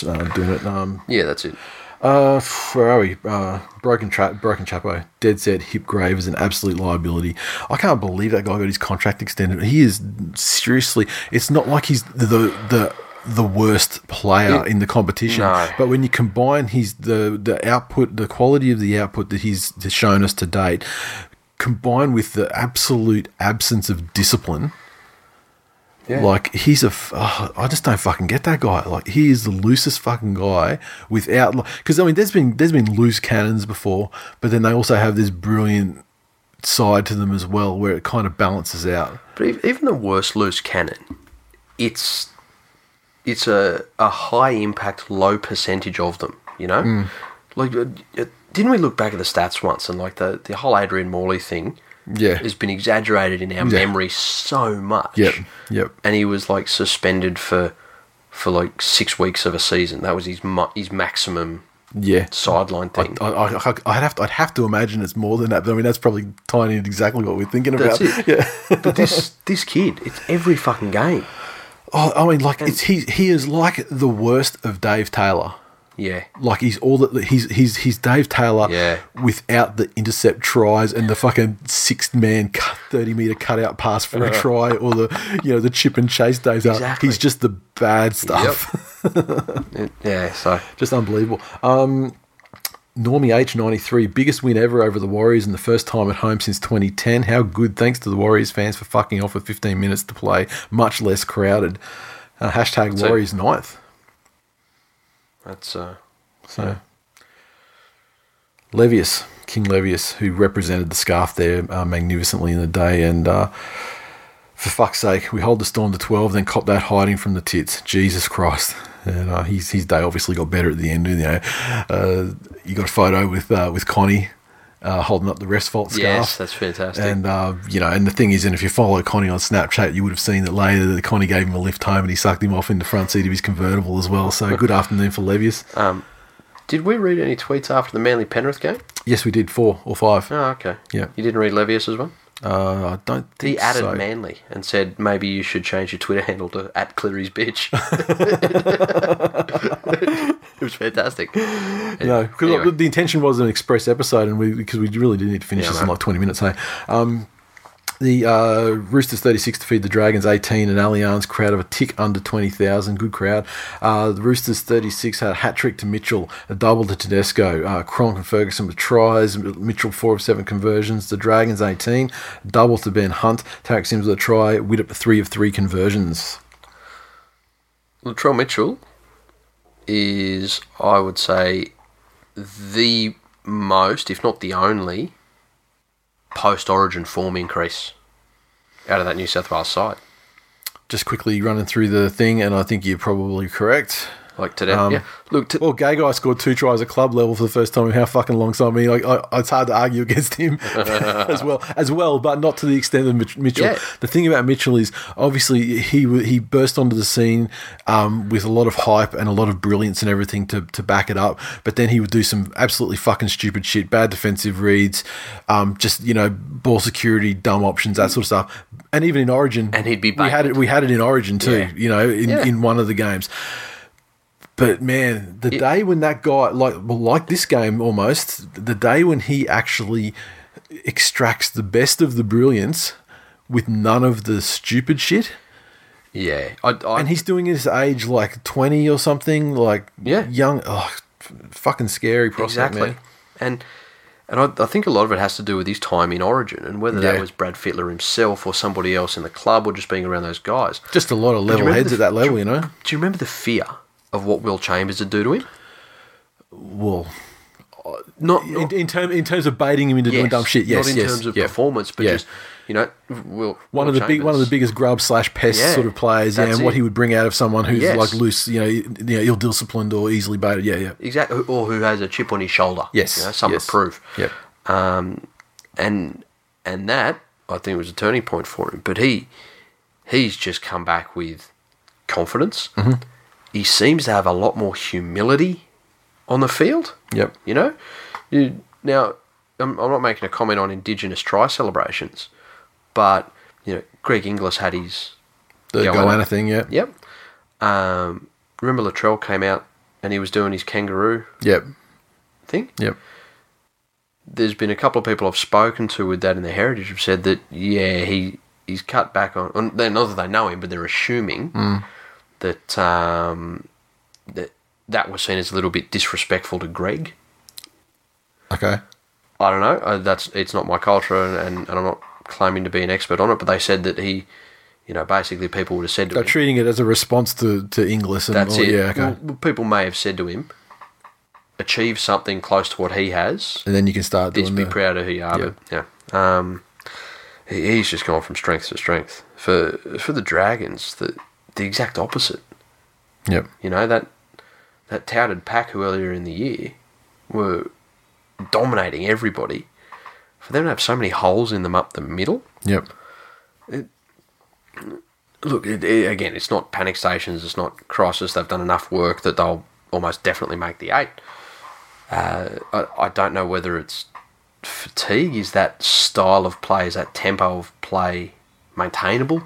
S1: uh, doing it. Um,
S2: yeah, that's it.
S1: uh, where are we? Uh, broken trap, broken chapo, dead set. Hip grave is an absolute liability. I can't believe that guy got his contract extended. He is seriously. It's not like he's the the the worst player in the competition,
S2: No.
S1: but when you combine his the the output, the quality of the output that he's shown us to date, combined with the absolute absence of discipline.
S2: Yeah.
S1: Like he's a, f- oh, I just don't fucking get that guy. Like he is the loosest fucking guy without, because I mean, there's been there's been loose cannons before, but then they also have this brilliant side to them as well, where it kind of balances out.
S2: But ev- even the worst loose cannon, it's it's a, a high impact, low percentage of them. You know, like uh, uh, didn't we look back at the stats once and like the the whole Adrian Morley thing
S1: Yeah.
S2: has been exaggerated in our
S1: Yeah.
S2: memory so much.
S1: Yep, yep.
S2: and he was like suspended for for like six weeks of a season. That was his mu- his maximum
S1: Yeah,
S2: sideline
S1: I,
S2: thing.
S1: I, I, I'd have to, I'd have to imagine it's more than that. But I mean, that's probably tiny into exactly what we're thinking about.
S2: That's it.
S1: Yeah.
S2: but this this kid, it's every fucking game.
S1: Oh, I mean, like it's he he is like the worst of Dave Taylor.
S2: Yeah,
S1: Like he's all that he's he's he's Dave Taylor
S2: Yeah.
S1: without the intercept tries and the fucking six man cut, thirty meter cutout pass for a try or the you know the chip and chase Dave Taylor.
S2: Uh-huh. Exactly.
S1: He's just the bad stuff.
S2: It- yeah. So
S1: just unbelievable. Um, Normie H ninety three biggest win ever over the Warriors and the first time at home since twenty ten. How good! Thanks to the Warriors fans for fucking off with fifteen minutes to play, much less crowded. Uh, hashtag
S2: it.
S1: Warriors ninth.
S2: that's uh,
S1: So Levius, King Levius, who represented the scarf there uh, magnificently in the day, and uh, for fuck's sake, we hold the storm to twelve, then cop that hiding from the tits. Jesus Christ! And uh, his his day obviously got better at the end. You know, uh, you got a photo with uh, with Connie uh, holding up the rest fault scarf.
S2: yes, that's fantastic.
S1: And uh, you know, and the thing is, and if you follow Connie on Snapchat, you would have seen that later that Connie gave him a lift home, and he sucked him off in the front seat of his convertible as well. So good afternoon for Levius.
S2: Did we read any tweets after the Manly Penrith game?
S1: Yes, we did four or five.
S2: Oh, okay.
S1: Yeah.
S2: You didn't read Levius's one.
S1: Uh, I don't think
S2: He added
S1: so.
S2: Manly and said maybe you should change your Twitter handle to at Clittery's bitch. it was fantastic.
S1: No, because
S2: Anyway.
S1: the intention was an express episode, and we because we really did need to finish
S2: Yeah,
S1: this
S2: I
S1: in
S2: know.
S1: like twenty minutes. Hey, um, the uh, Roosters thirty six to feed the Dragons eighteen, and Allianz crowd of a tick under twenty thousand. Good crowd. Uh, the Roosters thirty six had a hat trick to Mitchell, a double to Tedesco, uh, Cronk and Ferguson with tries. Mitchell four of seven conversions. The Dragons eighteen, double to Ben Hunt. Tarek Sims with a try. Widdup three of three conversions.
S2: Latrell Mitchell is, I would say, the most, if not the only, post Origin form increase out of that New South Wales side.
S1: just quickly running through the thing, and I think you're probably correct.
S2: Like today,
S1: Um,
S2: yeah. Look, to,
S1: Well, Gay Guy scored two tries at club level for the first time in how fucking long time? I mean, like, I, it's hard to argue against him as well, as well, but not to the extent of Mitch- Mitchell.
S2: Yeah.
S1: The thing about Mitchell is obviously he w- he burst onto the scene um, with a lot of hype and a lot of brilliance and everything to, to back it up, but then he would do some absolutely fucking stupid shit, bad defensive reads, um, just you know ball security, dumb options, that sort of stuff, and even in Origin,
S2: And he'd be
S1: we had
S2: banned.
S1: it we had it in Origin too,
S2: Yeah.
S1: you know, in,
S2: Yeah.
S1: in one of the games. But man, the day when that guy like well, like this game almost, the day when he actually extracts the best of the brilliance with none of the stupid shit.
S2: yeah. I, I,
S1: And he's doing it at his age like twenty or something, like
S2: Yeah.
S1: young oh, f- fucking scary prospect,
S2: exactly.
S1: man.
S2: And and I, I think a lot of it has to do with his time in Origin and whether
S1: Yeah.
S2: that was Brad Fittler himself or somebody else in the club or just being around those guys.
S1: Just a lot of
S2: But do you
S1: level
S2: remember
S1: heads
S2: the-
S1: at that level,
S2: do
S1: you know?
S2: Do you remember the fear of what Will Chambers would do to him?
S1: Well,
S2: Not,
S1: in, in, term, in terms of baiting him into doing
S2: yes,
S1: dumb shit, yes,
S2: not in
S1: yes,
S2: terms of
S1: yeah.
S2: performance, but
S1: Yeah.
S2: just you know, Will
S1: one
S2: Will
S1: of the big, one of the
S2: Chambers.
S1: biggest grub slash pest
S2: Yeah,
S1: sort of players, yeah,
S2: that's
S1: and what
S2: it.
S1: he would bring out of someone who's
S2: Yes.
S1: like loose, you know, you know, ill disciplined or easily baited. Yeah, yeah,
S2: exactly, or who has a chip on his shoulder.
S1: yes,
S2: you know, some
S1: yes.
S2: reproof.
S1: Yep.
S2: um, and and that I think was a turning point for him. But he he's just come back with confidence.
S1: Mm-hmm.
S2: He seems to have a lot more humility on the field.
S1: Yep.
S2: You know, you, now I'm, I'm not making a comment on Indigenous try celebrations, but you know, Greg Inglis had his
S1: The
S2: Goanna.
S1: Goanna thing, yeah,
S2: yep. Um, remember Latrell came out and he was doing his kangaroo
S1: yep,
S2: thing
S1: yep.
S2: there's been a couple of people I've spoken to with that in the heritage have said that yeah he he's cut back on, on they not that they know him but they're assuming that um, that that was seen as a little bit disrespectful to Greg.
S1: Okay,
S2: I don't know. Uh, that's it's not my culture and, and, and I'm not claiming to be an expert on it, but they said that he, you know, basically people would have said to
S1: they're
S2: him,
S1: treating it as a response to to Inglis and
S2: "That's
S1: all,
S2: it."
S1: Oh, yeah, okay.
S2: Well, well, people may have said to him, "Achieve something close to what he has."
S1: and then you can start
S2: This
S1: doing
S2: be
S1: the,
S2: proud of who you are. But yeah, um, he, he's just gone from strength to strength for for the Dragons. The the exact opposite.
S1: yep,
S2: You know that that touted pack who earlier in the year were dominating everybody. For them to have so many holes in them up the middle.
S1: yep,
S2: Look it, it- again. It's not panic stations. It's not crisis. They've done enough work that they'll almost definitely make the eight. Uh, I, I don't know whether it's fatigue. Is that style of play? Is that tempo of play maintainable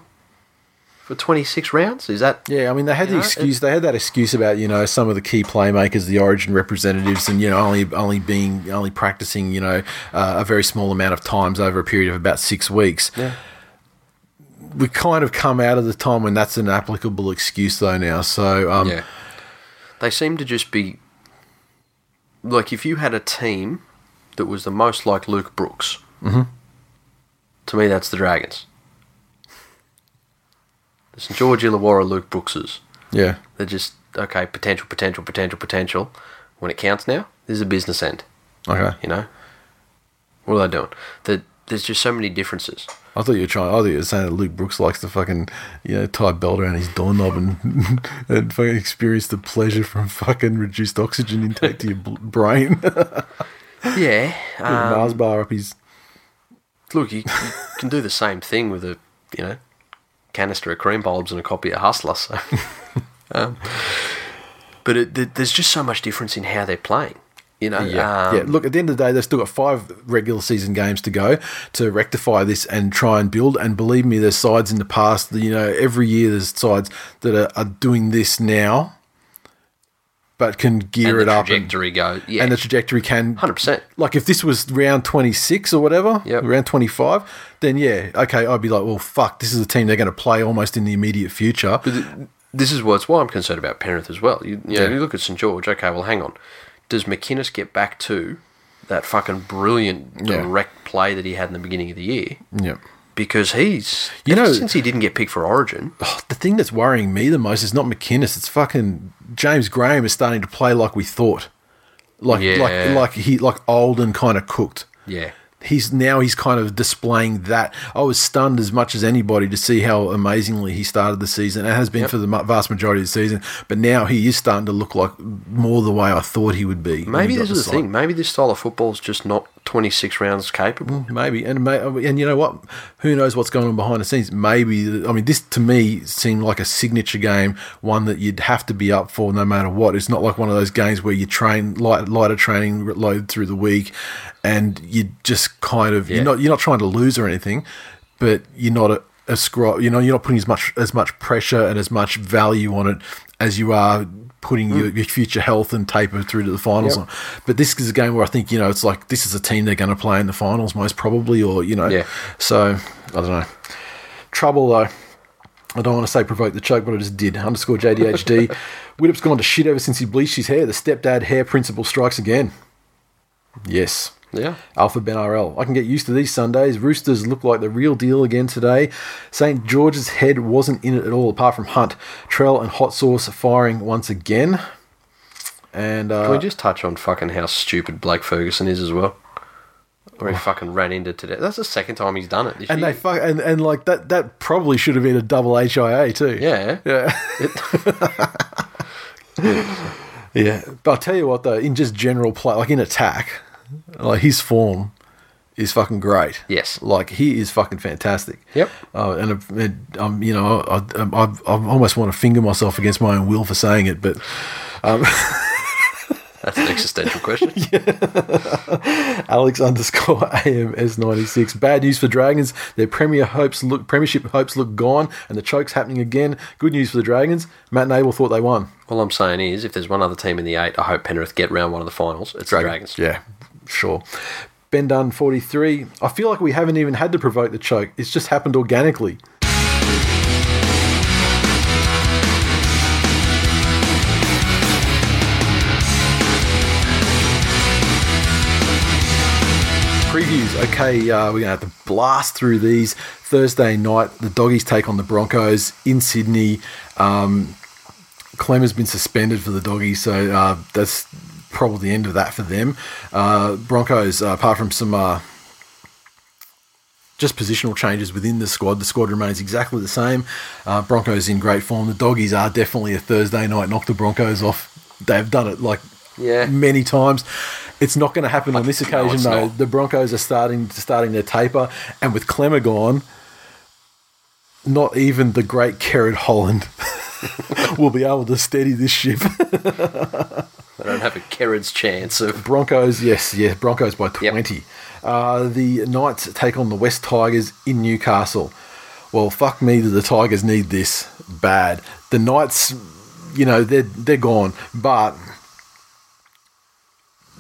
S2: for twenty six rounds? Is that
S1: yeah. I mean, they had the
S2: know,
S1: excuse, they had that excuse about you know some of the key playmakers, the Origin representatives, and you know only only being only practicing you know uh, a very small amount of times over a period of about six weeks.
S2: yeah?
S1: we kind of come out of the time when that's an applicable excuse though now. So um,
S2: Yeah. They seem to just be like if you had a team that was the most like Luke Brooks. Mm-hmm. To me, that's the Dragons. The St George Illawarra Luke Brookses.
S1: yeah,
S2: They're just okay. Potential, potential, potential, potential. When it counts now, there's a business end.
S1: okay.
S2: You know, what are they doing? That there's just so many differences.
S1: I thought you were trying. I thought you were saying that Luke Brooks likes to fucking you know tie a belt around his doorknob and and fucking experience the pleasure from fucking reduced oxygen intake to your bl- brain.
S2: Yeah.
S1: Mars bar up his.
S2: Look, you, you can do the same thing with a you know canister of cream bulbs and a copy of Hustler. So, um, but it, there- there's just so much difference in how they're playing. You know, um,
S1: yeah. Look, at the end of the day, they've still got five regular season games to go to rectify this and try and build. And believe me, there's sides in the past. that, You know, every year there's sides that are, are doing this now, but can gear
S2: and
S1: it
S2: the
S1: up and
S2: trajectory goes. Yeah,
S1: and the trajectory can
S2: hundred percent.
S1: like if this was round 26 or whatever
S2: Yep.
S1: round 25 then yeah okay i'd be like well fuck this is a team they're going to play almost in the immediate future
S2: This is what's why I'm concerned about Penrith as well. You, you, know,
S1: Yeah.
S2: you look at St George. Okay, well, hang on. Does McInnes get back to that fucking brilliant
S1: Yeah.
S2: direct play that he had in the beginning of the year?
S1: yeah
S2: Because he's
S1: You
S2: you know
S1: know-
S2: since he didn't get picked for Origin,
S1: Oh, the thing that's worrying me the most is not mckinnis it's fucking james graham is starting to play like we thought like
S2: Yeah.
S1: like like he like old and kind of cooked
S2: yeah,
S1: he's now he's kind of displaying that. I was stunned as much as anybody to see how amazingly he started the season. It has been
S2: Yep.
S1: for the mu- vast majority of the season, but now he is starting to look like more the way I thought he would be. when
S2: Maybe
S1: he got
S2: this is the
S1: signed.
S2: thing. Maybe this style of football is just not 26 rounds capable.
S1: Maybe and may, and you know what? Who knows what's going on behind the scenes? Maybe I mean this to me seemed like a signature game, one that you'd have to be up for no matter what. It's not like one of those games where you train light lighter training load through the week, and you just kind of
S2: Yeah.
S1: you're not you're not trying to lose or anything, but you're not a, a scro- You know you're not putting as much as much pressure and as much value on it as you are putting your, your future health and taper through to the finals.
S2: Hmm. Yep.
S1: But this is a game where I think you know it's like this is a team they're going to play in the finals most probably, or you know,
S2: Yeah.
S1: So I don't know. Trouble though. I don't want to say provoke the choke, but I just did. Underscore JDHD. Widup's gone to shit ever since he bleached his hair. The stepdad hair principle strikes again. Yes.
S2: Yeah.
S1: Alpha Ben RL. I can get used to these Sundays. Roosters look like the real deal again today. St. George's head wasn't in it at all, apart from Hunt. Trell and Hot Sauce firing once again. And uh,
S2: Can we just touch on fucking how stupid Blake Ferguson is as well? Where he fucking ran into today. That's the second time he's done it this
S1: Oh. and
S2: year.
S1: they fuck and, and like that that probably should have been a double HIA too.
S2: yeah.
S1: Yeah. yeah. But I'll tell you what though, in just general play like in attack, like his form is fucking great.
S2: Yes.
S1: Like he is fucking fantastic.
S2: Yep.
S1: Uh, and I've- and I'm, you know, I, I, I, I almost want to finger myself against my own will for saying it, but
S2: That's an existential question.
S1: Alex underscore AMS96. Bad news for Dragons. Their premier hopes look premiership hopes look gone, and the choke's happening again. Good news for the Dragons. Matt Nable thought they won.
S2: All I'm saying is, if there's one other team in the eight, I hope Penrith get round one of the finals. It's the Dragons.
S1: Yeah, sure. Ben Dunn 43. I feel like we haven't even had to provoke the choke. It's just happened organically. Previews. Okay, uh, we're going to have to blast through these. Thursday night, the doggies take on the Broncos in Sydney. Clem has been suspended for the doggy, so uh, that's probably the end of that for them. Uh, Broncos, uh, apart from some uh, just positional changes within the squad, the squad remains exactly the same. Uh, Broncos in great form. The doggies are definitely a Thursday night knock the Broncos off. They've done it like
S2: Yeah.
S1: many times. It's not going to happen on this
S2: no,
S1: occasion
S2: it's
S1: though.
S2: not.
S1: The Broncos are starting starting their taper, and with Clemmer gone, not even the great Kerrod Holland will be able to steady this ship.
S2: They don't have a Kerrod's chance of.
S1: Broncos, yes, yeah, Broncos by 20. Uh, the Knights take on the West Tigers in Newcastle. Well, fuck me, do the Tigers need this bad. The Knights, you know, they're, they're gone, but.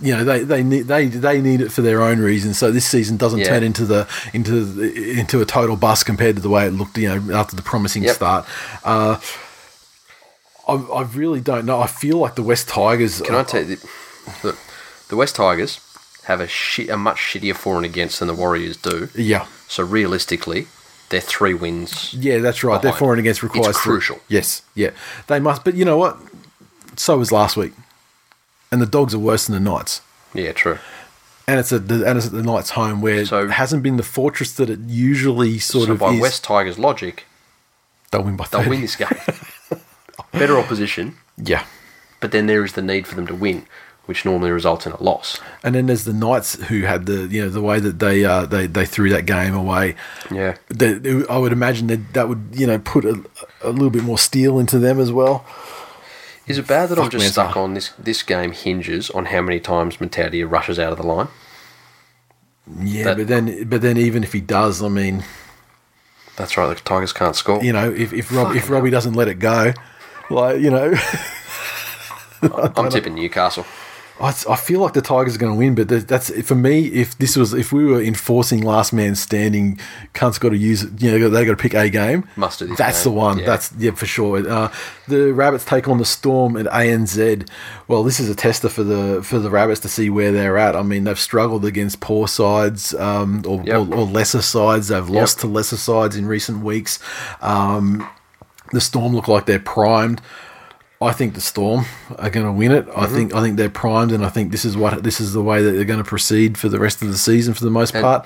S1: You know they, they need they they need it for their own reasons. So this season doesn't
S2: Yeah.
S1: turn into the into the, into a total bust compared to the way it looked. You know after the promising
S2: Yep.
S1: start, uh, I, I really don't know. I feel like the West Tigers.
S2: Can I tell you, the, look, the West Tigers have a shit, a much shittier for and against than the Warriors do.
S1: Yeah,
S2: So realistically, they're three wins.
S1: Yeah, that's right. Their
S2: behind.
S1: for and against requires
S2: It's
S1: three.
S2: crucial.
S1: Yes, yeah, they must. But you know what? So was last week, and the dogs are worse than the Knights.
S2: Yeah, true.
S1: And it's at the, and it's at the Knights' home where
S2: So-
S1: it hasn't been the fortress that it usually sort
S2: so
S1: of
S2: by
S1: is.
S2: West Tigers logic,
S1: they'll win by
S2: they'll
S1: 30.
S2: win this game. Better opposition,
S1: Yeah,
S2: but then there is the need for them to win, which normally results in a loss.
S1: and then there's the Knights who had the you know the way that they uh, they they threw that game away.
S2: Yeah.
S1: They- they- I would imagine that that would you know put a, a little bit more steel into them as well.
S2: Is it bad that I'm
S1: Fuck
S2: just
S1: me, it's
S2: stuck
S1: hard.
S2: on this? This game hinges on how many times Mataudia rushes out of the line.
S1: Yeah,
S2: That-
S1: but then but then even if he does, I mean,
S2: That's right. The Tigers can't score.
S1: you know, if if, Rob, if
S2: Fucking
S1: Robbie doesn't let it go, like you know,
S2: I'm tipping Newcastle.
S1: I, I feel like the Tigers are going to win. But that- that's for me. If this was if we were enforcing last man standing, cunts got to use it. You know, they got to pick a game.
S2: Must do this
S1: That's
S2: game,
S1: the one.
S2: yeah.
S1: That's yeah for sure. Uh, the rabbits take on the storm at ANZ. Well, this is a tester for the for the rabbits to see where they're at. I mean, they've struggled against poor sides um, or,
S2: Yep.
S1: or, or lesser sides. They've lost to lesser sides in recent weeks. Um, the storm look like they're primed. I think the Storm are going to win it. I
S2: Mm-hmm.
S1: think I think they're primed, and I think this is what this is the way that they're going to proceed for the rest of the season for the most part.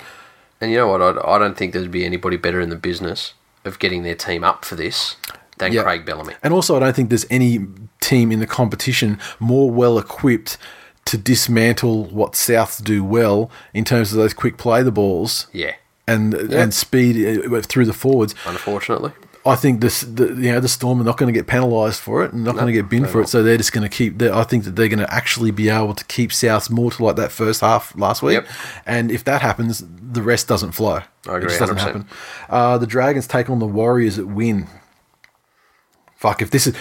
S2: And you know what? I, I don't think there'd be anybody better in the business of getting their team up for this than
S1: Yeah.
S2: Craig Bellamy.
S1: And also, I don't think there's any team in the competition more well equipped to dismantle what Souths do well in terms of those quick play the balls.
S2: Yeah,
S1: And, and speed uh, through the forwards.
S2: unfortunately.
S1: I think this, the, you know, the Storm are not going to get penalised for it and not going to get binned for it. So they're just going to keep. they're- I think that they're going to actually be able to keep South more to like that first half last week.
S2: Yep.
S1: And if that happens, the rest doesn't flow.
S2: I
S1: It
S2: agree,
S1: just doesn't
S2: 100%.
S1: happen. Uh, the Dragons take on the Warriors at win. Fuck if this is.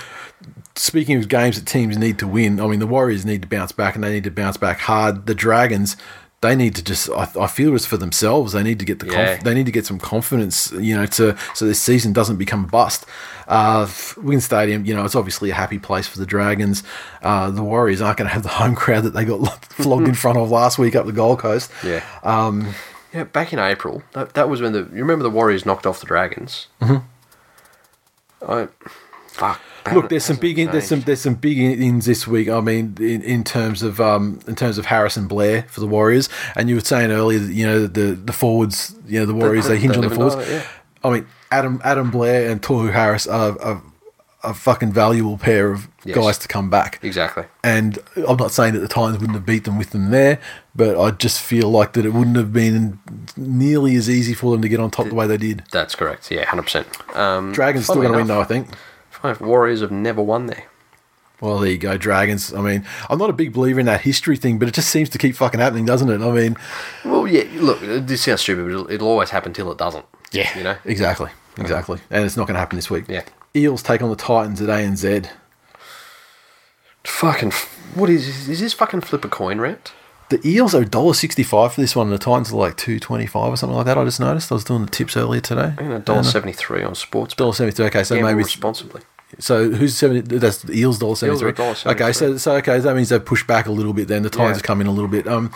S1: Speaking of games that teams need to win, I mean the Warriors need to bounce back and they need to bounce back hard. The Dragons. They need to just. I, I feel it's for themselves. They need to get the.
S2: Yeah.
S1: Conf- they need to get some confidence, you know, to so this season doesn't become a bust. Uh, Wigan Stadium, you know, it's obviously a happy place for the Dragons. Uh, the Warriors aren't going to have the home crowd that they got flogged in front of last week up the Gold Coast.
S2: Yeah. Um, yeah, back in April, that, that was when the you remember the Warriors knocked off the Dragons. Mm-hmm. I fuck. that
S1: Look, there's some
S2: hasn't
S1: big in, there's some
S2: changed.
S1: there's some big ins this week. I mean, in, in terms of um in terms of Harrison Blair for the Warriors, and you were saying earlier, that, you know, the the forwards, you know, the Warriors
S2: they-
S1: they hinge
S2: they
S1: on the
S2: live and
S1: forwards.
S2: die, yeah.
S1: I mean, Adam Adam Blair and Toru Harris are a, a fucking valuable pair of
S2: Yes.
S1: guys to come back.
S2: exactly.
S1: And I'm not saying that the Titans wouldn't have beat them with them there, but I just feel like that it wouldn't have been nearly as easy for them to get on top the way they did.
S2: That's correct. Yeah, hundred percent. Um,
S1: Dragons still
S2: funnily
S1: going to win
S2: enough,
S1: though, I think.
S2: Five Warriors have never won there.
S1: Well, there you go, Dragons. I mean, I'm not a big believer in that history thing, but it just seems to keep fucking happening, doesn't it? I mean,
S2: Well, yeah. Look, this sounds stupid, but it'll, it'll always happen till it doesn't. you know.
S1: exactly, exactly, and it's not going to happen this week.
S2: Yeah.
S1: Eels take on the Titans at ANZ.
S2: Fucking. f- What is this? is this fucking flip a coin rant?
S1: The Eels are $1.65 for this one, and the Titans are like two twenty five or something like that. I just noticed. I was doing the tips earlier today.
S2: I mean, a dollar seventy three on sports.
S1: Dollar seventy three. Okay, so
S2: Gamble
S1: maybe it's-
S2: responsibly.
S1: so. Who's seventy? That's the Eels dollar seventy three.
S2: are $1.73.
S1: Okay, so so okay, that means they've pushed back a little bit. Then the Titans
S2: Yeah.
S1: have come in a little bit. Um,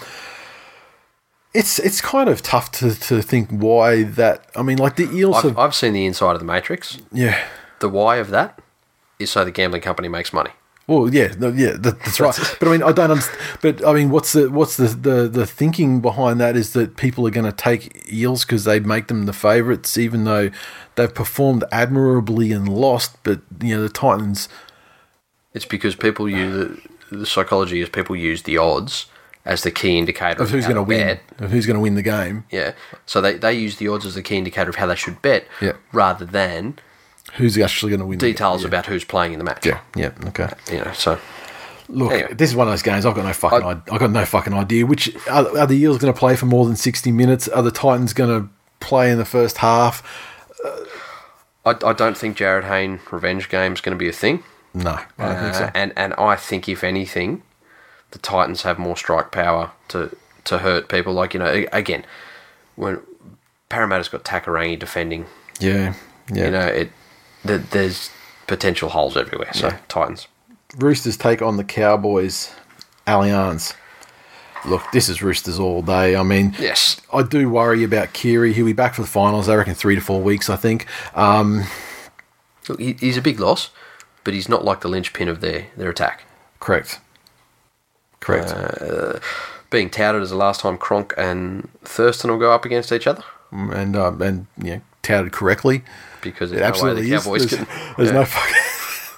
S1: it's it's kind of tough to, to think why that. I mean, like the Eels have
S2: I've, I've seen the inside of the matrix.
S1: Yeah.
S2: The why of that is so the gambling company makes money.
S1: Well, yeah, no, yeah, that, that's right. But I mean, I don't. Understand, but I mean, what's the what's the, the the thinking behind that is that people are going to take eels because they make them the favourites, even though they've performed admirably and lost. But you know, the Titans.
S2: It's because people use the, the psychology is people use the odds as the key indicator
S1: Of who's
S2: how
S1: going to
S2: to
S1: win?
S2: bet.
S1: Of who's going to win the game?
S2: Yeah, so they, they use the odds as the key indicator of how they should bet,
S1: Yeah.
S2: rather than
S1: Who's actually going to win? the game?
S2: details about who's playing in the match.
S1: Yeah. Yeah. Okay.
S2: you know. So
S1: Look,
S2: Anyway.
S1: this is one of those games. I've got no fucking. I,
S2: I-
S1: have got no fucking idea. Which are, are the Eels going to play for more than sixty minutes? Are the Titans going to play in the first half?
S2: I, I don't think Jared Hayne revenge game is going to be a thing.
S1: No, I don't think so.
S2: Uh, And and I think if anything, the Titans have more strike power to to hurt people. Like you know, a- again, when Parramatta's got Takarangi defending,
S1: Yeah. Yeah.
S2: you know, it th- there's potential holes everywhere. So Titans.
S1: Roosters take on the Cowboys, Allianz. Look, this is Roosters all day. I mean,
S2: Yes.
S1: I do worry about Kiri. He'll be back for the finals. I reckon three to four weeks. I think. Um,
S2: Look, he, he's a big loss, but he's not like the linchpin of their their attack.
S1: correct. Correct.
S2: Uh, Being touted as the last time Cronk and Thurston will go up against each other
S1: and um, and you know, touted correctly.
S2: because
S1: It
S2: there's no way
S1: absolutely
S2: the
S1: is.
S2: Cowboys
S1: There's,
S2: can.
S1: there's
S2: yeah.
S1: no fucking.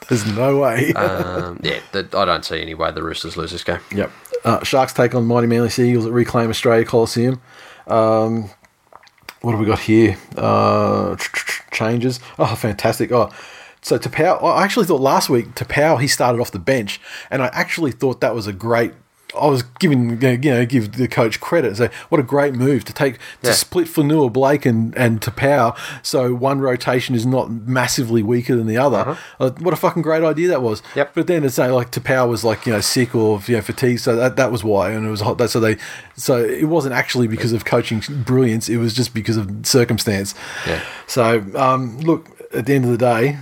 S1: there's no way.
S2: um, yeah, that, I don't see any way the Roosters lose this game.
S1: Yep. Uh, Sharks take on Mighty Manly Sea Eagles at Reclaim Australia Coliseum. Um, what have we got here? Uh, tr- tr- tr- changes. Oh, fantastic. Oh, so Tapau, I actually thought last week Tapau he started off the bench, and I actually thought that was a great. I was giving you know give the coach credit. So what a great move to take to
S2: Yeah.
S1: split Fanua Blake and and Tapau, so one rotation is not massively weaker than the other. Uh, what a fucking great idea that was.
S2: Uh-huh. Yep.
S1: But then it's like, like Tapau was like you know sick or you know fatigued, so that, that was why, and it was hot. That so they so it wasn't actually because of coaching brilliance; it was just because of circumstance.
S2: Yeah.
S1: So um, look, at the end of the day,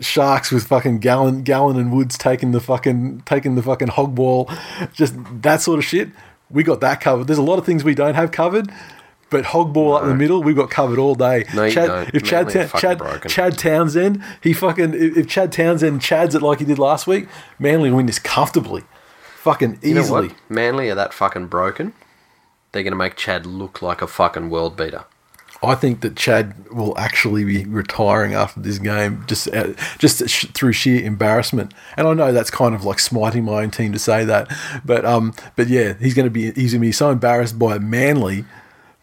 S1: sharks with fucking Gallon, Gallon and Woods taking the fucking taking the fucking hog ball, just that sort of shit. We got that covered. There's a lot of things we don't have covered, But hog ball up the middle, we've got covered all day.
S2: No, you
S1: Chad,
S2: don't.
S1: If Chad,
S2: Manly are
S1: Ta-
S2: fucking
S1: Chad,
S2: broken.
S1: Chad Townsend, he fucking if if Chad Townsend chads it like he did last week, Manly win this comfortably, fucking
S2: You know
S1: easily.
S2: what? Manly are that fucking broken. They're going to make Chad look like a fucking world beater.
S1: I think that Chad will actually be retiring after this game, just uh, just sh- through sheer embarrassment. And I know that's kind of like smiting my own team to say that, but um, but yeah, he's going to be he's going to be so embarrassed by Manly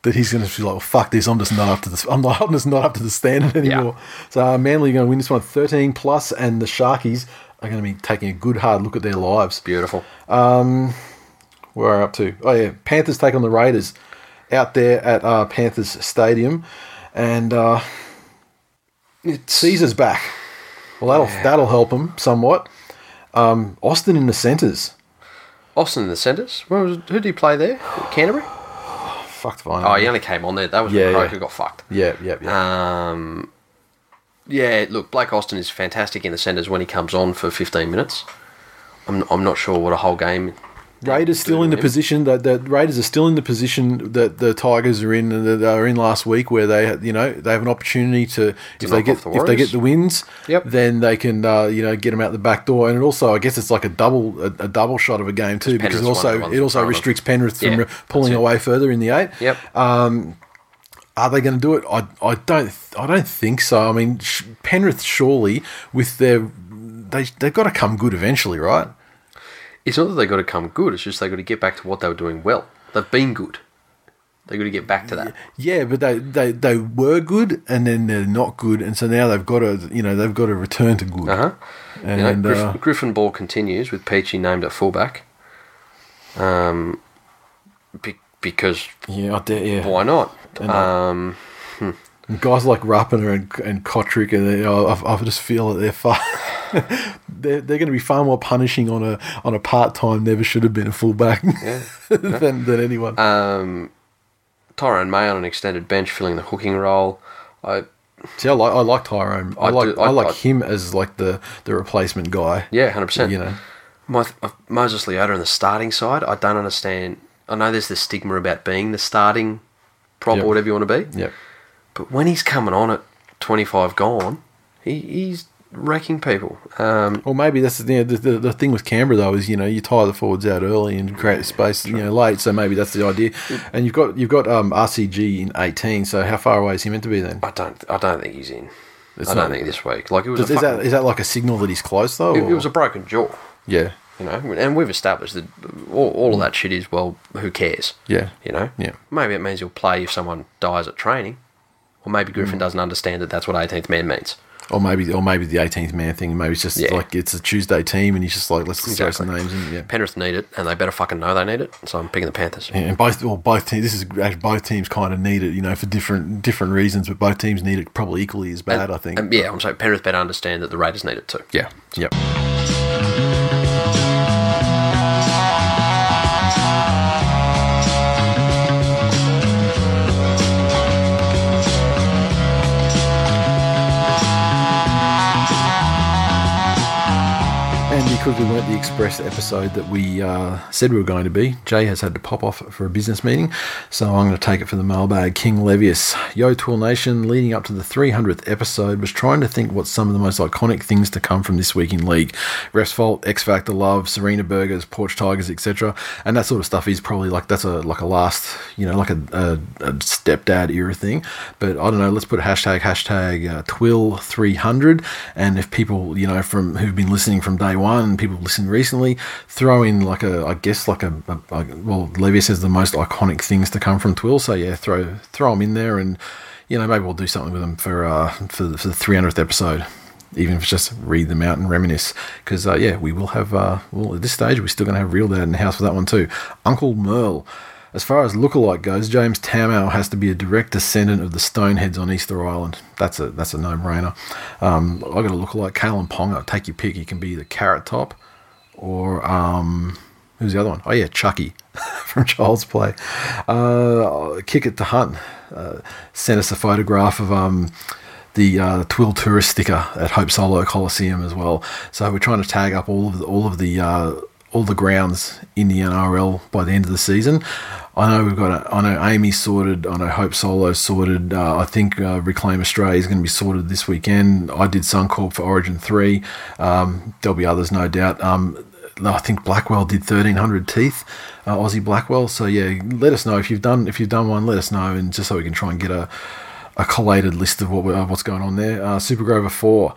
S1: that he's going to be like, well, "Fuck this! I'm just not up to this. I'm not. I'm just not up to the standard anymore." So uh, Manly are going to win this one, 13 plus, and the Sharkies are going to be taking a good hard look at their lives.
S2: Beautiful.
S1: Where are we up to? Oh yeah, Panthers take on the Raiders out there at uh, Panthers Stadium, and uh, Caesar's back. Well, that'll that'll help him somewhat. Um, Austin in the centres.
S2: Austin in the centres. Where was- Who did he play there? Canterbury?
S1: Fucked fine.
S2: Oh, he only came on there. That was
S1: Yeah,
S2: when
S1: yeah.
S2: Croker got fucked.
S1: yeah, yeah, yeah.
S2: Um, yeah, look, Blake Austin is fantastic in the centres when he comes on for 15 minutes. I'm, I'm not sure what a whole game.
S1: Raiders still in the position that the Raiders are still in the position that the Tigers are in and that they were in last week, where they you know they have an opportunity to if they
S2: knock
S1: get
S2: off the
S1: if they
S2: Warriors.
S1: get the wins,
S2: Yep.
S1: then they can uh, you know get them out the back door. And it also, I guess, it's like a double a, a double shot of a game too because it
S2: Penrith's one of the
S1: also
S2: ones
S1: it
S2: in
S1: also
S2: front of them.
S1: restricts Penrith from
S2: Yeah,
S1: re- pulling
S2: that's it.
S1: away further in the eight.
S2: Yep.
S1: Uh, Are they going to do it? I, I don't I don't think so. I mean, sh- Penrith surely with their they they've got to come good eventually, right?
S2: it's not that they got to come good, it's just they got to get back to what they were doing well. They've been good. they got to get back to that.
S1: Yeah, but they, they, they were good and then they're not good, and so now they've got to you know they've got to return to good.
S2: Uh-huh.
S1: And
S2: you know, Griff-
S1: uh,
S2: Griffin Ball continues with Peachy named at fullback. Um, be- because
S1: yeah, I dare, yeah.
S2: why not?
S1: And, uh,
S2: Um,
S1: And guys like Rapiner and, and Kotrick, and they, I, I just feel that they're far they're, they're going to be far more punishing on a on a part time never should have been a fullback than, than anyone.
S2: um, Tyrone May on an extended bench filling the hooking role. I
S1: See, I like I like Tyrone. I,
S2: I
S1: like
S2: do-
S1: I,
S2: I-
S1: like
S2: I-
S1: him as like the the replacement guy.
S2: yeah, hundred percent.
S1: You know.
S2: My, uh, Moses Leota on the starting side. I don't understand. I know there's the stigma about being the starting prop
S1: Yep.
S2: or whatever you want to be,
S1: Yep.
S2: but when he's coming on at 25 gone, he, he's wrecking people. Um,
S1: Well, maybe that's the, the, the the thing with Canberra though is you know you tire the forwards out early and create space you know late, so maybe that's the idea.
S2: Mm.
S1: And you've got you've got um, RCG in eighteen, so how far away is he meant to be then?
S2: I don't. I don't think he's in.
S1: It's
S2: I don't
S1: not-
S2: think this week. Like it was.
S1: Does,
S2: a
S1: is that
S2: fucking-
S1: is that like a signal that he's close though?
S2: it, it
S1: or-
S2: was a broken jaw.
S1: yeah,
S2: You know, and we've established that all, all of that shit is well. Who cares?
S1: yeah,
S2: You know.
S1: Yeah.
S2: Maybe it means he'll play if someone dies at training, or maybe
S1: Mm.
S2: Griffin doesn't understand that that's what 18th man means.
S1: or maybe or maybe the eighteenth man thing. Maybe it's just
S2: Yeah.
S1: like it's a Tuesday team, and he's just like let's just throw some
S2: Exactly.
S1: names in. Yeah.
S2: Penrith need it, and they better fucking know they need it. So I'm picking the Panthers.
S1: Yeah, and both well, both teams. This is actually both teams kind of need it, you know, for different different reasons. But both teams need it probably equally as bad. I think.
S2: Um, yeah, I'm saying Penrith better understand that the Raiders need it too.
S1: yeah. Yep. And because we weren't the express episode that we uh, said we were going to be, Jay has had to pop off for a business meeting, so I'm going to take it for the mailbag. King Levius, Yo Tool Nation, leading up to the 300th episode, was trying to think what some of the most iconic things to come from this week in league. Ref's fault, X Factor, Love, Serena Burgers, Porch Tigers, etc. And that sort of stuff is probably like that's a like a last, you know, like a, a, a stepdad era thing. But I don't know. Let's put a hashtag hashtag uh, Twill 300, and if people you know from who've been listening from day one, and people listened recently, throw in like a I guess like a, a, a well, Levy says the most iconic things to come from Twill. So yeah, throw throw them in there, and you know maybe we'll do something with them for uh, for, the- for the 300th episode. Even if it's just read them out and reminisce, because uh, yeah, we will have. Uh, well, at this stage, we're still going to have real dad in the house for that one too. Uncle Merle, as far as lookalike goes, James Tamau has to be a direct descendant of the Stoneheads on Easter Island. That's a that's a no-brainer. Um, I got a lookalike, Kalen Ponga. Take your pick. He can be the Carrot Top, or um, who's the other one? Oh yeah, Chucky from Child's Play. Uh, kick it to Hunt. Uh, sent us a photograph of um, the uh, Twill tourist sticker at Hope Solo Coliseum as well. So we're trying to tag up all of the, all of the uh, all the grounds in the NRL by the end of the season. I know we've got. A, I know Amy's sorted. I know Hope Solo sorted. Uh, I think uh, Reclaim Australia is going to be sorted this weekend. I did Suncorp for Origin three. Um, there'll be others, no doubt. Um, I think Blackwell did thirteen hundred teeth, uh, Aussie Blackwell. So yeah, let us know if you've done if you've done one. Let us know, and just so we can try and get a a collated list of what we- uh, what's going on there. Uh, Super Grover four.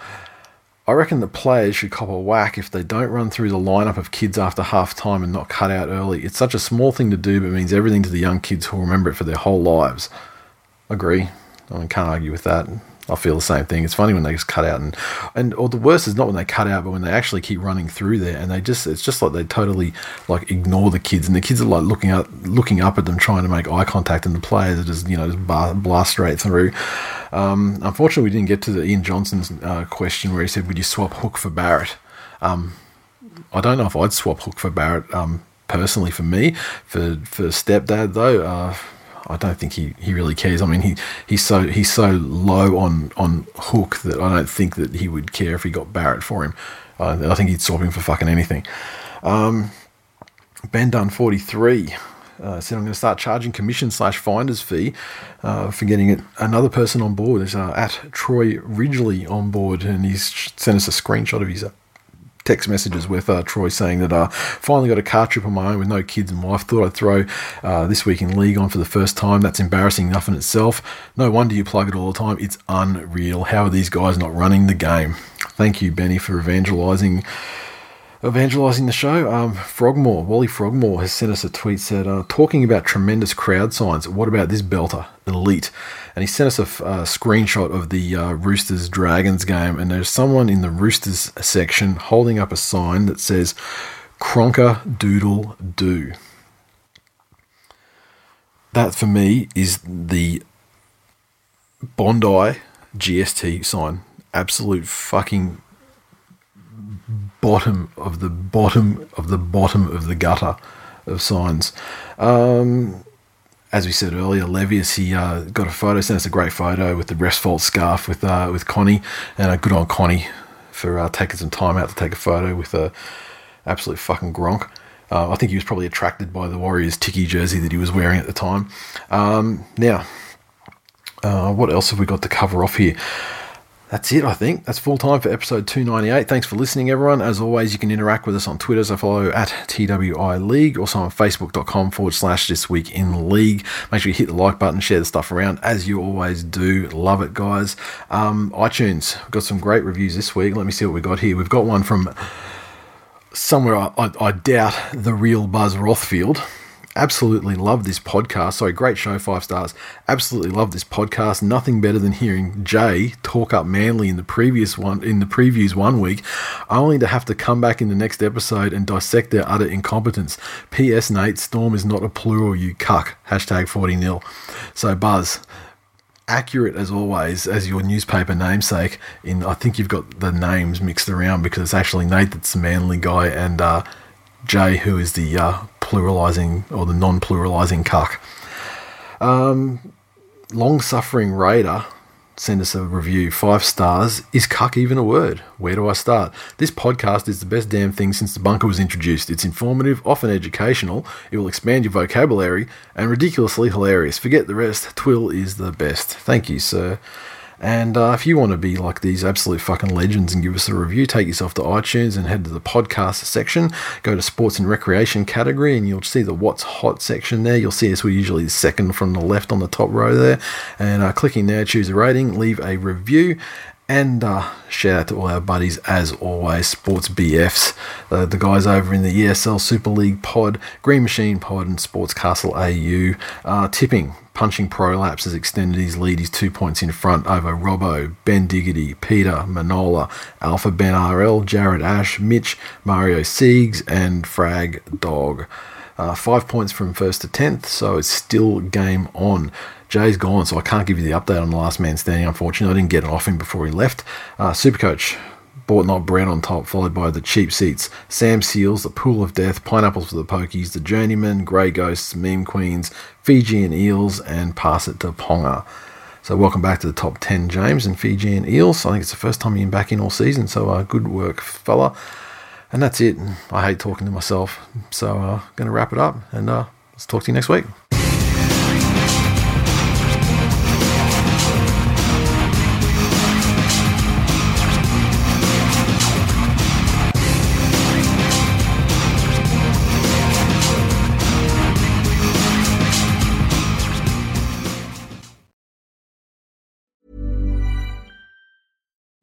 S1: I reckon the players should cop a whack if they don't run through the lineup of kids after half time and not cut out early. It's such a small thing to do, but means everything to the young kids who'll remember it for their whole lives. Agree. I mean, can't argue with that. I feel the same thing. It's funny when they just cut out and and or the worst is not when they cut out, but when they actually keep running through there and they just it's just like they totally like ignore the kids and the kids are like looking up looking up at them trying to make eye contact and the players are just you know just bar, blast straight through. Um, unfortunately, we didn't get to the Ian Johnson's uh, question where he said, "Would you swap Hook for Barrett?" I don't know if I'd swap Hook for Barrett um, personally. For me, for for stepdad though, uh, I don't think he, he really cares. I mean, he, he's so he's so low on on Hook that I don't think that he would care if he got Barrett for him. Uh, I think he'd swap him for fucking anything. Um, Ben Dunn 43 uh, said, I'm going to start charging commission slash finder's fee uh, for getting it. another person on board. There's uh, at Troy Ridgely on board, and he's sh- sent us a screenshot of his uh, text messages with uh, Troy saying that uh, finally got a car trip on my own with no kids and wife. Thought I'd throw uh, this week in league on for the first time. That's embarrassing enough in itself. No wonder you plug it all the time. It's unreal. How are these guys not running the game? Thank you, Benny, for evangelizing evangelizing the show. Um, Frogmore, Wally Frogmore has sent us a tweet said, uh, talking about tremendous crowd signs, what about this belter, Elite? And he sent us a f- uh, screenshot of the uh, Roosters Dragons game, and there's someone in the Roosters section holding up a sign that says, Cronker Doodle Do. That for me is the Bondi GST sign. Absolute fucking bottom of the bottom of the bottom of the gutter of signs. Um, as we said earlier, Levius he uh, got a photo, sent us a great photo with the breast fault scarf with uh, with Connie, and uh, good on Connie for uh, taking some time out to take a photo with a absolute fucking gronk. Uh, I think he was probably attracted by the Warriors tiki jersey that he was wearing at the time. Um, now, uh, what else have we got to cover off here? That's it, I think. That's full time for episode 298. Thanks for listening, everyone. As always, you can interact with us on Twitter, so follow at TWI League, also on facebook.com forward slash this week in league. Make sure you hit the like button, share the stuff around, as you always do. Love it, guys. Um, iTunes, we've got some great reviews this week. Let me see what we got here. We've got one from somewhere I, I, I doubt the real Buzz Rothfield. Absolutely love this podcast. Sorry, great show, five stars. Absolutely love this podcast. Nothing better than hearing Jay talk up Manly in the previous one in the previews one week, only to have to come back in the next episode and dissect their utter incompetence. P.S. Nate, Storm is not a plural, you cuck. Hashtag 40 nil. So Buzz, accurate as always as your newspaper namesake. In I think you've got the names mixed around because it's actually Nate that's the manly guy and uh, Jay who is the uh, pluralizing or the non-pluralizing cuck. Um, long-suffering raider. Send us a review. Five stars. Is cuck even a word? Where do I start? This podcast is the best damn thing since the bunker was introduced. It's informative, often educational. It will expand your vocabulary and ridiculously hilarious. Forget the rest. Twill is the best. Thank you, sir. And uh, if you want to be like these absolute fucking legends and give us a review, take yourself to iTunes and head to the podcast section. Go to sports and recreation category, and you'll see the what's hot section there. You'll see us, we're usually second from the left on the top row there. And uh, clicking there, choose a rating, leave a review. And uh, shout out to all our buddies, as always, Sports BFs, uh, the guys over in the ESL Super League pod, Green Machine pod, and Sports Castle AU. Uh, tipping, punching prolapse has extended his lead. He's two points in front over Robbo, Ben Diggity, Peter, Manola, Alpha Ben RL, Jared Ash, Mitch, Mario Siegs, and Frag Dog. Uh, five points from first to tenth, so it's still game on. Jay's gone, so I can't give you the update on the last man standing, unfortunately. I didn't get it off him before he left. Uh, Supercoach, bought not bread on top, followed by the cheap seats, Sam Seals, the Pool of Death, Pineapples for the Pokies, the Journeyman, Grey Ghosts, Meme Queens, Fijian Eels, and Pass It to Ponga. So welcome back to the top 10, James, and Fijian Eels. I think it's the first time you've been back in all season, so uh, good work, fella. And that's it. I hate talking to myself, so uh, going to wrap it up, and uh, Let's talk to you next week.